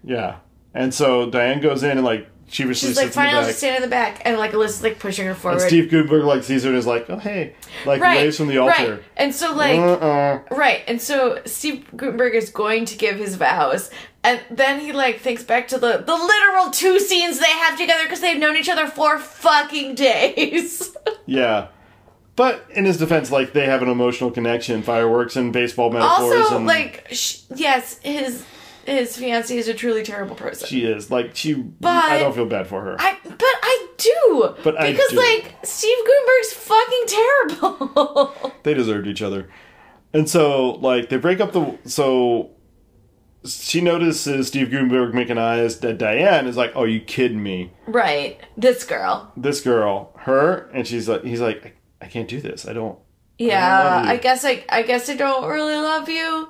[SPEAKER 1] on. yeah. And so Diane goes in and like she was
[SPEAKER 2] She's
[SPEAKER 1] just
[SPEAKER 2] like,
[SPEAKER 1] sits in
[SPEAKER 2] fine,
[SPEAKER 1] the
[SPEAKER 2] I'll
[SPEAKER 1] back.
[SPEAKER 2] just stand in the back. And like, Alyssa's like pushing her forward.
[SPEAKER 1] And Steve Gutenberg like sees her and is like, oh hey, like waves from the altar.
[SPEAKER 2] Right. And so like
[SPEAKER 1] Uh-uh.
[SPEAKER 2] right, and so Steve Gutenberg is going to give his vows. And then he like thinks back to the the literal two scenes they have together because they've known each other for fucking
[SPEAKER 1] *laughs*
[SPEAKER 2] days.
[SPEAKER 1] Yeah. But in his defense, like they have an emotional connection, fireworks and baseball metaphors.
[SPEAKER 2] also,
[SPEAKER 1] and
[SPEAKER 2] like sh- yes, his his fiance is a truly terrible person.
[SPEAKER 1] she is like she. I don't feel bad for her.
[SPEAKER 2] I but I do.
[SPEAKER 1] But I
[SPEAKER 2] because
[SPEAKER 1] do.
[SPEAKER 2] like Steve Gutenberg's fucking terrible. *laughs*
[SPEAKER 1] they deserved each other. And so, like, they break up the. So she notices Steve Gutenberg making eyes at Diane. Is like, "Oh, you kidding me?
[SPEAKER 2] right. This girl.
[SPEAKER 1] This girl, her?" And she's like, "He's like, I, I can't do this. I don't."
[SPEAKER 2] Yeah,
[SPEAKER 1] love you.
[SPEAKER 2] I guess I I guess I don't really love you.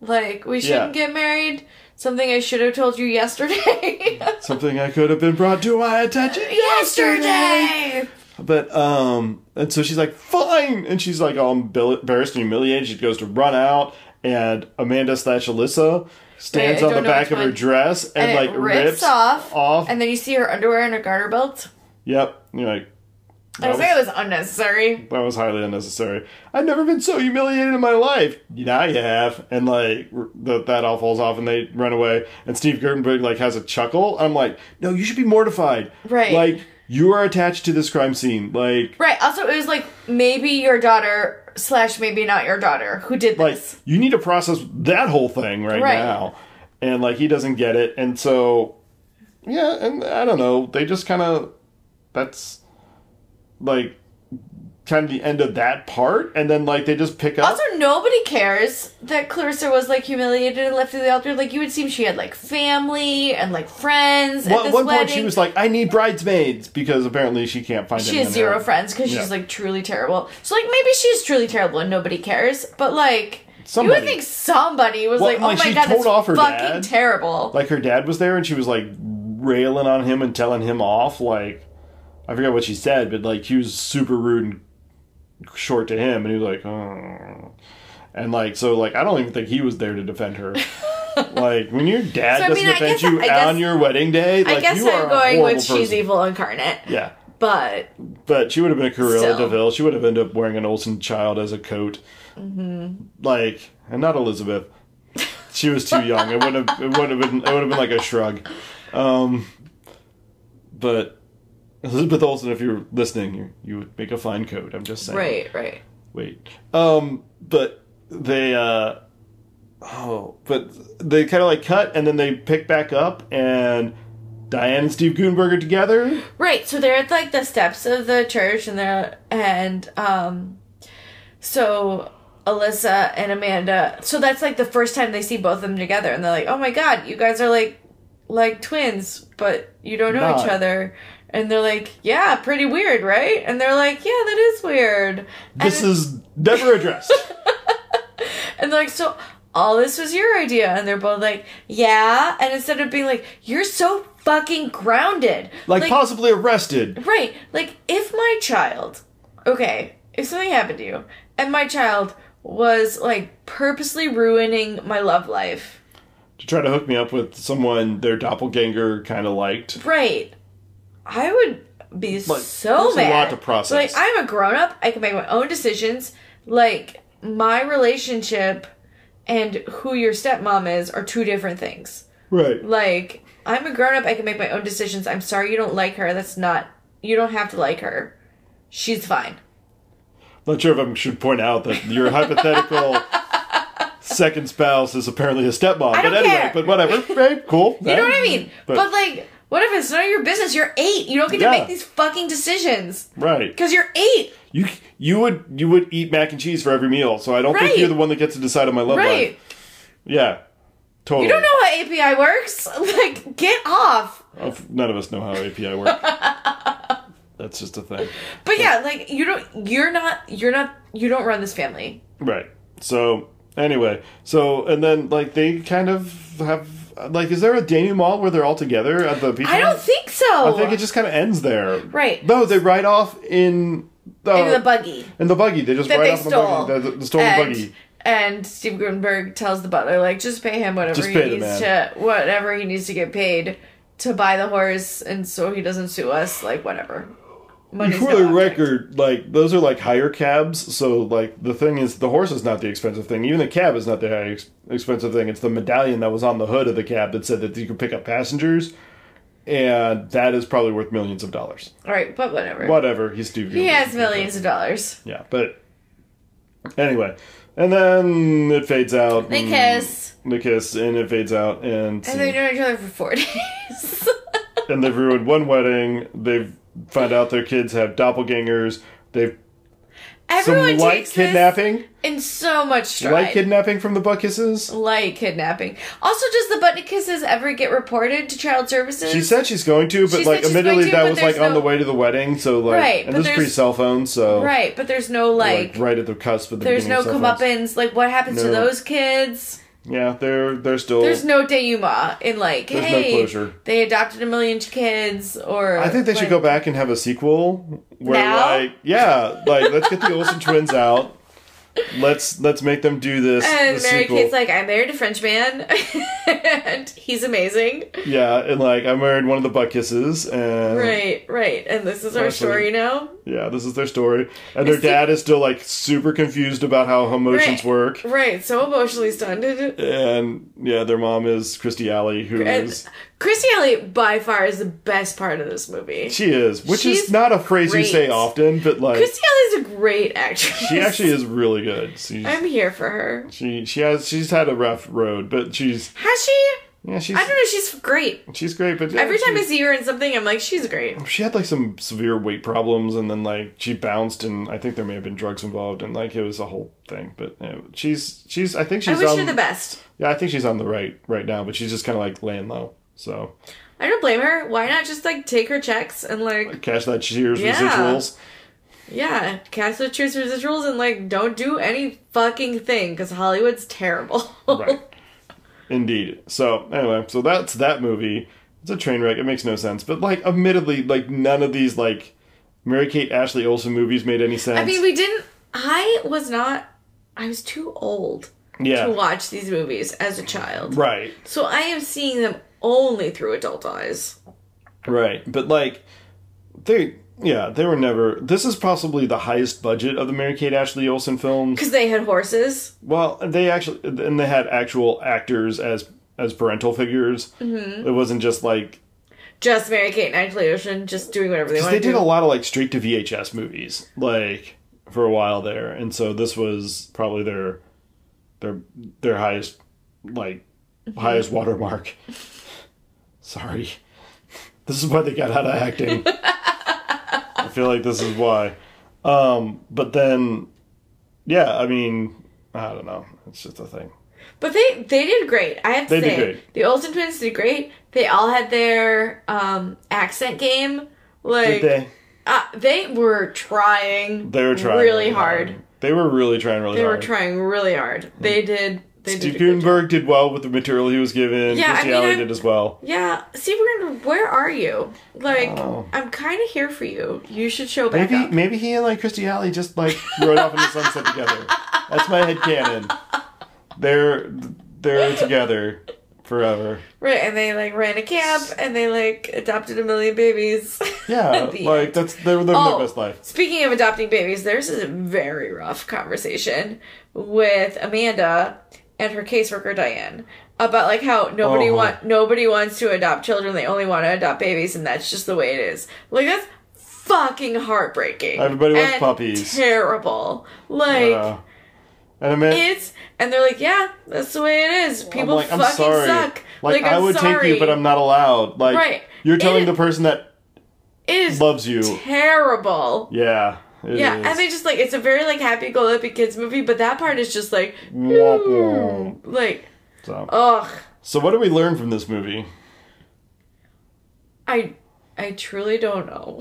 [SPEAKER 2] Like we shouldn't get married. Something I should have told you yesterday. *laughs*
[SPEAKER 1] Something I could have been brought to my attention yesterday.
[SPEAKER 2] yesterday.
[SPEAKER 1] But um, and so she's like, "Fine," and she's like all embil- embarrassed and humiliated. She goes to run out, and Amanda slash Alyssa stands
[SPEAKER 2] I
[SPEAKER 1] on the
[SPEAKER 2] don't know
[SPEAKER 1] back
[SPEAKER 2] which
[SPEAKER 1] of her
[SPEAKER 2] one.
[SPEAKER 1] dress and,
[SPEAKER 2] And it
[SPEAKER 1] like
[SPEAKER 2] rips off,
[SPEAKER 1] off.
[SPEAKER 2] And then you see her underwear and her garter belt.
[SPEAKER 1] yep, and you're like.
[SPEAKER 2] I was
[SPEAKER 1] that was-
[SPEAKER 2] like, it was unnecessary.
[SPEAKER 1] That was highly unnecessary. I've never been so humiliated in my life. Now you have, and like r- the, that all falls off, and they run away. And Steve Gutenberg like has a chuckle. I'm like, no, you should be mortified.
[SPEAKER 2] Right.
[SPEAKER 1] Like you are attached to this crime scene. Like,
[SPEAKER 2] Right. Also, it was like maybe your daughter slash maybe not your daughter who did
[SPEAKER 1] like
[SPEAKER 2] this.
[SPEAKER 1] you need to process that whole thing right,
[SPEAKER 2] Right.
[SPEAKER 1] now. And like he doesn't get it, and so yeah, and I don't know. They just kind of that's like kind of the end of that part, and then like they just pick up.
[SPEAKER 2] Also, nobody cares that Clarissa was like humiliated and left to the altar. Like you would seem she had like family and like friends. at
[SPEAKER 1] Well, at
[SPEAKER 2] this
[SPEAKER 1] one
[SPEAKER 2] wedding.
[SPEAKER 1] point, she was like, "I need bridesmaids" because apparently she can't find.
[SPEAKER 2] she
[SPEAKER 1] any
[SPEAKER 2] has
[SPEAKER 1] on
[SPEAKER 2] zero
[SPEAKER 1] her own.
[SPEAKER 2] friends because
[SPEAKER 1] Yeah.
[SPEAKER 2] she's like truly terrible. So like maybe she's truly terrible and nobody cares. But like you
[SPEAKER 1] Somebody.
[SPEAKER 2] would think somebody was
[SPEAKER 1] Well,
[SPEAKER 2] like, oh
[SPEAKER 1] like,
[SPEAKER 2] my
[SPEAKER 1] she
[SPEAKER 2] god,
[SPEAKER 1] told
[SPEAKER 2] that's
[SPEAKER 1] off her
[SPEAKER 2] fucking
[SPEAKER 1] dad.
[SPEAKER 2] terrible.
[SPEAKER 1] Like her dad was there, and she was like railing on him and telling him off. Like I forget what she said, but like he was super rude and short to him, and he was like, "Oh," and like so, like I don't even think he was there to defend
[SPEAKER 2] *laughs*
[SPEAKER 1] her. like when your dad
[SPEAKER 2] So, I
[SPEAKER 1] doesn't
[SPEAKER 2] mean, I
[SPEAKER 1] defend
[SPEAKER 2] guess-
[SPEAKER 1] you
[SPEAKER 2] I guess-
[SPEAKER 1] on your wedding day, like
[SPEAKER 2] I guess
[SPEAKER 1] you are
[SPEAKER 2] I'm
[SPEAKER 1] a
[SPEAKER 2] going
[SPEAKER 1] horrible
[SPEAKER 2] with she's
[SPEAKER 1] person.
[SPEAKER 2] evil incarnate.
[SPEAKER 1] Yeah,
[SPEAKER 2] But
[SPEAKER 1] but she would have been a Cruella
[SPEAKER 2] Still.
[SPEAKER 1] Deville. She would have ended up wearing an Olsen child as a coat,
[SPEAKER 2] Mm-hmm.
[SPEAKER 1] like, and not Elizabeth. She was too young. It would have. It would have been. It would have been like a shrug. Um, but Elizabeth Olsen, if you're listening, you you would make a fine coat. I'm just saying.
[SPEAKER 2] right, right.
[SPEAKER 1] Wait. Um, but they. uh Oh, but they kind of like cut, and then they pick back up, and Diane and Steve Gutenberg are together.
[SPEAKER 2] Right, so they're at like the steps of the church and they're and um so Alyssa and Amanda so that's like the first time they see both of them together and they're like, Oh my god, you guys are like like twins, but you don't know each
[SPEAKER 1] Not.
[SPEAKER 2] other and they're like, Yeah, pretty weird, right? And they're like, Yeah, that is weird.
[SPEAKER 1] This
[SPEAKER 2] and,
[SPEAKER 1] is never addressed.
[SPEAKER 2] and they're like, So all this was your idea and they're both like, Yeah and instead of being like, You're so fucking grounded
[SPEAKER 1] like, possibly arrested.
[SPEAKER 2] Right. Like, if my child, okay, if something happened to you, and my child was like purposely ruining my love life,
[SPEAKER 1] To try to hook me up with someone their doppelganger kind of liked.
[SPEAKER 2] right? I would be
[SPEAKER 1] Like,
[SPEAKER 2] so
[SPEAKER 1] there's a
[SPEAKER 2] mad.
[SPEAKER 1] lot to process.
[SPEAKER 2] Like, I'm a grown up. I can make my own decisions. Like, my relationship and who your stepmom is are two different things.
[SPEAKER 1] Right.
[SPEAKER 2] Like, I'm a grown up. I can make my own decisions. I'm sorry you don't like her. That's not. You don't have to like her. She's fine.
[SPEAKER 1] Not sure if I should point out that your hypothetical second spouse is apparently a stepmom.
[SPEAKER 2] don't
[SPEAKER 1] but anyway,
[SPEAKER 2] care.
[SPEAKER 1] but
[SPEAKER 2] *laughs*
[SPEAKER 1] whatever. Hey, cool.
[SPEAKER 2] You know what I mean? But, like, what if it's none of your business? You're eight. You don't get to
[SPEAKER 1] Yeah.
[SPEAKER 2] make these fucking decisions
[SPEAKER 1] right.
[SPEAKER 2] because you're eight,
[SPEAKER 1] You you would you would eat mac and cheese for every meal, so I don't
[SPEAKER 2] Right.
[SPEAKER 1] think you're the one that gets to decide on my love
[SPEAKER 2] right?
[SPEAKER 1] life. Yeah. Totally.
[SPEAKER 2] You don't know how API works. *laughs* Like, get off.
[SPEAKER 1] Of- None of us know how API works.
[SPEAKER 2] *laughs*
[SPEAKER 1] That's just a thing.
[SPEAKER 2] But yeah, like you don't. You're not. You're not. You don't run this family.
[SPEAKER 1] Right. So anyway, so and then like they kind of have like is there a denouement where they're all together at the beach?
[SPEAKER 2] I don't think so.
[SPEAKER 1] I think it just kind of ends there.
[SPEAKER 2] Right.
[SPEAKER 1] No, they ride off in the
[SPEAKER 2] in the buggy
[SPEAKER 1] in the buggy. They just
[SPEAKER 2] that
[SPEAKER 1] ride
[SPEAKER 2] they
[SPEAKER 1] off in
[SPEAKER 2] stole.
[SPEAKER 1] the buggy. They, they stole
[SPEAKER 2] and,
[SPEAKER 1] the buggy.
[SPEAKER 2] And Steve Gutenberg tells the butler, like, just pay him whatever
[SPEAKER 1] Just
[SPEAKER 2] he
[SPEAKER 1] pay the
[SPEAKER 2] needs
[SPEAKER 1] man.
[SPEAKER 2] to, whatever he needs to get paid to buy the horse, and so he doesn't sue us. Like, whatever. Money's
[SPEAKER 1] For
[SPEAKER 2] no
[SPEAKER 1] the
[SPEAKER 2] object.
[SPEAKER 1] record, like those are like hire cabs. So like the thing is, the horse is not the expensive thing. Even the cab is not the high ex- expensive thing. It's the medallion that was on the hood of the cab that said that you could pick up passengers, and that is probably worth millions of dollars.
[SPEAKER 2] All right, but whatever.
[SPEAKER 1] Whatever. He's Steve.
[SPEAKER 2] He
[SPEAKER 1] Guttenberg.
[SPEAKER 2] has millions of dollars.
[SPEAKER 1] Yeah, but anyway, and then it fades out.
[SPEAKER 2] They
[SPEAKER 1] and-
[SPEAKER 2] kiss,
[SPEAKER 1] The kiss, and it fades out, and
[SPEAKER 2] and they're known each other for four *laughs* days.
[SPEAKER 1] and they've ruined one wedding. They've found out their kids have doppelgangers. They've
[SPEAKER 2] Everyone
[SPEAKER 1] some light
[SPEAKER 2] takes this
[SPEAKER 1] kidnapping,
[SPEAKER 2] in so much stride.
[SPEAKER 1] light kidnapping from the butt kisses.
[SPEAKER 2] Light kidnapping. Also, does the butt kisses ever get reported to child services?
[SPEAKER 1] She said she's going to,
[SPEAKER 2] She
[SPEAKER 1] but
[SPEAKER 2] said
[SPEAKER 1] like
[SPEAKER 2] she's
[SPEAKER 1] immediately
[SPEAKER 2] going to,
[SPEAKER 1] that
[SPEAKER 2] but
[SPEAKER 1] was like
[SPEAKER 2] there's
[SPEAKER 1] on
[SPEAKER 2] no-
[SPEAKER 1] the way to the wedding. So like,
[SPEAKER 2] Right,
[SPEAKER 1] and
[SPEAKER 2] but
[SPEAKER 1] this is pre
[SPEAKER 2] there's-
[SPEAKER 1] cell phone, so
[SPEAKER 2] right, but there's no like,
[SPEAKER 1] like right at the cusp of the
[SPEAKER 2] there's no
[SPEAKER 1] beginning of cell phones.
[SPEAKER 2] comeuppance. Like, what happens to
[SPEAKER 1] No.
[SPEAKER 2] those kids?
[SPEAKER 1] Yeah, they're they're still.
[SPEAKER 2] There's no denouement in like,
[SPEAKER 1] There's no
[SPEAKER 2] hey,
[SPEAKER 1] closure.
[SPEAKER 2] they adopted a million kids, or
[SPEAKER 1] I think they should
[SPEAKER 2] like-
[SPEAKER 1] go back and have a sequel where
[SPEAKER 2] Now?
[SPEAKER 1] like yeah, like let's get the
[SPEAKER 2] *laughs*
[SPEAKER 1] Olsen twins out. Let's let's make them do this.
[SPEAKER 2] And
[SPEAKER 1] this
[SPEAKER 2] Mary
[SPEAKER 1] sequel.
[SPEAKER 2] Kate's like, I married a French man, *laughs* and he's amazing.
[SPEAKER 1] yeah, and like I married one of the butt kisses, and
[SPEAKER 2] Right, right. And this is our
[SPEAKER 1] Leslie.
[SPEAKER 2] story now.
[SPEAKER 1] yeah, this is their story. And their
[SPEAKER 2] It's the-
[SPEAKER 1] dad is still like super confused about how emotions
[SPEAKER 2] Right.
[SPEAKER 1] work.
[SPEAKER 2] Right, so emotionally stunned.
[SPEAKER 1] And yeah, their mom is Christy Alley, who is
[SPEAKER 2] And Chrissy Alley by far is the best part of this movie.
[SPEAKER 1] she is, which is
[SPEAKER 2] she's
[SPEAKER 1] not a phrase
[SPEAKER 2] great.
[SPEAKER 1] you say often, but like
[SPEAKER 2] Chrissy Alley's a great actress.
[SPEAKER 1] she actually is really good. She's,
[SPEAKER 2] I'm here for her.
[SPEAKER 1] she she has she's had a rough road, but she's
[SPEAKER 2] Has she?
[SPEAKER 1] yeah she's
[SPEAKER 2] I don't know. She's great.
[SPEAKER 1] she's great. But yeah,
[SPEAKER 2] Every time
[SPEAKER 1] she's-
[SPEAKER 2] I see her in something, I'm like, she's great.
[SPEAKER 1] she had like some severe weight problems and then like she bounced and i think there may have been drugs involved and like it was a whole thing but uh, she's she's i think
[SPEAKER 2] I
[SPEAKER 1] she's um,
[SPEAKER 2] wish
[SPEAKER 1] on
[SPEAKER 2] her the best.
[SPEAKER 1] yeah i think she's on the right right now but she's just kind of like laying low so
[SPEAKER 2] I don't blame her. Why not just like take her checks and like,
[SPEAKER 1] cash that cheers
[SPEAKER 2] Yeah. *laughs*
[SPEAKER 1] residuals
[SPEAKER 2] yeah, cast the truth versus rules and like don't do any fucking thing because Hollywood's terrible. *laughs*
[SPEAKER 1] right indeed so anyway so that's that movie it's a train wreck it makes no sense but like admittedly like none of these like mary kate ashley olsen movies made any sense
[SPEAKER 2] I mean, we didn't. I was not. I was too old to
[SPEAKER 1] yeah
[SPEAKER 2] watch these movies as a child.
[SPEAKER 1] right
[SPEAKER 2] So I am seeing them only through adult eyes.
[SPEAKER 1] Right. But like they yeah, they were never this is possibly the highest budget of the Mary Kate Ashley Olsen films.
[SPEAKER 2] Because they had horses.
[SPEAKER 1] Well, they actually and they had actual actors as as parental figures. It wasn't just like
[SPEAKER 2] Just Mary Kate and Ashley Ocean just doing whatever they
[SPEAKER 1] 'cause
[SPEAKER 2] wanted
[SPEAKER 1] they did
[SPEAKER 2] to.
[SPEAKER 1] a lot of like straight to VHS movies like for a while there. And so this was probably their their their highest like
[SPEAKER 2] Mm-hmm.
[SPEAKER 1] highest watermark. *laughs* Sorry. This is why they got out of
[SPEAKER 2] *laughs*
[SPEAKER 1] acting. I feel like this is why. Um, but then, yeah, I mean, I don't know. It's just a thing.
[SPEAKER 2] But they they did great. I have to
[SPEAKER 1] They did
[SPEAKER 2] say,
[SPEAKER 1] great.
[SPEAKER 2] the Olsen twins did great. They all had their um, accent game.
[SPEAKER 1] Did
[SPEAKER 2] Like
[SPEAKER 1] they?
[SPEAKER 2] Uh, they were trying.
[SPEAKER 1] They were trying
[SPEAKER 2] really hard.
[SPEAKER 1] They were really trying really
[SPEAKER 2] They
[SPEAKER 1] hard.
[SPEAKER 2] were trying really hard. They did. They
[SPEAKER 1] Mm. Steve
[SPEAKER 2] did. a good job.
[SPEAKER 1] Gutenberg did well with the material he was given.
[SPEAKER 2] Yeah, I
[SPEAKER 1] Christy
[SPEAKER 2] mean,
[SPEAKER 1] Alley
[SPEAKER 2] I'm-
[SPEAKER 1] did as well.
[SPEAKER 2] Yeah, see, we're gonna. Where are you? Like,
[SPEAKER 1] Oh.
[SPEAKER 2] I'm kind of here for you. You should show back
[SPEAKER 1] Maybe
[SPEAKER 2] up.
[SPEAKER 1] maybe he and like Christy Alley just like rode off in the sunset together. That's my head canon. They're they're together forever.
[SPEAKER 2] Right, and they like ran a camp, and they like adopted a million babies. *laughs*
[SPEAKER 1] Yeah,
[SPEAKER 2] The
[SPEAKER 1] like
[SPEAKER 2] end.
[SPEAKER 1] that's they're living
[SPEAKER 2] Oh,
[SPEAKER 1] their best life.
[SPEAKER 2] Speaking of adopting babies, there's a very rough conversation with Amanda and her caseworker Diane about like how nobody
[SPEAKER 1] Uh-huh.
[SPEAKER 2] want nobody wants to adopt children; they only want to adopt babies, and that's just the way it is. Like that's fucking heartbreaking.
[SPEAKER 1] Everybody wants
[SPEAKER 2] and
[SPEAKER 1] puppies.
[SPEAKER 2] Terrible. Like
[SPEAKER 1] Uh, and I mean,
[SPEAKER 2] it's and they're like, yeah, that's the way it is.
[SPEAKER 1] I'm
[SPEAKER 2] People
[SPEAKER 1] like, I'm
[SPEAKER 2] fucking
[SPEAKER 1] sorry.
[SPEAKER 2] suck.
[SPEAKER 1] Like, I
[SPEAKER 2] I'm
[SPEAKER 1] would take you,
[SPEAKER 2] sorry.
[SPEAKER 1] but I'm not allowed. Like,
[SPEAKER 2] Right.
[SPEAKER 1] you're
[SPEAKER 2] It
[SPEAKER 1] telling
[SPEAKER 2] is-
[SPEAKER 1] the person that
[SPEAKER 2] It is
[SPEAKER 1] loves you.
[SPEAKER 2] terrible.
[SPEAKER 1] yeah. it
[SPEAKER 2] Yeah,
[SPEAKER 1] is.
[SPEAKER 2] and they just like it's a very like happy go lucky kids movie, but that part is just like mm,
[SPEAKER 1] Womp
[SPEAKER 2] hmm.
[SPEAKER 1] womp.
[SPEAKER 2] like
[SPEAKER 1] So,
[SPEAKER 2] ugh.
[SPEAKER 1] so what do we learn from this movie?
[SPEAKER 2] *laughs* I I truly don't know.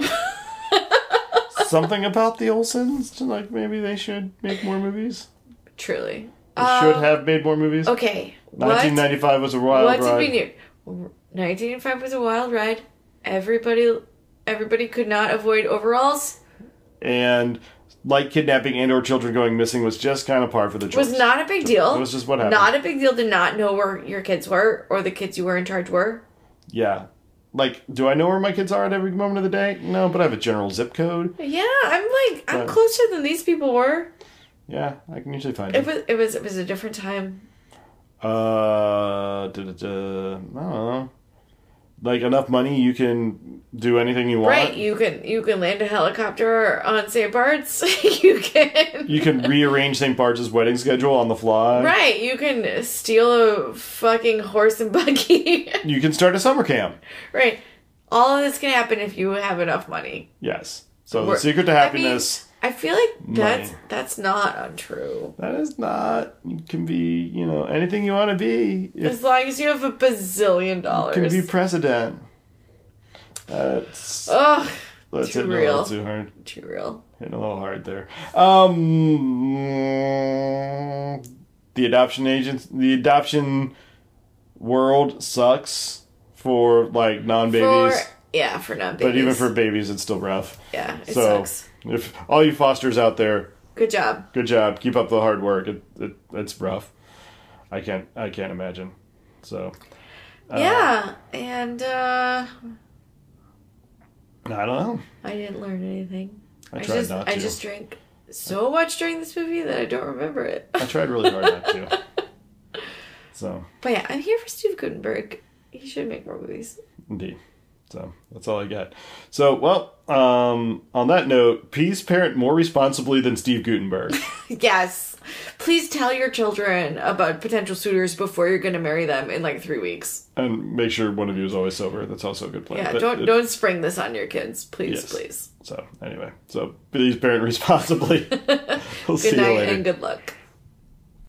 [SPEAKER 2] *laughs*
[SPEAKER 1] Something about the Olsons? Like, maybe they should make more movies?
[SPEAKER 2] truly.
[SPEAKER 1] They should have made more movies?
[SPEAKER 2] Uh, Okay. What
[SPEAKER 1] 1995 was a wild
[SPEAKER 2] what did
[SPEAKER 1] ride.
[SPEAKER 2] we need? 1985 was a wild ride. Everybody everybody could not avoid overalls.
[SPEAKER 1] and like kidnapping and or children going missing was just kind of par for the course.
[SPEAKER 2] was not a big deal.
[SPEAKER 1] It was just what happened.
[SPEAKER 2] Not a big deal to not know where your kids were or the kids you were in charge were.
[SPEAKER 1] yeah. Like, do I know where my kids are at every moment of the day? No, but I have a general zip code.
[SPEAKER 2] Yeah, I'm like I'm
[SPEAKER 1] But-
[SPEAKER 2] closer than these people were.
[SPEAKER 1] Yeah, I can usually find
[SPEAKER 2] It
[SPEAKER 1] it.
[SPEAKER 2] was it was it was a different time.
[SPEAKER 1] Uh, da, da, da, I don't know. Like enough money, you can do anything you want.
[SPEAKER 2] Right, you can you can land a helicopter on St. Bart's. *laughs* you can
[SPEAKER 1] You can rearrange St. Bart's wedding schedule on the fly.
[SPEAKER 2] Right, you can steal a fucking horse and buggy. *laughs*
[SPEAKER 1] You can start a summer camp.
[SPEAKER 2] right. All of this can happen if you have enough money.
[SPEAKER 1] Yes. So the
[SPEAKER 2] We're-
[SPEAKER 1] secret to
[SPEAKER 2] I mean,
[SPEAKER 1] happiness.
[SPEAKER 2] I feel like that's
[SPEAKER 1] Money.
[SPEAKER 2] that's not untrue.
[SPEAKER 1] That is not. You can be, you know, anything you want to be. It
[SPEAKER 2] As long as you have a bazillion dollars.
[SPEAKER 1] can be president. That's
[SPEAKER 2] Ugh,
[SPEAKER 1] that's
[SPEAKER 2] too
[SPEAKER 1] hitting a
[SPEAKER 2] real.
[SPEAKER 1] little too hard.
[SPEAKER 2] too real.
[SPEAKER 1] Hitting a little hard there. Um, the adoption agents, the adoption world sucks for like
[SPEAKER 2] For
[SPEAKER 1] non-babies,
[SPEAKER 2] yeah, for non babies.
[SPEAKER 1] but even for babies, it's still rough.
[SPEAKER 2] yeah, it
[SPEAKER 1] so
[SPEAKER 2] sucks.
[SPEAKER 1] if all you fosters out there,
[SPEAKER 2] Good job.
[SPEAKER 1] good job, keep up the hard work. It, it it's rough. I can't I can't imagine. So. uh,
[SPEAKER 2] yeah, and uh
[SPEAKER 1] I don't know.
[SPEAKER 2] I didn't learn anything.
[SPEAKER 1] I
[SPEAKER 2] I
[SPEAKER 1] tried
[SPEAKER 2] just
[SPEAKER 1] not
[SPEAKER 2] I
[SPEAKER 1] to.
[SPEAKER 2] just drank so much during this movie that I don't
[SPEAKER 1] *laughs*
[SPEAKER 2] remember it.
[SPEAKER 1] I tried really hard not
[SPEAKER 2] *laughs*
[SPEAKER 1] to. So,
[SPEAKER 2] But yeah, I'm here for Steve Gutenberg. He should make more movies. *laughs*
[SPEAKER 1] indeed. So, that's all I got. So, well, um, on that note, please parent more responsibly than Steve Gutenberg.
[SPEAKER 2] *laughs* Yes. Please tell your children about potential suitors before you're gonna marry them in like three weeks.
[SPEAKER 1] and make sure one of you is always sober. That's also a good plan.
[SPEAKER 2] Yeah,
[SPEAKER 1] But
[SPEAKER 2] don't
[SPEAKER 1] it-
[SPEAKER 2] don't spring this on your kids. Please,
[SPEAKER 1] Yes.
[SPEAKER 2] please. *laughs*
[SPEAKER 1] So, anyway. So, please parent responsibly. we'll
[SPEAKER 2] Good
[SPEAKER 1] see you
[SPEAKER 2] night
[SPEAKER 1] later.
[SPEAKER 2] and good luck.